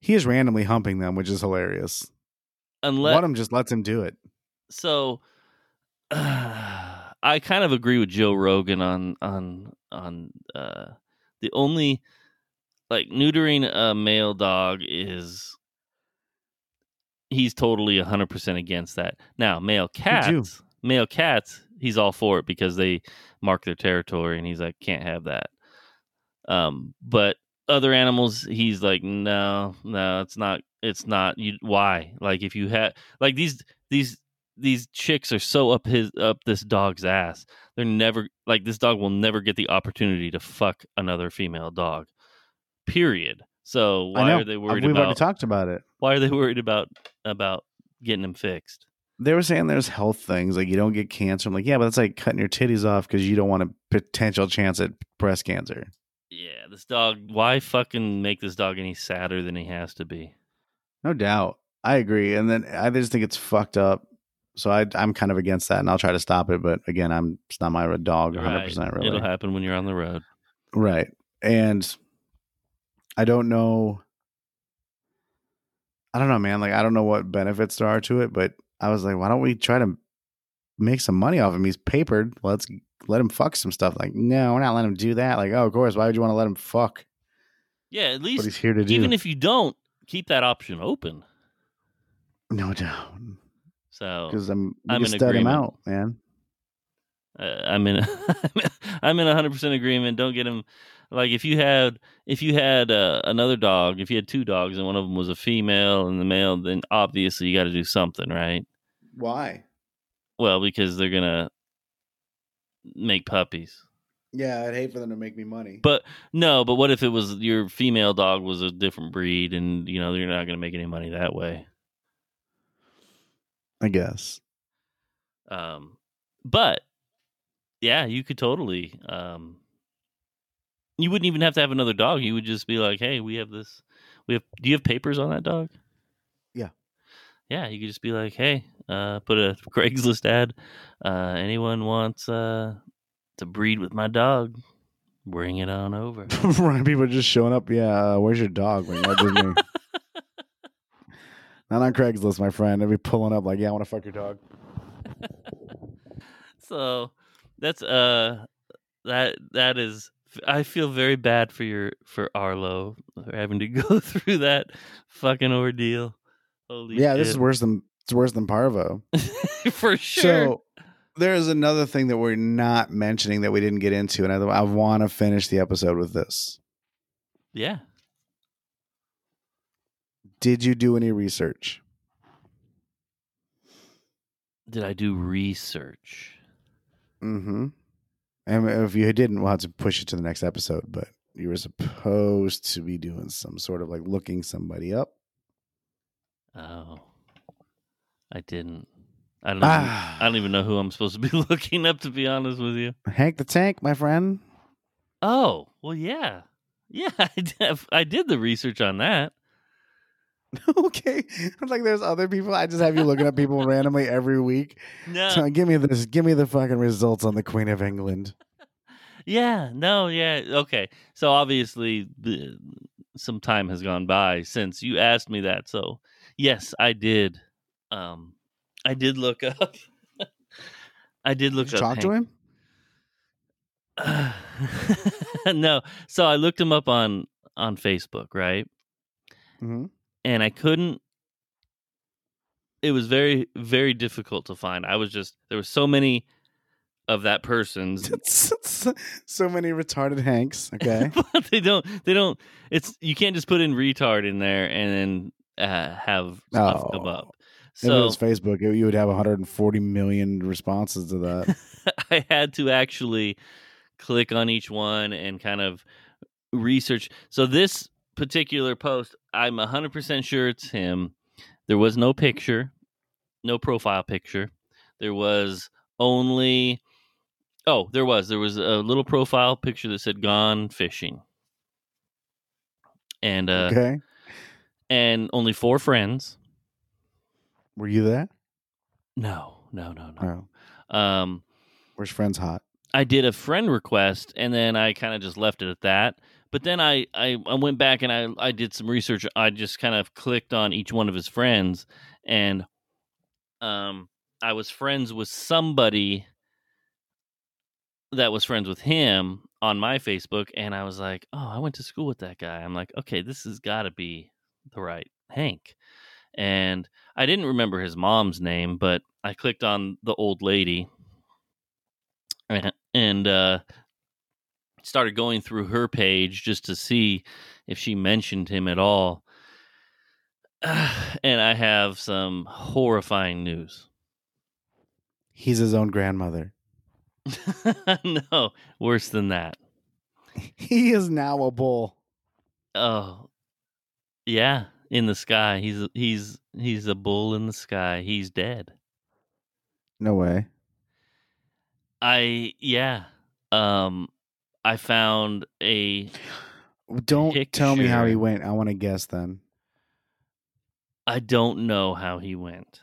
[SPEAKER 5] He is randomly humping them, which is hilarious. One
[SPEAKER 4] unless
[SPEAKER 5] of them just lets him do it.
[SPEAKER 4] so. [sighs] I kind of agree with Joe Rogan on on on uh, the only like neutering a male dog is he's totally 100% against that. Now, male
[SPEAKER 5] too.
[SPEAKER 4] cats, male cats, he's all for it because they mark their territory and he's like can't have that. Um but other animals he's like no, no, it's not it's not you why? Like if you had like these these these chicks are so up his up this dog's ass. They're never like this dog will never get the opportunity to fuck another female dog. Period. So
[SPEAKER 5] I
[SPEAKER 4] why
[SPEAKER 5] know. Uh,
[SPEAKER 4] are they worried
[SPEAKER 5] We've already
[SPEAKER 4] about
[SPEAKER 5] talked about it.
[SPEAKER 4] why are they [laughs] worried about about getting them fixed?
[SPEAKER 5] They were saying there's health things like you don't get cancer. I'm like, yeah, but that's like cutting your titties off because you don't want a potential chance at breast cancer.
[SPEAKER 4] Yeah, this dog. Why fucking make this dog any sadder than he has to be?
[SPEAKER 5] No doubt. I agree. And then I just think it's fucked up. So I, I'm kind of against that, and I'll try to stop it. But again, I'm it's not my dog, 100 percent
[SPEAKER 4] Right.
[SPEAKER 5] really.
[SPEAKER 4] It'll happen when you're on the road.
[SPEAKER 5] Right. And I don't know. I don't know, man. Like, I don't know what benefits there are to it, but I was like, why don't we try to make some money off him? He's papered. Let's let him fuck some stuff. Like, no, we're not letting him do that. Like, oh, of course. Why would you want to let him fuck
[SPEAKER 4] Yeah, at
[SPEAKER 5] what he's
[SPEAKER 4] least
[SPEAKER 5] here to do?
[SPEAKER 4] even if you don't keep that option open.
[SPEAKER 5] no doubt.
[SPEAKER 4] So
[SPEAKER 5] Because I'm, we
[SPEAKER 4] Oh, I'm
[SPEAKER 5] can
[SPEAKER 4] in
[SPEAKER 5] stud him
[SPEAKER 4] agreement.
[SPEAKER 5] out, man.
[SPEAKER 4] uh, I'm in [laughs] I'm in 100% agreement. Don't get him like if you had if you had uh, another dog, if you had two dogs and one of them was a female and the male, then obviously you got to do something, right?
[SPEAKER 5] Why?
[SPEAKER 4] Well, because they're going to make puppies.
[SPEAKER 5] Yeah, I'd hate for them to make me money.
[SPEAKER 4] But no, but what if it was your female dog was a different breed and you know you're not going to make any money that way.
[SPEAKER 5] I [laughs] guess.
[SPEAKER 4] Um but yeah, you could totally um you wouldn't even have to have another dog. You would just be like, "Hey, we have this we have do you have papers on that dog?"
[SPEAKER 5] Yeah.
[SPEAKER 4] Yeah, you could just be like, "Hey, uh put a [laughs] Craigslist ad. Uh anyone wants uh to breed with my dog, bring it on over."
[SPEAKER 5] right, people are just showing up. Yeah, uh, where's your dog? Like, that didn't me. [laughs] Not on Craigslist, my friend. They'll be pulling up like, yeah, I want to fuck your dog.
[SPEAKER 4] so that's uh that that is I feel very bad for your for Arlo for having to [laughs] go through that fucking ordeal. Holy
[SPEAKER 5] yeah, this is
[SPEAKER 4] shit.
[SPEAKER 5] worse than it's worse than parvo.
[SPEAKER 4] [laughs] for sure.
[SPEAKER 5] So there is another thing that we're not mentioning that we didn't get into, and I, I want to finish the episode with this.
[SPEAKER 4] yeah.
[SPEAKER 5] Did you do any research?
[SPEAKER 4] Did I do research?
[SPEAKER 5] Mm-hmm. And if you didn't, we'll have to push it to the next episode. But you were supposed to be doing some sort of like looking somebody up.
[SPEAKER 4] Oh. I didn't. I don't know.
[SPEAKER 5] Ah,
[SPEAKER 4] Um, I don't even know who I'm supposed to be [laughs] looking up to be honest with you.
[SPEAKER 5] Hank the Tank, my friend.
[SPEAKER 4] Oh, well yeah. Yeah, [laughs] I did, I did the research on that.
[SPEAKER 5] [laughs] okay. I'm like, there's other people. I just have you looking at
[SPEAKER 4] [laughs]
[SPEAKER 5] people randomly every week.
[SPEAKER 4] No.
[SPEAKER 5] So give me this. Give me the fucking results on the Queen of England.
[SPEAKER 4] Yeah, no, yeah, okay. So obviously, th- some time has gone by since you asked me that. So yes, I did. Um, I did look [laughs] up. I did look up.
[SPEAKER 5] Talk
[SPEAKER 4] Hank
[SPEAKER 5] to him. [laughs]
[SPEAKER 4] [laughs] no, so I looked him up on on Facebook, right?
[SPEAKER 5] hmm
[SPEAKER 4] And I couldn't. It was very very difficult to find. I was just there were so many of that person's
[SPEAKER 5] so many retarded Hanks.
[SPEAKER 4] [laughs]
[SPEAKER 5] Okay.
[SPEAKER 4] but they don't they don't it's you can't just put in retard in there and then uh, have stuff
[SPEAKER 5] Oh.
[SPEAKER 4] come up
[SPEAKER 5] if it
[SPEAKER 4] so
[SPEAKER 5] was Facebook, it- you would have 140 million responses to
[SPEAKER 4] [laughs]
[SPEAKER 5] that.
[SPEAKER 4] [laughs] i had to actually click on each one and kind of research so this particular post i'm 100% sure it's him there was no picture no profile picture there was only oh there was there was a little profile picture that said gone fishing and uh
[SPEAKER 5] okay.
[SPEAKER 4] and only four friends.
[SPEAKER 5] Were you there?
[SPEAKER 4] No, no, no, no.
[SPEAKER 5] No.
[SPEAKER 4] Um,
[SPEAKER 5] Where's friends hot?
[SPEAKER 4] I did a friend request, and then I kind of just left it at that. But then I, I, I went back and I, I did some research. I just kind of clicked on each one of his friends, and um, I was friends with somebody that was friends with him on my Facebook, and I was like, oh, I went to school with that guy. I'm like, okay, this has got to be the right Hank. And I didn't remember his mom's name, but I clicked on the old lady and- and uh, started going through her page just to see if she mentioned him at all. [sighs] and I have some horrifying news. [laughs]
[SPEAKER 5] He's his own grandmother. [laughs]
[SPEAKER 4] no, worse than that.
[SPEAKER 5] He is now a bull.
[SPEAKER 4] Oh, yeah, in the sky. He's he's he's a bull in the sky. He's dead.
[SPEAKER 5] No way.
[SPEAKER 4] I yeah. Um, I found a
[SPEAKER 5] Don't tell me how he
[SPEAKER 4] Picture.
[SPEAKER 5] went. I want to guess then.
[SPEAKER 4] I don't know how he went.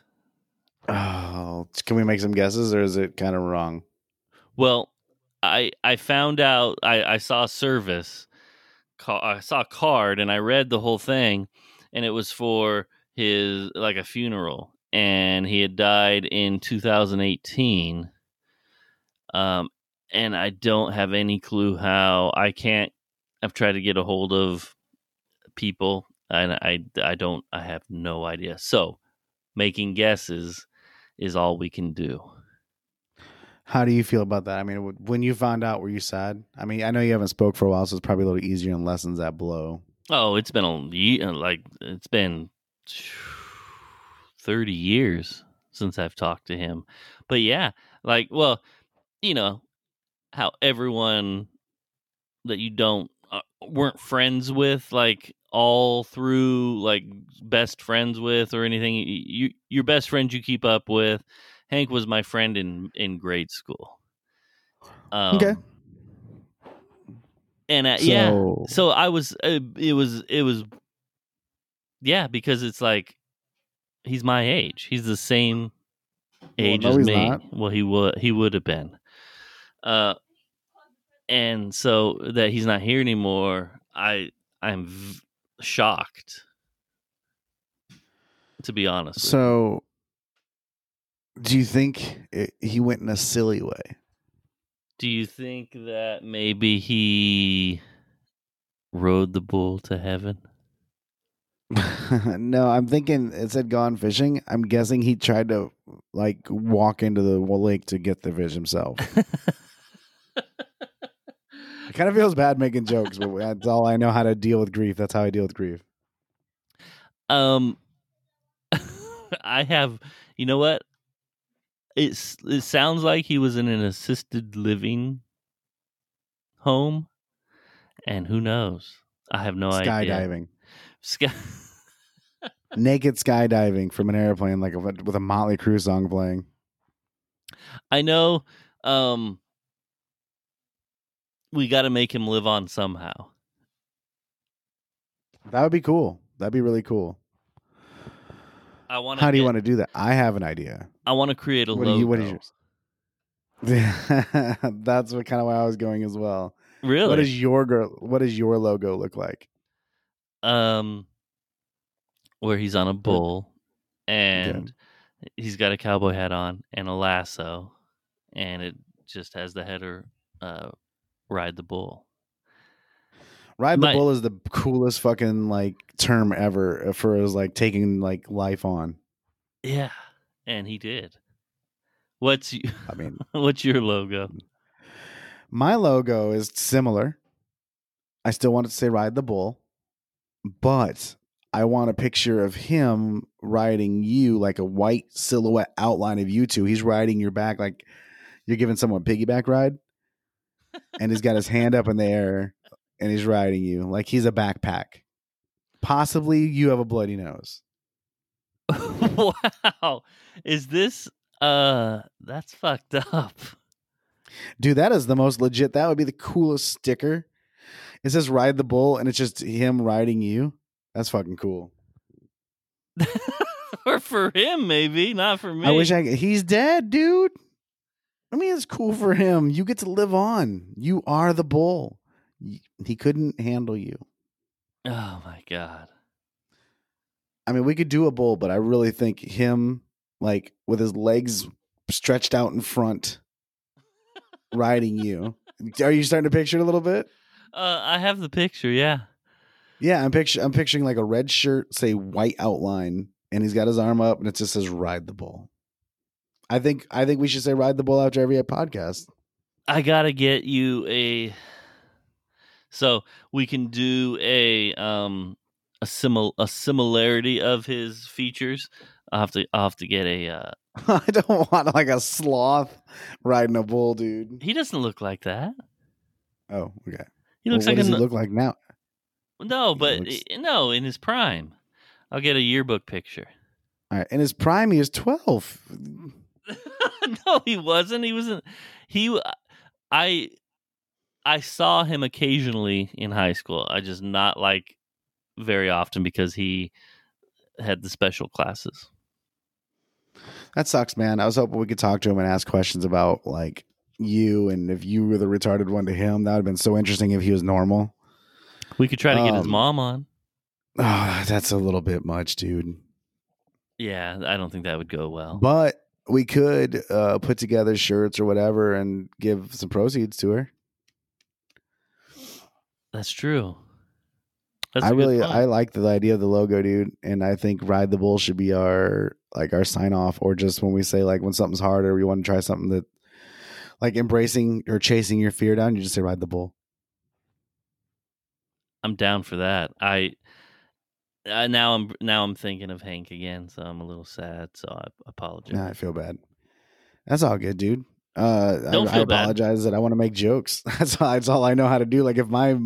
[SPEAKER 5] Oh, can we make some guesses or is it kind of wrong?
[SPEAKER 4] Well, I I found out I I saw a service, ca- I saw a card, and I read the whole thing, and it was for his like a funeral, and he had died in 2018. Um, and I don't have any clue how. I can't. I've tried to get a hold of people, and I I don't. I have no idea. So, making guesses is all we can do.
[SPEAKER 5] How do you feel about that? I mean, w- when you found out, were you sad? I mean, I know you haven't spoke for a while, so it's probably a little easier in lessons at blow.
[SPEAKER 4] Oh, it's been a ye- uh, like it's been thirty years since I've talked to him. But yeah, like well, you know how everyone that you don't uh, weren't friends with, like all through like best friends with or anything. y- You your best friends you keep up with. Hank was my friend in in grade school. Um,
[SPEAKER 5] Okay.
[SPEAKER 4] And uh,
[SPEAKER 5] So,
[SPEAKER 4] yeah, so i was uh, it was it was yeah because it's like he's my age he's the same age
[SPEAKER 5] no,
[SPEAKER 4] as
[SPEAKER 5] he's
[SPEAKER 4] me
[SPEAKER 5] not.
[SPEAKER 4] well he would he would have been uh and so that he's not here anymore i i'm v- shocked to be honest with you.
[SPEAKER 5] so do you think it, he went in a silly way?
[SPEAKER 4] do you think that maybe he rode the bull to heaven
[SPEAKER 5] [laughs] no, I'm thinking it said gone fishing. I'm guessing he tried to like walk into the lake to get the fish
[SPEAKER 4] [laughs]
[SPEAKER 5] himself. It kind of feels bad making jokes, but that's all I know how to deal with grief. That's how I deal with grief.
[SPEAKER 4] Um, [laughs] I have. You know what? It's. It sounds like he was in an assisted living home, and who knows? I have no idea.
[SPEAKER 5] skydiving,
[SPEAKER 4] Sky. [laughs]
[SPEAKER 5] naked skydiving from an airplane, like with a Motley Crue song playing.
[SPEAKER 4] I know. Um, we got to make him live on somehow.
[SPEAKER 5] That would be cool. That'd be really cool.
[SPEAKER 4] I want.
[SPEAKER 5] How do you want to do that? I have an idea. [laughs]
[SPEAKER 4] I want to create a
[SPEAKER 5] What do
[SPEAKER 4] logo.
[SPEAKER 5] you- what is yours? That's what kind of where I was going as well.
[SPEAKER 4] Really?
[SPEAKER 5] What does your girl? What does your logo look like?
[SPEAKER 4] um where he's on a bull and he's got a cowboy hat on and a lasso and it just has the header uh ride the bull
[SPEAKER 5] Ride the
[SPEAKER 4] My-
[SPEAKER 5] bull is the coolest fucking like term ever uh, for is like taking like life on.
[SPEAKER 4] yeah and he did what's y- [laughs]
[SPEAKER 5] I mean,
[SPEAKER 4] what's your logo
[SPEAKER 5] my logo is similar. I still wanted to say ride the bull, but I want a picture of him riding you like a white silhouette outline of you two. He's riding your back like you're giving someone a piggyback ride, and he's got his hand up in the air and he's riding you like he's a backpack. Possibly you have a bloody nose. Mm.
[SPEAKER 4] [laughs] wow is this uh that's fucked up [laughs]
[SPEAKER 5] Dude, that is the most legit. That would be the coolest sticker. It says ride the bull and it's just him riding you. That's fucking cool.
[SPEAKER 4] or for him maybe not for me
[SPEAKER 5] I wish I could- he's dead, dude. I mean, it's cool for him. You get to live on. You are the bull. Y- He couldn't handle you.
[SPEAKER 4] oh my god
[SPEAKER 5] I mean, we could do a bull, but I really think him, like with his legs stretched out in front, riding
[SPEAKER 4] [laughs]
[SPEAKER 5] you. Are you starting to picture it a little bit?
[SPEAKER 4] uh i have the picture yeah
[SPEAKER 5] Yeah, I'm picture I'm picturing like a red shirt, say white outline, and he's got his arm up, and it just says "Ride the bull." I think I think we should say "Ride the bull" after every podcast.
[SPEAKER 4] I gotta get you a. So we can do a um a simil a similarity of his features. I will have to I will have to get a. Uh,
[SPEAKER 5] [laughs] I don't want like a sloth riding a bull, dude.
[SPEAKER 4] he doesn't look like that.
[SPEAKER 5] Oh, okay.
[SPEAKER 4] He looks
[SPEAKER 5] Well, what
[SPEAKER 4] like
[SPEAKER 5] does
[SPEAKER 4] a
[SPEAKER 5] he look like now?
[SPEAKER 4] no,
[SPEAKER 5] He
[SPEAKER 4] but
[SPEAKER 5] looks-
[SPEAKER 4] eh, no in his prime. I'll get a yearbook picture. [laughs]
[SPEAKER 5] All right, in his prime, he was twelve.
[SPEAKER 4] no, he wasn't. He wasn't. He I I saw him occasionally in high school. I just not like very often because he had the special classes.
[SPEAKER 5] That sucks, man. I was hoping we could talk to him and ask questions about like you and if you were the retarded one to him. That would have been so interesting if he was normal. [sighs]
[SPEAKER 4] We could try to get his
[SPEAKER 5] Um,
[SPEAKER 4] mom on.
[SPEAKER 5] Oh, that's a little bit much, dude.
[SPEAKER 4] Yeah, I don't think that would go well.
[SPEAKER 5] But we could uh, put together shirts or whatever and give some proceeds to her.
[SPEAKER 4] That's true. That's
[SPEAKER 5] I
[SPEAKER 4] a good
[SPEAKER 5] really
[SPEAKER 4] point.
[SPEAKER 5] I like the idea of the logo, dude, and I think ride the bull should be our like our sign off, or just when we say like when something's hard or you want to try something that like embracing or chasing your fear down, you just say ride the bull.
[SPEAKER 4] I'm down for that. I uh, now I'm now I'm thinking of Hank again, so I'm a little sad. So I apologize.
[SPEAKER 5] Nah, I feel bad. That's all good, dude. Uh,
[SPEAKER 4] Don't
[SPEAKER 5] I, I
[SPEAKER 4] feel bad.
[SPEAKER 5] apologize that I want to make jokes. [laughs] That's all, that's all I know how to do. Like if my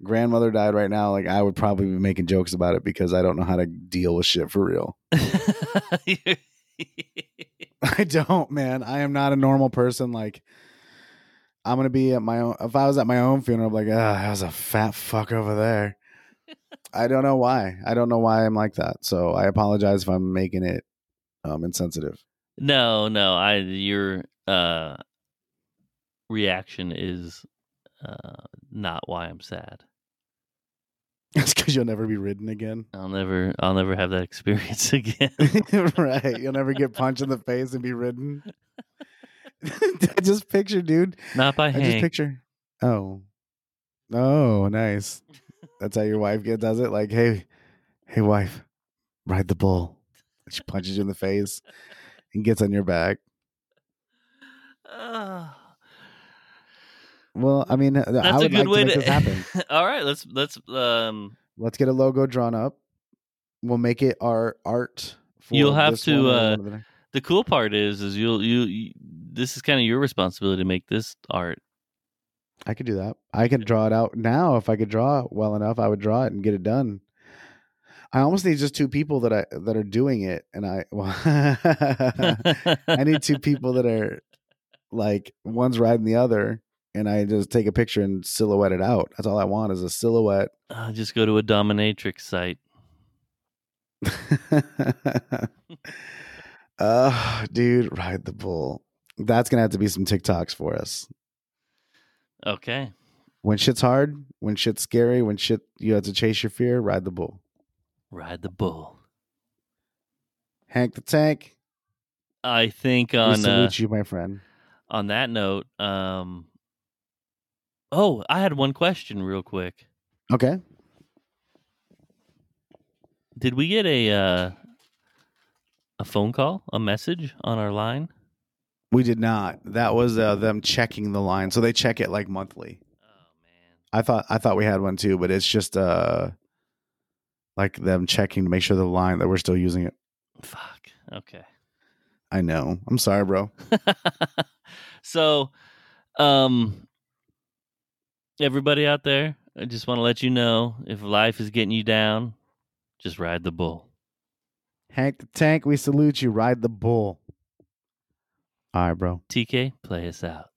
[SPEAKER 5] grandmother died right now, like I would probably be making jokes about it because I don't know how to deal with shit for real. [laughs] I don't, man. I am not a normal person. Like, I'm gonna be at my own. If I was at my own funeral, I'm like, ah, that was a fat fuck over [laughs] there. I don't know why. I don't know why I'm like that. So I apologize if I'm making it um insensitive.
[SPEAKER 4] [laughs] no, no, I your uh reaction is uh not why I'm sad.
[SPEAKER 5] [laughs] It's because you'll never be ridden again,
[SPEAKER 4] I'll never I'll never have that [laughs] experience again.
[SPEAKER 5] [laughs] right? You'll never get punched in the face and be [laughs] ridden. I just picture, dude.
[SPEAKER 4] not by
[SPEAKER 5] I
[SPEAKER 4] Hank.
[SPEAKER 5] just picture. Oh, oh, nice. That's how your wife get does it. Like, hey, hey, wife, ride the bull. She punches you in the face and gets on your back.
[SPEAKER 4] Ah.
[SPEAKER 5] Well, I mean, I would like to make this
[SPEAKER 4] [laughs]
[SPEAKER 5] happen.
[SPEAKER 4] All right, let's let's um.
[SPEAKER 5] Let's get a logo drawn up. We'll make it our art. For
[SPEAKER 4] You'll have
[SPEAKER 5] this
[SPEAKER 4] to,
[SPEAKER 5] one or
[SPEAKER 4] uh,
[SPEAKER 5] one of the next-
[SPEAKER 4] The cool part is, is you'll you, you this is kind of your responsibility to make this art.
[SPEAKER 5] I could do that. I could draw it out now. If I could draw it well enough, I would draw it and get it done. I almost need just two people that I that are doing it, and I. [laughs] Well, [laughs] I need two people that are like one's riding the other, and I just take a picture and silhouette it out. That's all I want is a silhouette.
[SPEAKER 4] [laughs]
[SPEAKER 5] [laughs]
[SPEAKER 4] Uh, just go to a dominatrix site.
[SPEAKER 5] uh dude, ride the bull. That's gonna have to be some TikToks for us.
[SPEAKER 4] Okay.
[SPEAKER 5] When shit's hard, when shit's scary, when shit you have to chase your fear, ride the bull.
[SPEAKER 4] Ride the bull.
[SPEAKER 5] Hank the Tank.
[SPEAKER 4] I think
[SPEAKER 5] We
[SPEAKER 4] on uh,
[SPEAKER 5] salute you, my friend.
[SPEAKER 4] on that note, um Oh, I had one question real quick.
[SPEAKER 5] Okay.
[SPEAKER 4] Did we get a uh a phone call, a message on our line?
[SPEAKER 5] We did not. That was uh, them checking the line. So they check it like monthly.
[SPEAKER 4] Oh man.
[SPEAKER 5] I thought I thought we had one too, but it's just uh like them checking to make sure the line that we're still using it.
[SPEAKER 4] Fuck. Okay.
[SPEAKER 5] I know. I'm sorry, bro.
[SPEAKER 4] [laughs] so, um, everybody out there, I just want to let you know if life is getting you down, just ride the bull.
[SPEAKER 5] Hank the Tank, we salute you. Ride the bull. All right, bro.
[SPEAKER 4] TK, play us out.